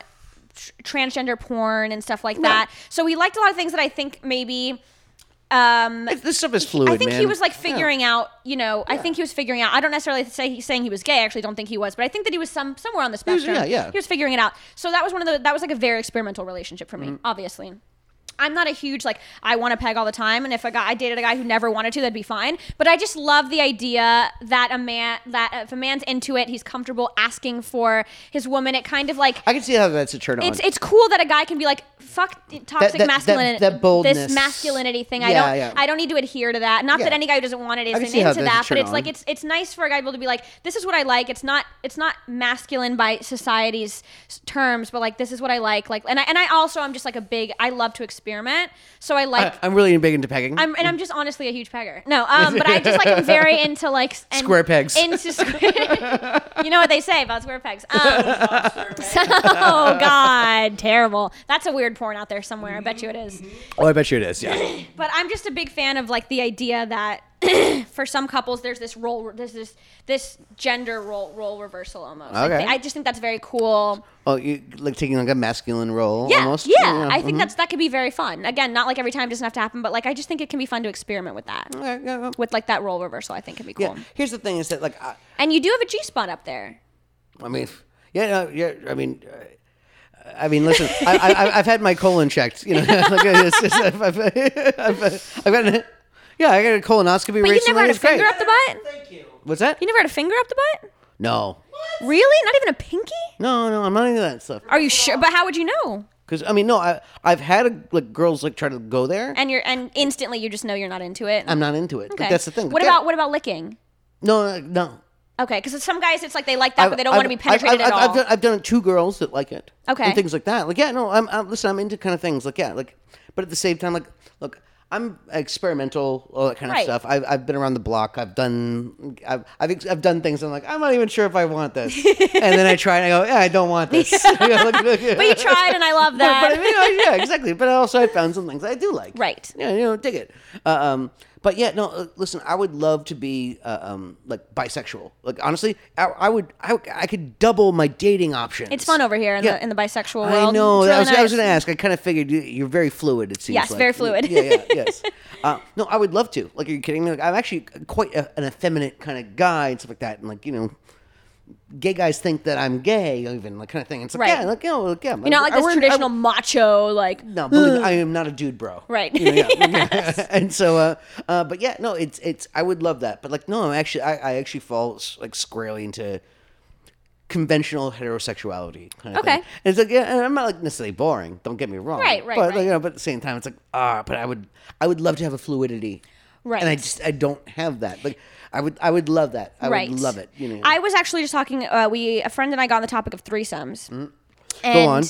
[SPEAKER 3] tr- transgender porn and stuff like that. So he liked a lot of things that I think maybe um
[SPEAKER 2] this stuff is fluid.
[SPEAKER 3] I think he
[SPEAKER 2] man.
[SPEAKER 3] was like figuring out, you know, I think he was figuring out. I don't necessarily say he's saying he was gay. I actually don't think he was, but I think that he was some somewhere on the
[SPEAKER 2] was-
[SPEAKER 3] spectrum.
[SPEAKER 2] yeah, yeah. Mm.
[SPEAKER 3] He was figuring it out. So that was one of the that was like a very experimental relationship for me, obviously. I'm not a huge like I want to peg all the time, and if a guy I dated a guy who never wanted to, that'd be fine. But I just love the idea that a man that if a man's into it, he's comfortable asking for his woman. It kind of like
[SPEAKER 2] I can see how that's a turn on.
[SPEAKER 3] it's it's cool that a guy can be like fuck toxic
[SPEAKER 2] that-
[SPEAKER 3] masculinity,
[SPEAKER 2] that- that boldness.
[SPEAKER 3] this masculinity thing. I
[SPEAKER 2] Yeah,
[SPEAKER 3] don't
[SPEAKER 2] yeah.
[SPEAKER 3] I don't need to adhere to that. Not that
[SPEAKER 2] Yeah.
[SPEAKER 3] any guy who doesn't want it
[SPEAKER 2] can
[SPEAKER 3] isn't
[SPEAKER 2] see how
[SPEAKER 3] into
[SPEAKER 2] that's a
[SPEAKER 3] that, but
[SPEAKER 2] turn
[SPEAKER 3] it's like
[SPEAKER 2] on.
[SPEAKER 3] it's it's nice for a guy to be able to be like this is what I like. It's not it's not masculine by society's s- terms, but like this is what I like. Like and I and I also I'm just like a big I love to experiment, so I
[SPEAKER 2] Uh,
[SPEAKER 3] like.
[SPEAKER 1] I, am really big into pegging.
[SPEAKER 3] I'm, and I'm just honestly a huge pegger. No, um, but I just like am very into like s- and-
[SPEAKER 1] Square pegs.
[SPEAKER 3] Into square. you know what they say about square pegs. Um, so- oh God, terrible. That's a weird porn out there somewhere. I bet you it is.
[SPEAKER 1] oh, I bet you it is. Yeah.
[SPEAKER 3] But I'm just a big fan of like the idea that for some couples there's this role there's this this gender role role reversal almost. Like,
[SPEAKER 2] Okay.
[SPEAKER 3] I just think that's very cool.
[SPEAKER 2] oh, you like taking like a masculine role
[SPEAKER 3] Yeah,
[SPEAKER 2] almost. Mm-hmm.
[SPEAKER 3] yeah. I think that's that could be very fun. Again, not like every time doesn't have to happen, but like I just think it can be fun to experiment with that.
[SPEAKER 2] Mhm. Yeah, yeah,
[SPEAKER 3] With like that role reversal, I think could be
[SPEAKER 2] yeah.
[SPEAKER 3] cool.
[SPEAKER 2] Here's the thing: is that like I,
[SPEAKER 3] And you do have a G spot up there.
[SPEAKER 2] I mean, yeah, no, yeah. I mean, uh, I mean, listen. I, I, I- I've had my colon checked. You know, like, it's- it's- I've, I've, I've, I've got an, yeah, I got a colonoscopy
[SPEAKER 3] But you
[SPEAKER 2] recently.
[SPEAKER 3] never had a
[SPEAKER 2] It's great.
[SPEAKER 3] finger up the butt?
[SPEAKER 5] Thank you.
[SPEAKER 2] What's that?
[SPEAKER 3] You never had a finger up the butt?
[SPEAKER 2] No,
[SPEAKER 3] Really? Not even a pinky?
[SPEAKER 2] no, no. I'm not into that stuff.
[SPEAKER 3] Are you sure? But how would you know?
[SPEAKER 2] Because I mean, no. I I've had a, like girls like try to go there.
[SPEAKER 3] And you're and instantly you just know you're not into it.
[SPEAKER 2] I'm not into it. Like, that's the thing.
[SPEAKER 3] What
[SPEAKER 2] Yeah.
[SPEAKER 3] about what about licking?
[SPEAKER 2] no, no, no?
[SPEAKER 3] Okay, because some guys it's like they like that, but they don't want to be
[SPEAKER 2] I've-
[SPEAKER 3] penetrated
[SPEAKER 2] I've,
[SPEAKER 3] at
[SPEAKER 2] I've,
[SPEAKER 3] all.
[SPEAKER 2] I've done, I've done two girls that like it.
[SPEAKER 3] Okay.
[SPEAKER 2] And things like that. Like, yeah, no, I'm, I'm listen, I'm into kind of things. Like, yeah, like, but at the same time, like, look, I'm experimental, all that kind
[SPEAKER 3] Right.
[SPEAKER 2] of stuff. I've, I've been around the block. I've done, I've, I've, ex- I've done things. I'm like, I'm not even sure if I want this. and then I try and I go, yeah, I don't want this. You know, like, like, yeah.
[SPEAKER 3] but you tried, and I love
[SPEAKER 2] But-
[SPEAKER 3] that.
[SPEAKER 2] But, I mean, yeah, exactly. But also, I found some things I do like.
[SPEAKER 3] Right.
[SPEAKER 2] Yeah, you know, dig it. Uh, um, but yeah, no. uh, Listen, I would love to be uh, um, like bisexual. Like honestly, I, I would. I, I could double my dating options.
[SPEAKER 3] it's fun over here in,
[SPEAKER 2] Yeah.
[SPEAKER 3] the, in the bisexual
[SPEAKER 2] I
[SPEAKER 3] world.
[SPEAKER 2] know. I
[SPEAKER 3] It's really
[SPEAKER 2] was, I was
[SPEAKER 3] nice.
[SPEAKER 2] going to ask. I kind of figured you, you're very fluid. It seems.
[SPEAKER 3] Yes,
[SPEAKER 2] like.
[SPEAKER 3] very fluid.
[SPEAKER 2] Yeah, yeah, yes. uh, no, I would love to. Like, are you kidding me? Like, I'm actually quite a, an effeminate kind of guy and stuff like that. And like, you know, gay guys think that I'm gay, even like kind of thing. And it's like,
[SPEAKER 3] Right.
[SPEAKER 2] yeah, like, you know, like, yeah.
[SPEAKER 3] You're not like this traditional macho, like
[SPEAKER 2] No, believe me, I am not a dude, bro.
[SPEAKER 3] Right.
[SPEAKER 2] You know, yeah, yeah. and so, uh, uh, but yeah, no, it's it's. I would love that, but like, no, I'm actually, I, I actually fall s- like squarely into conventional heterosexuality. Kind of
[SPEAKER 3] Okay.
[SPEAKER 2] Thing. And it's like, yeah, and I'm not like necessarily boring. Don't get me wrong.
[SPEAKER 3] Right, right,
[SPEAKER 2] But like,
[SPEAKER 3] right.
[SPEAKER 2] you know, but at the same time, it's like, ah, but I would, I would love to have a fluidity.
[SPEAKER 3] Right.
[SPEAKER 2] And I just, I don't have that. Like, I would, I would love that. I
[SPEAKER 3] right.
[SPEAKER 2] would love it. You know.
[SPEAKER 3] I was actually just talking. Uh, we a friend and I got on the topic of threesomes. And,
[SPEAKER 2] Mm. on.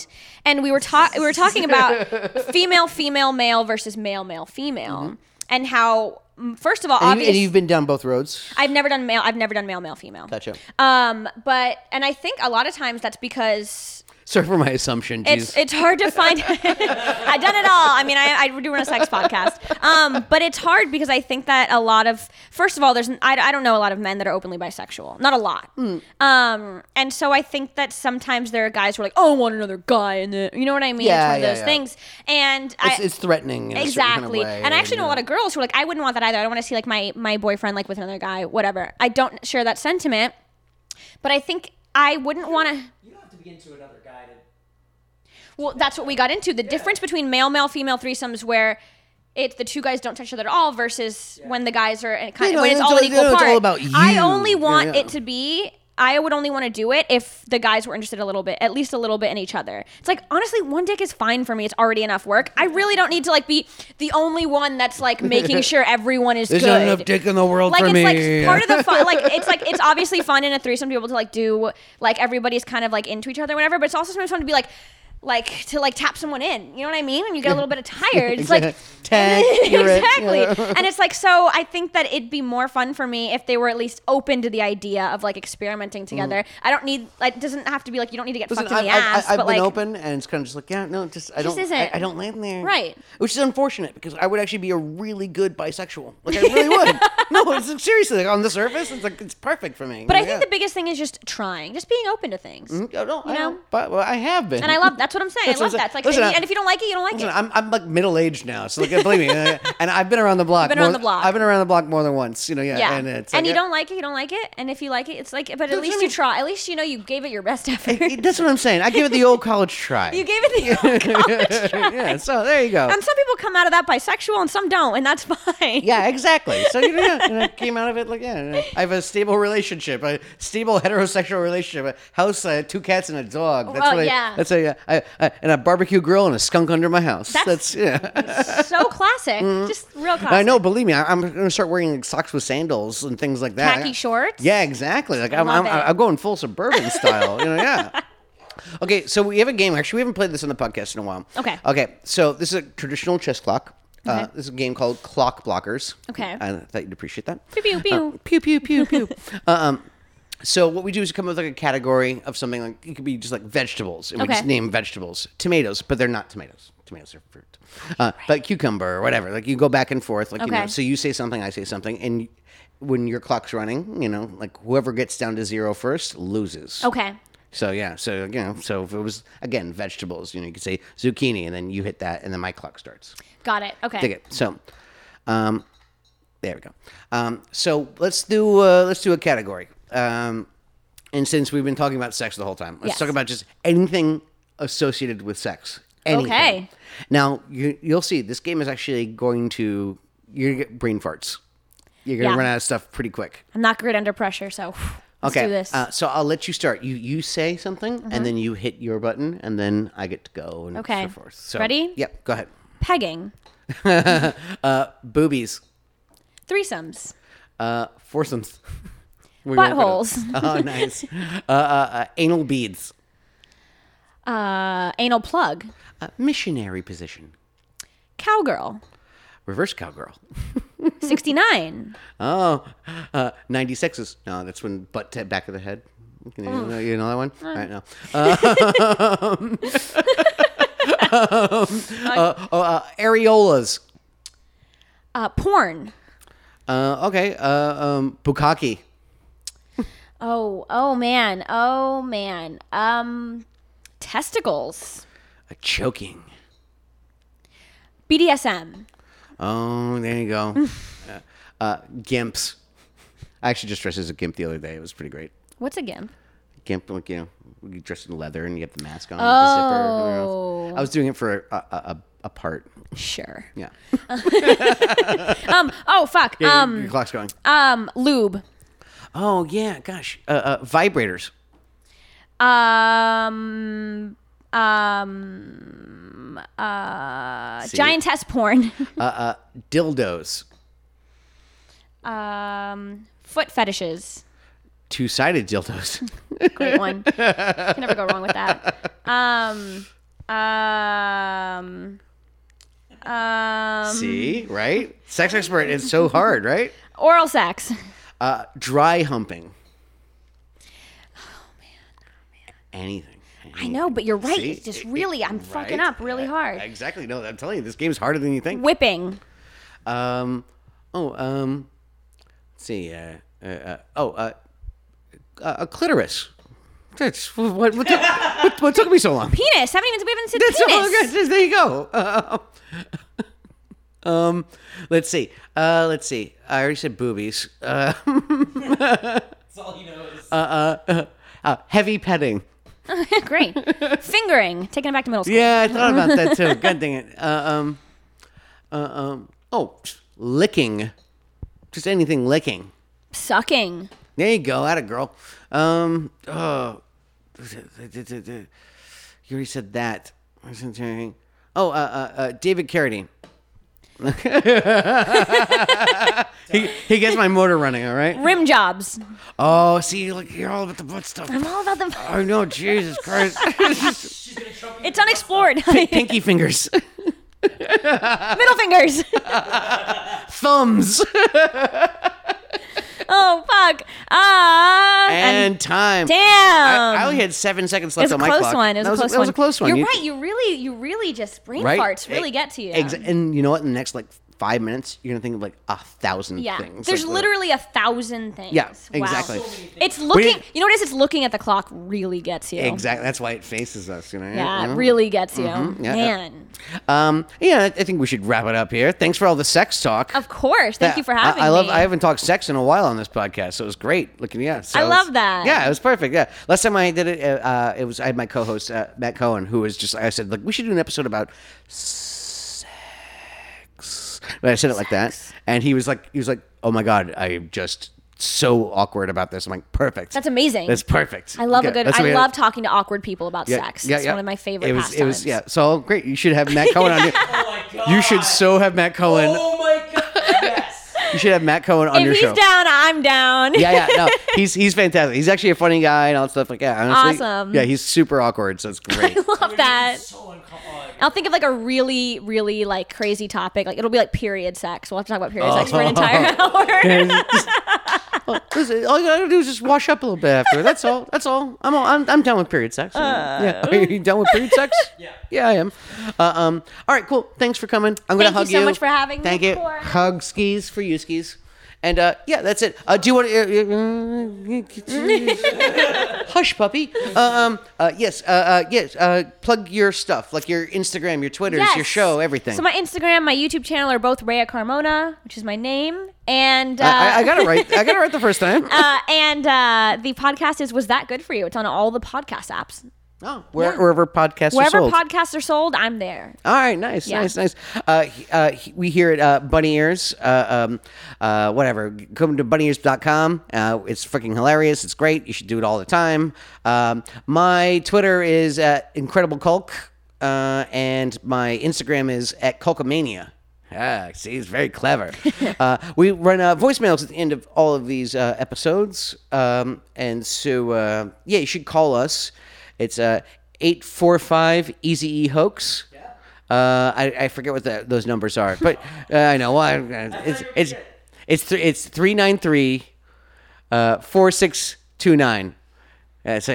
[SPEAKER 3] And we were talking. We were talking about female, female, male versus male, male, female, and how mm, first of all,
[SPEAKER 2] Mm-hmm. and, you, and
[SPEAKER 3] obviously,
[SPEAKER 2] you've been down both roads.
[SPEAKER 3] I've never done male. I've never done male, male, female.
[SPEAKER 2] Gotcha.
[SPEAKER 3] Um, but and I think a lot of times that's because
[SPEAKER 2] Sorry for my assumption. Jeez.
[SPEAKER 3] It's it's hard to find. I've done it all. I mean, I, I do run a sex podcast, um, but it's hard because I think that a lot of first of all, there's I, I don't know a lot of men that are openly bisexual. Not a lot.
[SPEAKER 2] Mm.
[SPEAKER 3] Um, and so I think that sometimes there are guys who are like, oh, I want another guy, and then-" you know what I mean.
[SPEAKER 2] Yeah,
[SPEAKER 3] it's one
[SPEAKER 2] yeah,
[SPEAKER 3] of those
[SPEAKER 2] yeah.
[SPEAKER 3] things. And
[SPEAKER 2] it's,
[SPEAKER 3] I,
[SPEAKER 2] it's threatening. In A certain kind
[SPEAKER 3] exactly
[SPEAKER 2] of way,
[SPEAKER 3] and i actually know a
[SPEAKER 2] yeah.
[SPEAKER 3] lot of girls who are like i wouldn't want that either i don't want to see like my my boyfriend like with another guy whatever i don't share that sentiment but i think i wouldn't want to
[SPEAKER 5] You don't have to be into another guy to.
[SPEAKER 3] well, that's what we got into. The difference between male, male, female threesomes where it the two guys don't touch each other at all versus when the guys are and kind
[SPEAKER 2] Yeah, no,
[SPEAKER 3] when it's,
[SPEAKER 2] it's
[SPEAKER 3] all
[SPEAKER 2] all-
[SPEAKER 3] an equal
[SPEAKER 2] yeah, it's
[SPEAKER 3] part.
[SPEAKER 2] all about you.
[SPEAKER 3] I only
[SPEAKER 2] Yeah,
[SPEAKER 3] want
[SPEAKER 2] yeah.
[SPEAKER 3] it to be I would only want to do it if the guys were interested a little bit, at least a little bit in each other. It's like honestly, one dick is fine for me. It's already enough work. I really don't need to like be the only one that's like making sure everyone is
[SPEAKER 2] There's
[SPEAKER 3] good
[SPEAKER 2] not enough dick in the world
[SPEAKER 3] like
[SPEAKER 2] for
[SPEAKER 3] it's
[SPEAKER 2] me.
[SPEAKER 3] like part of the fun. Like it's like it's obviously fun in a threesome to be able to like do like everybody's kind of like into each other, or whatever. But it's also sometimes fun to be like like to like tap someone in. You know what I mean? And you get a little bit of tired. It's like
[SPEAKER 2] Tag, you're it.
[SPEAKER 3] exactly.
[SPEAKER 2] Yeah.
[SPEAKER 3] and it's like so. I think that it'd be more fun for me if they were at least open to the idea of like experimenting together. I don't need. Like, it doesn't have to be like you don't need to get
[SPEAKER 2] Mm. Listen,
[SPEAKER 3] fucked in
[SPEAKER 2] I've,
[SPEAKER 3] the
[SPEAKER 2] I've-
[SPEAKER 3] ass.
[SPEAKER 2] I've
[SPEAKER 3] but
[SPEAKER 2] been
[SPEAKER 3] like
[SPEAKER 2] open, and it's kind of just like, yeah, no, just I
[SPEAKER 3] Just
[SPEAKER 2] don't, I-
[SPEAKER 3] isn't.
[SPEAKER 2] I, don't land there,
[SPEAKER 3] Right.
[SPEAKER 2] Which is unfortunate because I would actually be a really good bisexual. Like I really would. no, it's seriously like, on the surface, it's like it's perfect for me.
[SPEAKER 3] But I think the biggest thing is just trying, just being open to things.
[SPEAKER 2] no, no,
[SPEAKER 3] you
[SPEAKER 2] I
[SPEAKER 3] know?
[SPEAKER 2] know, but well, I have been,
[SPEAKER 3] And I love that's what I'm saying.
[SPEAKER 2] Mm, That's
[SPEAKER 3] I
[SPEAKER 2] what
[SPEAKER 3] love
[SPEAKER 2] I'm
[SPEAKER 3] that. It's
[SPEAKER 2] saying.
[SPEAKER 3] like,
[SPEAKER 2] Listen,
[SPEAKER 3] and if you don't like it, you don't like
[SPEAKER 2] Listen,
[SPEAKER 3] it.
[SPEAKER 2] I'm, I'm like middle aged now, so like believe me, uh, and I've been around the block.
[SPEAKER 3] Been
[SPEAKER 2] more,
[SPEAKER 3] around the block.
[SPEAKER 2] I've been around the block more than once. You know, yeah,
[SPEAKER 3] yeah.
[SPEAKER 2] and
[SPEAKER 3] And,
[SPEAKER 2] it's
[SPEAKER 3] you
[SPEAKER 2] like,
[SPEAKER 3] don't like it, you don't like it. And if you like it, it's like, but at least
[SPEAKER 2] what I
[SPEAKER 3] you try. At least you know you gave it your best effort.
[SPEAKER 2] uh, That's what I'm saying. I give it the old college try.
[SPEAKER 3] you gave it the college try.
[SPEAKER 2] yeah, so there you go.
[SPEAKER 3] And some people come out of that bisexual, and some don't, and that's fine.
[SPEAKER 2] yeah, exactly. So you know, yeah, and I came out of it like yeah, I have a stable relationship, a stable heterosexual relationship, a house, uh, two cats and a dog. That's
[SPEAKER 3] Well,
[SPEAKER 2] what
[SPEAKER 3] yeah.
[SPEAKER 2] I, that's a, uh, I, I, and a barbecue grill and a skunk under my house.
[SPEAKER 3] That's-
[SPEAKER 2] That's, yeah.
[SPEAKER 3] so classic, just real classic.
[SPEAKER 2] Mm-hmm. I know. Believe me, I, I'm gonna start wearing like, socks with sandals and things like that.
[SPEAKER 3] Khaki shorts?
[SPEAKER 2] Yeah, exactly. Like I'm, I'm,
[SPEAKER 3] love it.
[SPEAKER 2] I'm going full suburban style. You know, yeah. Okay, so we have a game. Actually, we haven't played this on the podcast in a while.
[SPEAKER 3] Okay.
[SPEAKER 2] Okay, so this is a traditional chess clock. Uh, this is a game called Clock Blockers.
[SPEAKER 3] Okay.
[SPEAKER 2] I thought you'd appreciate that.
[SPEAKER 3] Pew, pew, pew.
[SPEAKER 2] pew pew pew pew. uh, um, so what we do is come up with like a category of something like it could be just like vegetables, and we
[SPEAKER 3] Okay.
[SPEAKER 2] just name vegetables tomatoes, but they're not tomatoes. Tomatoes are fruit, uh, but cucumber or whatever. Like you go back and forth, like you know.
[SPEAKER 3] Okay.
[SPEAKER 2] So you say something, I say something, and when your clock's running, you know, like whoever gets down to zero first loses.
[SPEAKER 3] Okay.
[SPEAKER 2] So yeah, so you know, so if it was again vegetables, you know, you could say zucchini, and then you hit that, and then my clock starts.
[SPEAKER 3] Got it. Okay.
[SPEAKER 2] Dig it. So, um, there we go. Um, so let's do uh, let's do a category. Um, and since we've been talking about sex the whole time, let's
[SPEAKER 3] Yes.
[SPEAKER 2] talk about just anything associated with sex. Anything.
[SPEAKER 3] Okay.
[SPEAKER 2] Now you you'll see this game is actually going to you're gonna get brain farts. You're gonna
[SPEAKER 3] Yeah.
[SPEAKER 2] run out of stuff pretty quick.
[SPEAKER 3] I'm not great under pressure, so whew, let's
[SPEAKER 2] okay.
[SPEAKER 3] do this. Mm-hmm.
[SPEAKER 2] Uh, so I'll let you start. You you say something, and then you hit your button, and then I get to go and
[SPEAKER 3] Okay.
[SPEAKER 2] so forth. So,
[SPEAKER 3] Ready?
[SPEAKER 2] Yep. Go ahead.
[SPEAKER 3] Pegging,
[SPEAKER 2] Boobies.
[SPEAKER 3] threesomes,
[SPEAKER 2] Uh, foursomes. We won't go to-
[SPEAKER 3] buttholes,
[SPEAKER 2] Oh, nice. uh, uh, uh, anal beads.
[SPEAKER 3] uh, anal plug,
[SPEAKER 2] Uh, missionary position.
[SPEAKER 3] cowgirl,
[SPEAKER 2] Reverse cowgirl.
[SPEAKER 3] 69,
[SPEAKER 2] Oh, uh, 96s. No, that's when butt tip back of the head. You know, you know that one? I right, no. Um, Uh, oh, uh, areolas.
[SPEAKER 3] uh, porn.
[SPEAKER 2] Uh, okay. Uh, um, bukkake.
[SPEAKER 3] Oh, oh man, oh man. Um, testicles,
[SPEAKER 2] Uh, choking.
[SPEAKER 3] BDSM,
[SPEAKER 2] Oh, there you go. Uh, uh, gimps. I actually just dressed as a gimp the other day. It was pretty great.
[SPEAKER 3] What's a gimp?
[SPEAKER 2] gimp like you know you dress in leather and you have the mask on with the
[SPEAKER 3] Oh.
[SPEAKER 2] zipper i was doing it for a, a, a, a part
[SPEAKER 3] Sure.
[SPEAKER 2] yeah
[SPEAKER 3] Um. Oh fuck.
[SPEAKER 2] Your- your
[SPEAKER 3] Um.
[SPEAKER 2] clock's going
[SPEAKER 3] Um. Lube.
[SPEAKER 2] oh yeah gosh uh, uh, vibrators
[SPEAKER 3] Um. Um. Uh. Giant test porn.
[SPEAKER 2] dildos
[SPEAKER 3] um. Foot fetishes.
[SPEAKER 2] two-sided dildos
[SPEAKER 3] Great one. Can never go wrong with that. Um. Um. Um.
[SPEAKER 2] see right sex expert it's so hard right
[SPEAKER 3] Oral sex.
[SPEAKER 2] uh, dry humping oh man
[SPEAKER 3] Oh,
[SPEAKER 2] anything
[SPEAKER 3] I know, but you're right.
[SPEAKER 2] See?
[SPEAKER 3] It's just
[SPEAKER 2] It-
[SPEAKER 3] really, I'm fucking
[SPEAKER 2] right?
[SPEAKER 3] up really hard.
[SPEAKER 2] exactly no i'm telling you this game's harder than you think
[SPEAKER 3] Whipping.
[SPEAKER 2] Um. Oh. Um. Let's see. Uh. uh, uh oh. Uh, uh. A clitoris. That's what. What, what, took, what, what took me so long?
[SPEAKER 3] Penis. Haven't even we haven't said
[SPEAKER 2] That's so
[SPEAKER 3] penis.
[SPEAKER 2] good. There you go. Uh, um. Let's see. Uh. Let's see. I already said boobies. Uh.
[SPEAKER 4] That's all he knows.
[SPEAKER 2] uh heavy petting.
[SPEAKER 3] Great. Fingering. Taking it back to middle school.
[SPEAKER 2] Yeah, I thought about that too. God dang it. Uh, um. Uh, um. Oh, licking. Just anything licking.
[SPEAKER 3] Sucking.
[SPEAKER 2] There you go, at a girl. Um, oh, you already said that. Oh, uh, uh, uh, David Carradine. he, he gets my motor running, all right?
[SPEAKER 3] Rim jobs.
[SPEAKER 2] Oh, see, look, you're all about the butt stuff.
[SPEAKER 3] I'm all about the.
[SPEAKER 2] Oh, no, Jesus Christ.
[SPEAKER 3] It's unexplored.
[SPEAKER 2] Pinky fingers,
[SPEAKER 3] Middle fingers.
[SPEAKER 2] thumbs,
[SPEAKER 3] Oh fuck. Ah.
[SPEAKER 2] and time.
[SPEAKER 3] damn.
[SPEAKER 2] I, I only had seven seconds left
[SPEAKER 3] it was a
[SPEAKER 2] on my
[SPEAKER 3] close
[SPEAKER 2] clock.
[SPEAKER 3] one. It was,
[SPEAKER 2] That
[SPEAKER 3] a close
[SPEAKER 2] that
[SPEAKER 3] one.
[SPEAKER 2] was a close one.
[SPEAKER 3] You're
[SPEAKER 2] You-
[SPEAKER 3] right. You really, you really just brain farts really
[SPEAKER 2] Ex-
[SPEAKER 3] get to you.
[SPEAKER 2] exa- and you know what? In the next like five minutes, you're gonna think of like a thousand
[SPEAKER 3] Yeah.
[SPEAKER 2] things.
[SPEAKER 3] There's
[SPEAKER 2] Like, uh,
[SPEAKER 3] literally a thousand things.
[SPEAKER 2] Yeah,
[SPEAKER 3] Wow.
[SPEAKER 2] exactly.
[SPEAKER 3] It's looking. you know what it is? It's looking at the clock really gets you.
[SPEAKER 2] Exactly. That's why it faces us, you know.
[SPEAKER 3] Yeah,
[SPEAKER 2] Mhm.
[SPEAKER 3] it really gets you.
[SPEAKER 2] yeah.
[SPEAKER 3] Man.
[SPEAKER 2] Um, yeah, I think we should wrap it up here. Thanks for all the sex talk.
[SPEAKER 3] Of course. Thank
[SPEAKER 2] That-
[SPEAKER 3] you for having
[SPEAKER 2] I, I love.
[SPEAKER 3] me.
[SPEAKER 2] I haven't talked sex in a while on this podcast, so it was great. Looking, yeah, so
[SPEAKER 3] I
[SPEAKER 2] it was-
[SPEAKER 3] love that.
[SPEAKER 2] Yeah, it was perfect. Yeah, last time I did it, uh, uh, it was I had my co-host uh, Matt Cohen, who was just. I said like we should do an episode about sex, but I said it like that, and he was like, he was like, oh my god, I'm just so awkward about this. I'm like, perfect.
[SPEAKER 3] That's amazing.
[SPEAKER 2] That's perfect.
[SPEAKER 3] I love a
[SPEAKER 2] Okay,
[SPEAKER 3] good.
[SPEAKER 2] that's what
[SPEAKER 3] I
[SPEAKER 2] we-
[SPEAKER 3] love talking to awkward people about sex. it's one of my favorite
[SPEAKER 2] It was.
[SPEAKER 3] pastimes.
[SPEAKER 2] It was. Yeah. So great. You should have Matt Cohen on. Your,
[SPEAKER 4] Oh my god.
[SPEAKER 2] You should so have Matt Cohen.
[SPEAKER 4] Oh my god. Yes.
[SPEAKER 2] You should have Matt Cohen on
[SPEAKER 3] If
[SPEAKER 2] your
[SPEAKER 3] he's
[SPEAKER 2] show.
[SPEAKER 3] down, I'm down.
[SPEAKER 2] yeah, yeah. No, he's he's fantastic. He's actually a funny guy and all that stuff. Like, yeah, honestly,
[SPEAKER 3] Awesome.
[SPEAKER 2] Yeah, he's super awkward, so it's great.
[SPEAKER 3] love that.
[SPEAKER 4] So uncomfortable.
[SPEAKER 3] I'll think of like a really, really like crazy topic. Like it'll be like period sex. We'll have to talk about period sex for an entire
[SPEAKER 2] Uh-huh.
[SPEAKER 3] hour.
[SPEAKER 2] Listen, all you gotta do is just wash up a little bit after. That's all. That's all. I'm all, I'm, I'm done with period
[SPEAKER 3] Uh,
[SPEAKER 2] sex. yeah, are you done with period sex? yeah, yeah, I am. Uh, um, all right, cool. Thanks for coming. I'm gonna
[SPEAKER 3] Thank you
[SPEAKER 2] hug
[SPEAKER 3] so much for having me,
[SPEAKER 2] Thank
[SPEAKER 3] of
[SPEAKER 2] you.
[SPEAKER 3] course.
[SPEAKER 2] Hug skis for you skis. And uh, yeah, that's it. Uh, do you want to? hush, puppy. Uh, um, uh, yes, uh, uh, yes. Uh, plug your stuff, like your Instagram, your Twitters, your
[SPEAKER 3] Yes.
[SPEAKER 2] show, everything.
[SPEAKER 3] So my Instagram, my YouTube channel are both Rhea Carmona, which is my name, and uh,
[SPEAKER 2] I, I- I got it right. I got it right the first time.
[SPEAKER 3] uh, and uh, the podcast is "Was That Good for You?" It's on all the podcast apps.
[SPEAKER 2] oh, where, wherever podcasts are
[SPEAKER 3] Wherever
[SPEAKER 2] sold.
[SPEAKER 3] podcasts are sold, I'm there.
[SPEAKER 2] All right, nice,
[SPEAKER 3] Yeah.
[SPEAKER 2] nice, nice. Uh, he- uh, he- we hear it, uh, Bunny Ears, uh, um, uh, whatever. Come to bunnyears.com. Uh, it's freaking hilarious. It's great. You should do it all the time. Um, my Twitter is at Incredible Culk, uh, and my Instagram is at Culkamania. Ah, see, it's very clever. uh, we run uh, voicemails at the end of all of these uh, episodes. Um, and so, uh, yeah, you should call us. It's uh, 845 Easy E Hoax. Uh, I, I forget what the, those numbers are, but uh, I know why. It's it's it's th- it's three nine three, uh, four six two nine. Uh, so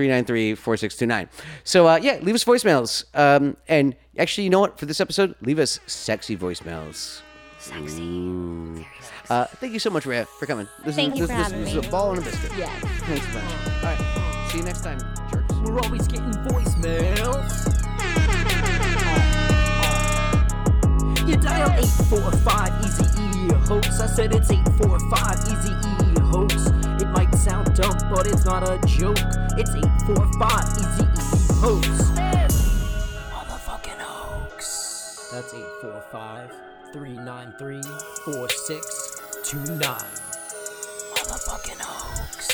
[SPEAKER 2] 845-393-4629. So uh, yeah, leave us voicemails. Um, and actually, you know what? For this episode, leave us sexy voicemails. Sexy. Uh, thank you so much, Rhea, for coming. This
[SPEAKER 3] Thank
[SPEAKER 2] is,
[SPEAKER 3] you
[SPEAKER 2] this,
[SPEAKER 3] for
[SPEAKER 2] this,
[SPEAKER 3] having
[SPEAKER 2] this
[SPEAKER 3] me.
[SPEAKER 2] is a ball and a biscuit.
[SPEAKER 3] Yeah.
[SPEAKER 2] Thanks so much. All right. See you next time, jerks.
[SPEAKER 7] We're always getting voicemails. You dial 845 Easy E hoax. I said it's 845 Easy E hoax. It might sound dumb, but it's not a joke. It's 845 Easy E hoax. Motherfucking hoax. That's 845 393 4629. Motherfucking hoax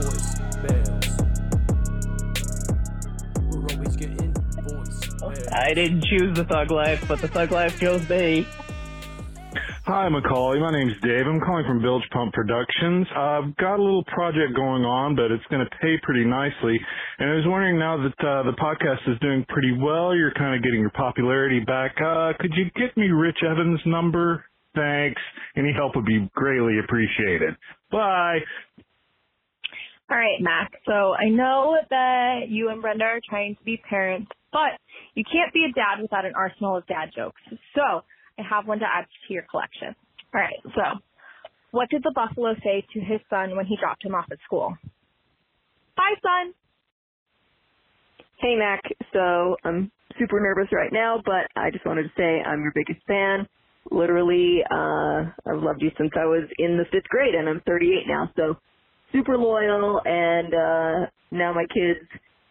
[SPEAKER 7] voicemails. We're always getting voicemails.
[SPEAKER 8] I didn't choose the thug life, but the thug life chose me.
[SPEAKER 9] Hi, Macaulay. My name's Dave. I'm calling from Bilge Pump Productions. I've got a little project going on, but it's going to pay pretty nicely. And I was wondering now that uh, the podcast is doing pretty well, you're kind of getting your popularity back. Uh, could you get me Rich Evans' number? Thanks. Any help would be greatly appreciated. Bye.
[SPEAKER 10] All right, Mac. So I know that you and Brenda are trying to be parents, but you can't be a dad without an arsenal of dad jokes. So I have one to add to your collection. All right. So what did the buffalo say to his son when he dropped him off at school? Bye, son.
[SPEAKER 8] Hey, Mac. So I'm super nervous right now, but I just wanted to say I'm your biggest fan. Literally, uh, I've loved you since I was in the fifth grade, and I'm 38 now. So super loyal, and uh, now my kids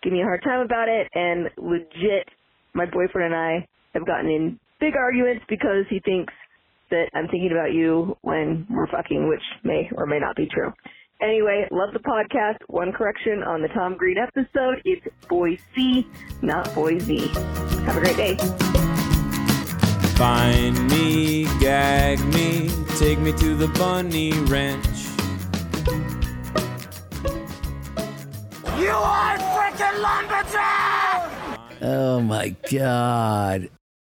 [SPEAKER 8] give me a hard time about it. And legit, my boyfriend and I have gotten in big arguments because he thinks that I'm thinking about you when we're fucking, which may or may not be true. Anyway, love the podcast. One correction on the Tom Green episode. It's Boise, not Boise. Have a great day.
[SPEAKER 1] Find me, gag me, take me to the bunny ranch.
[SPEAKER 7] Oh my god.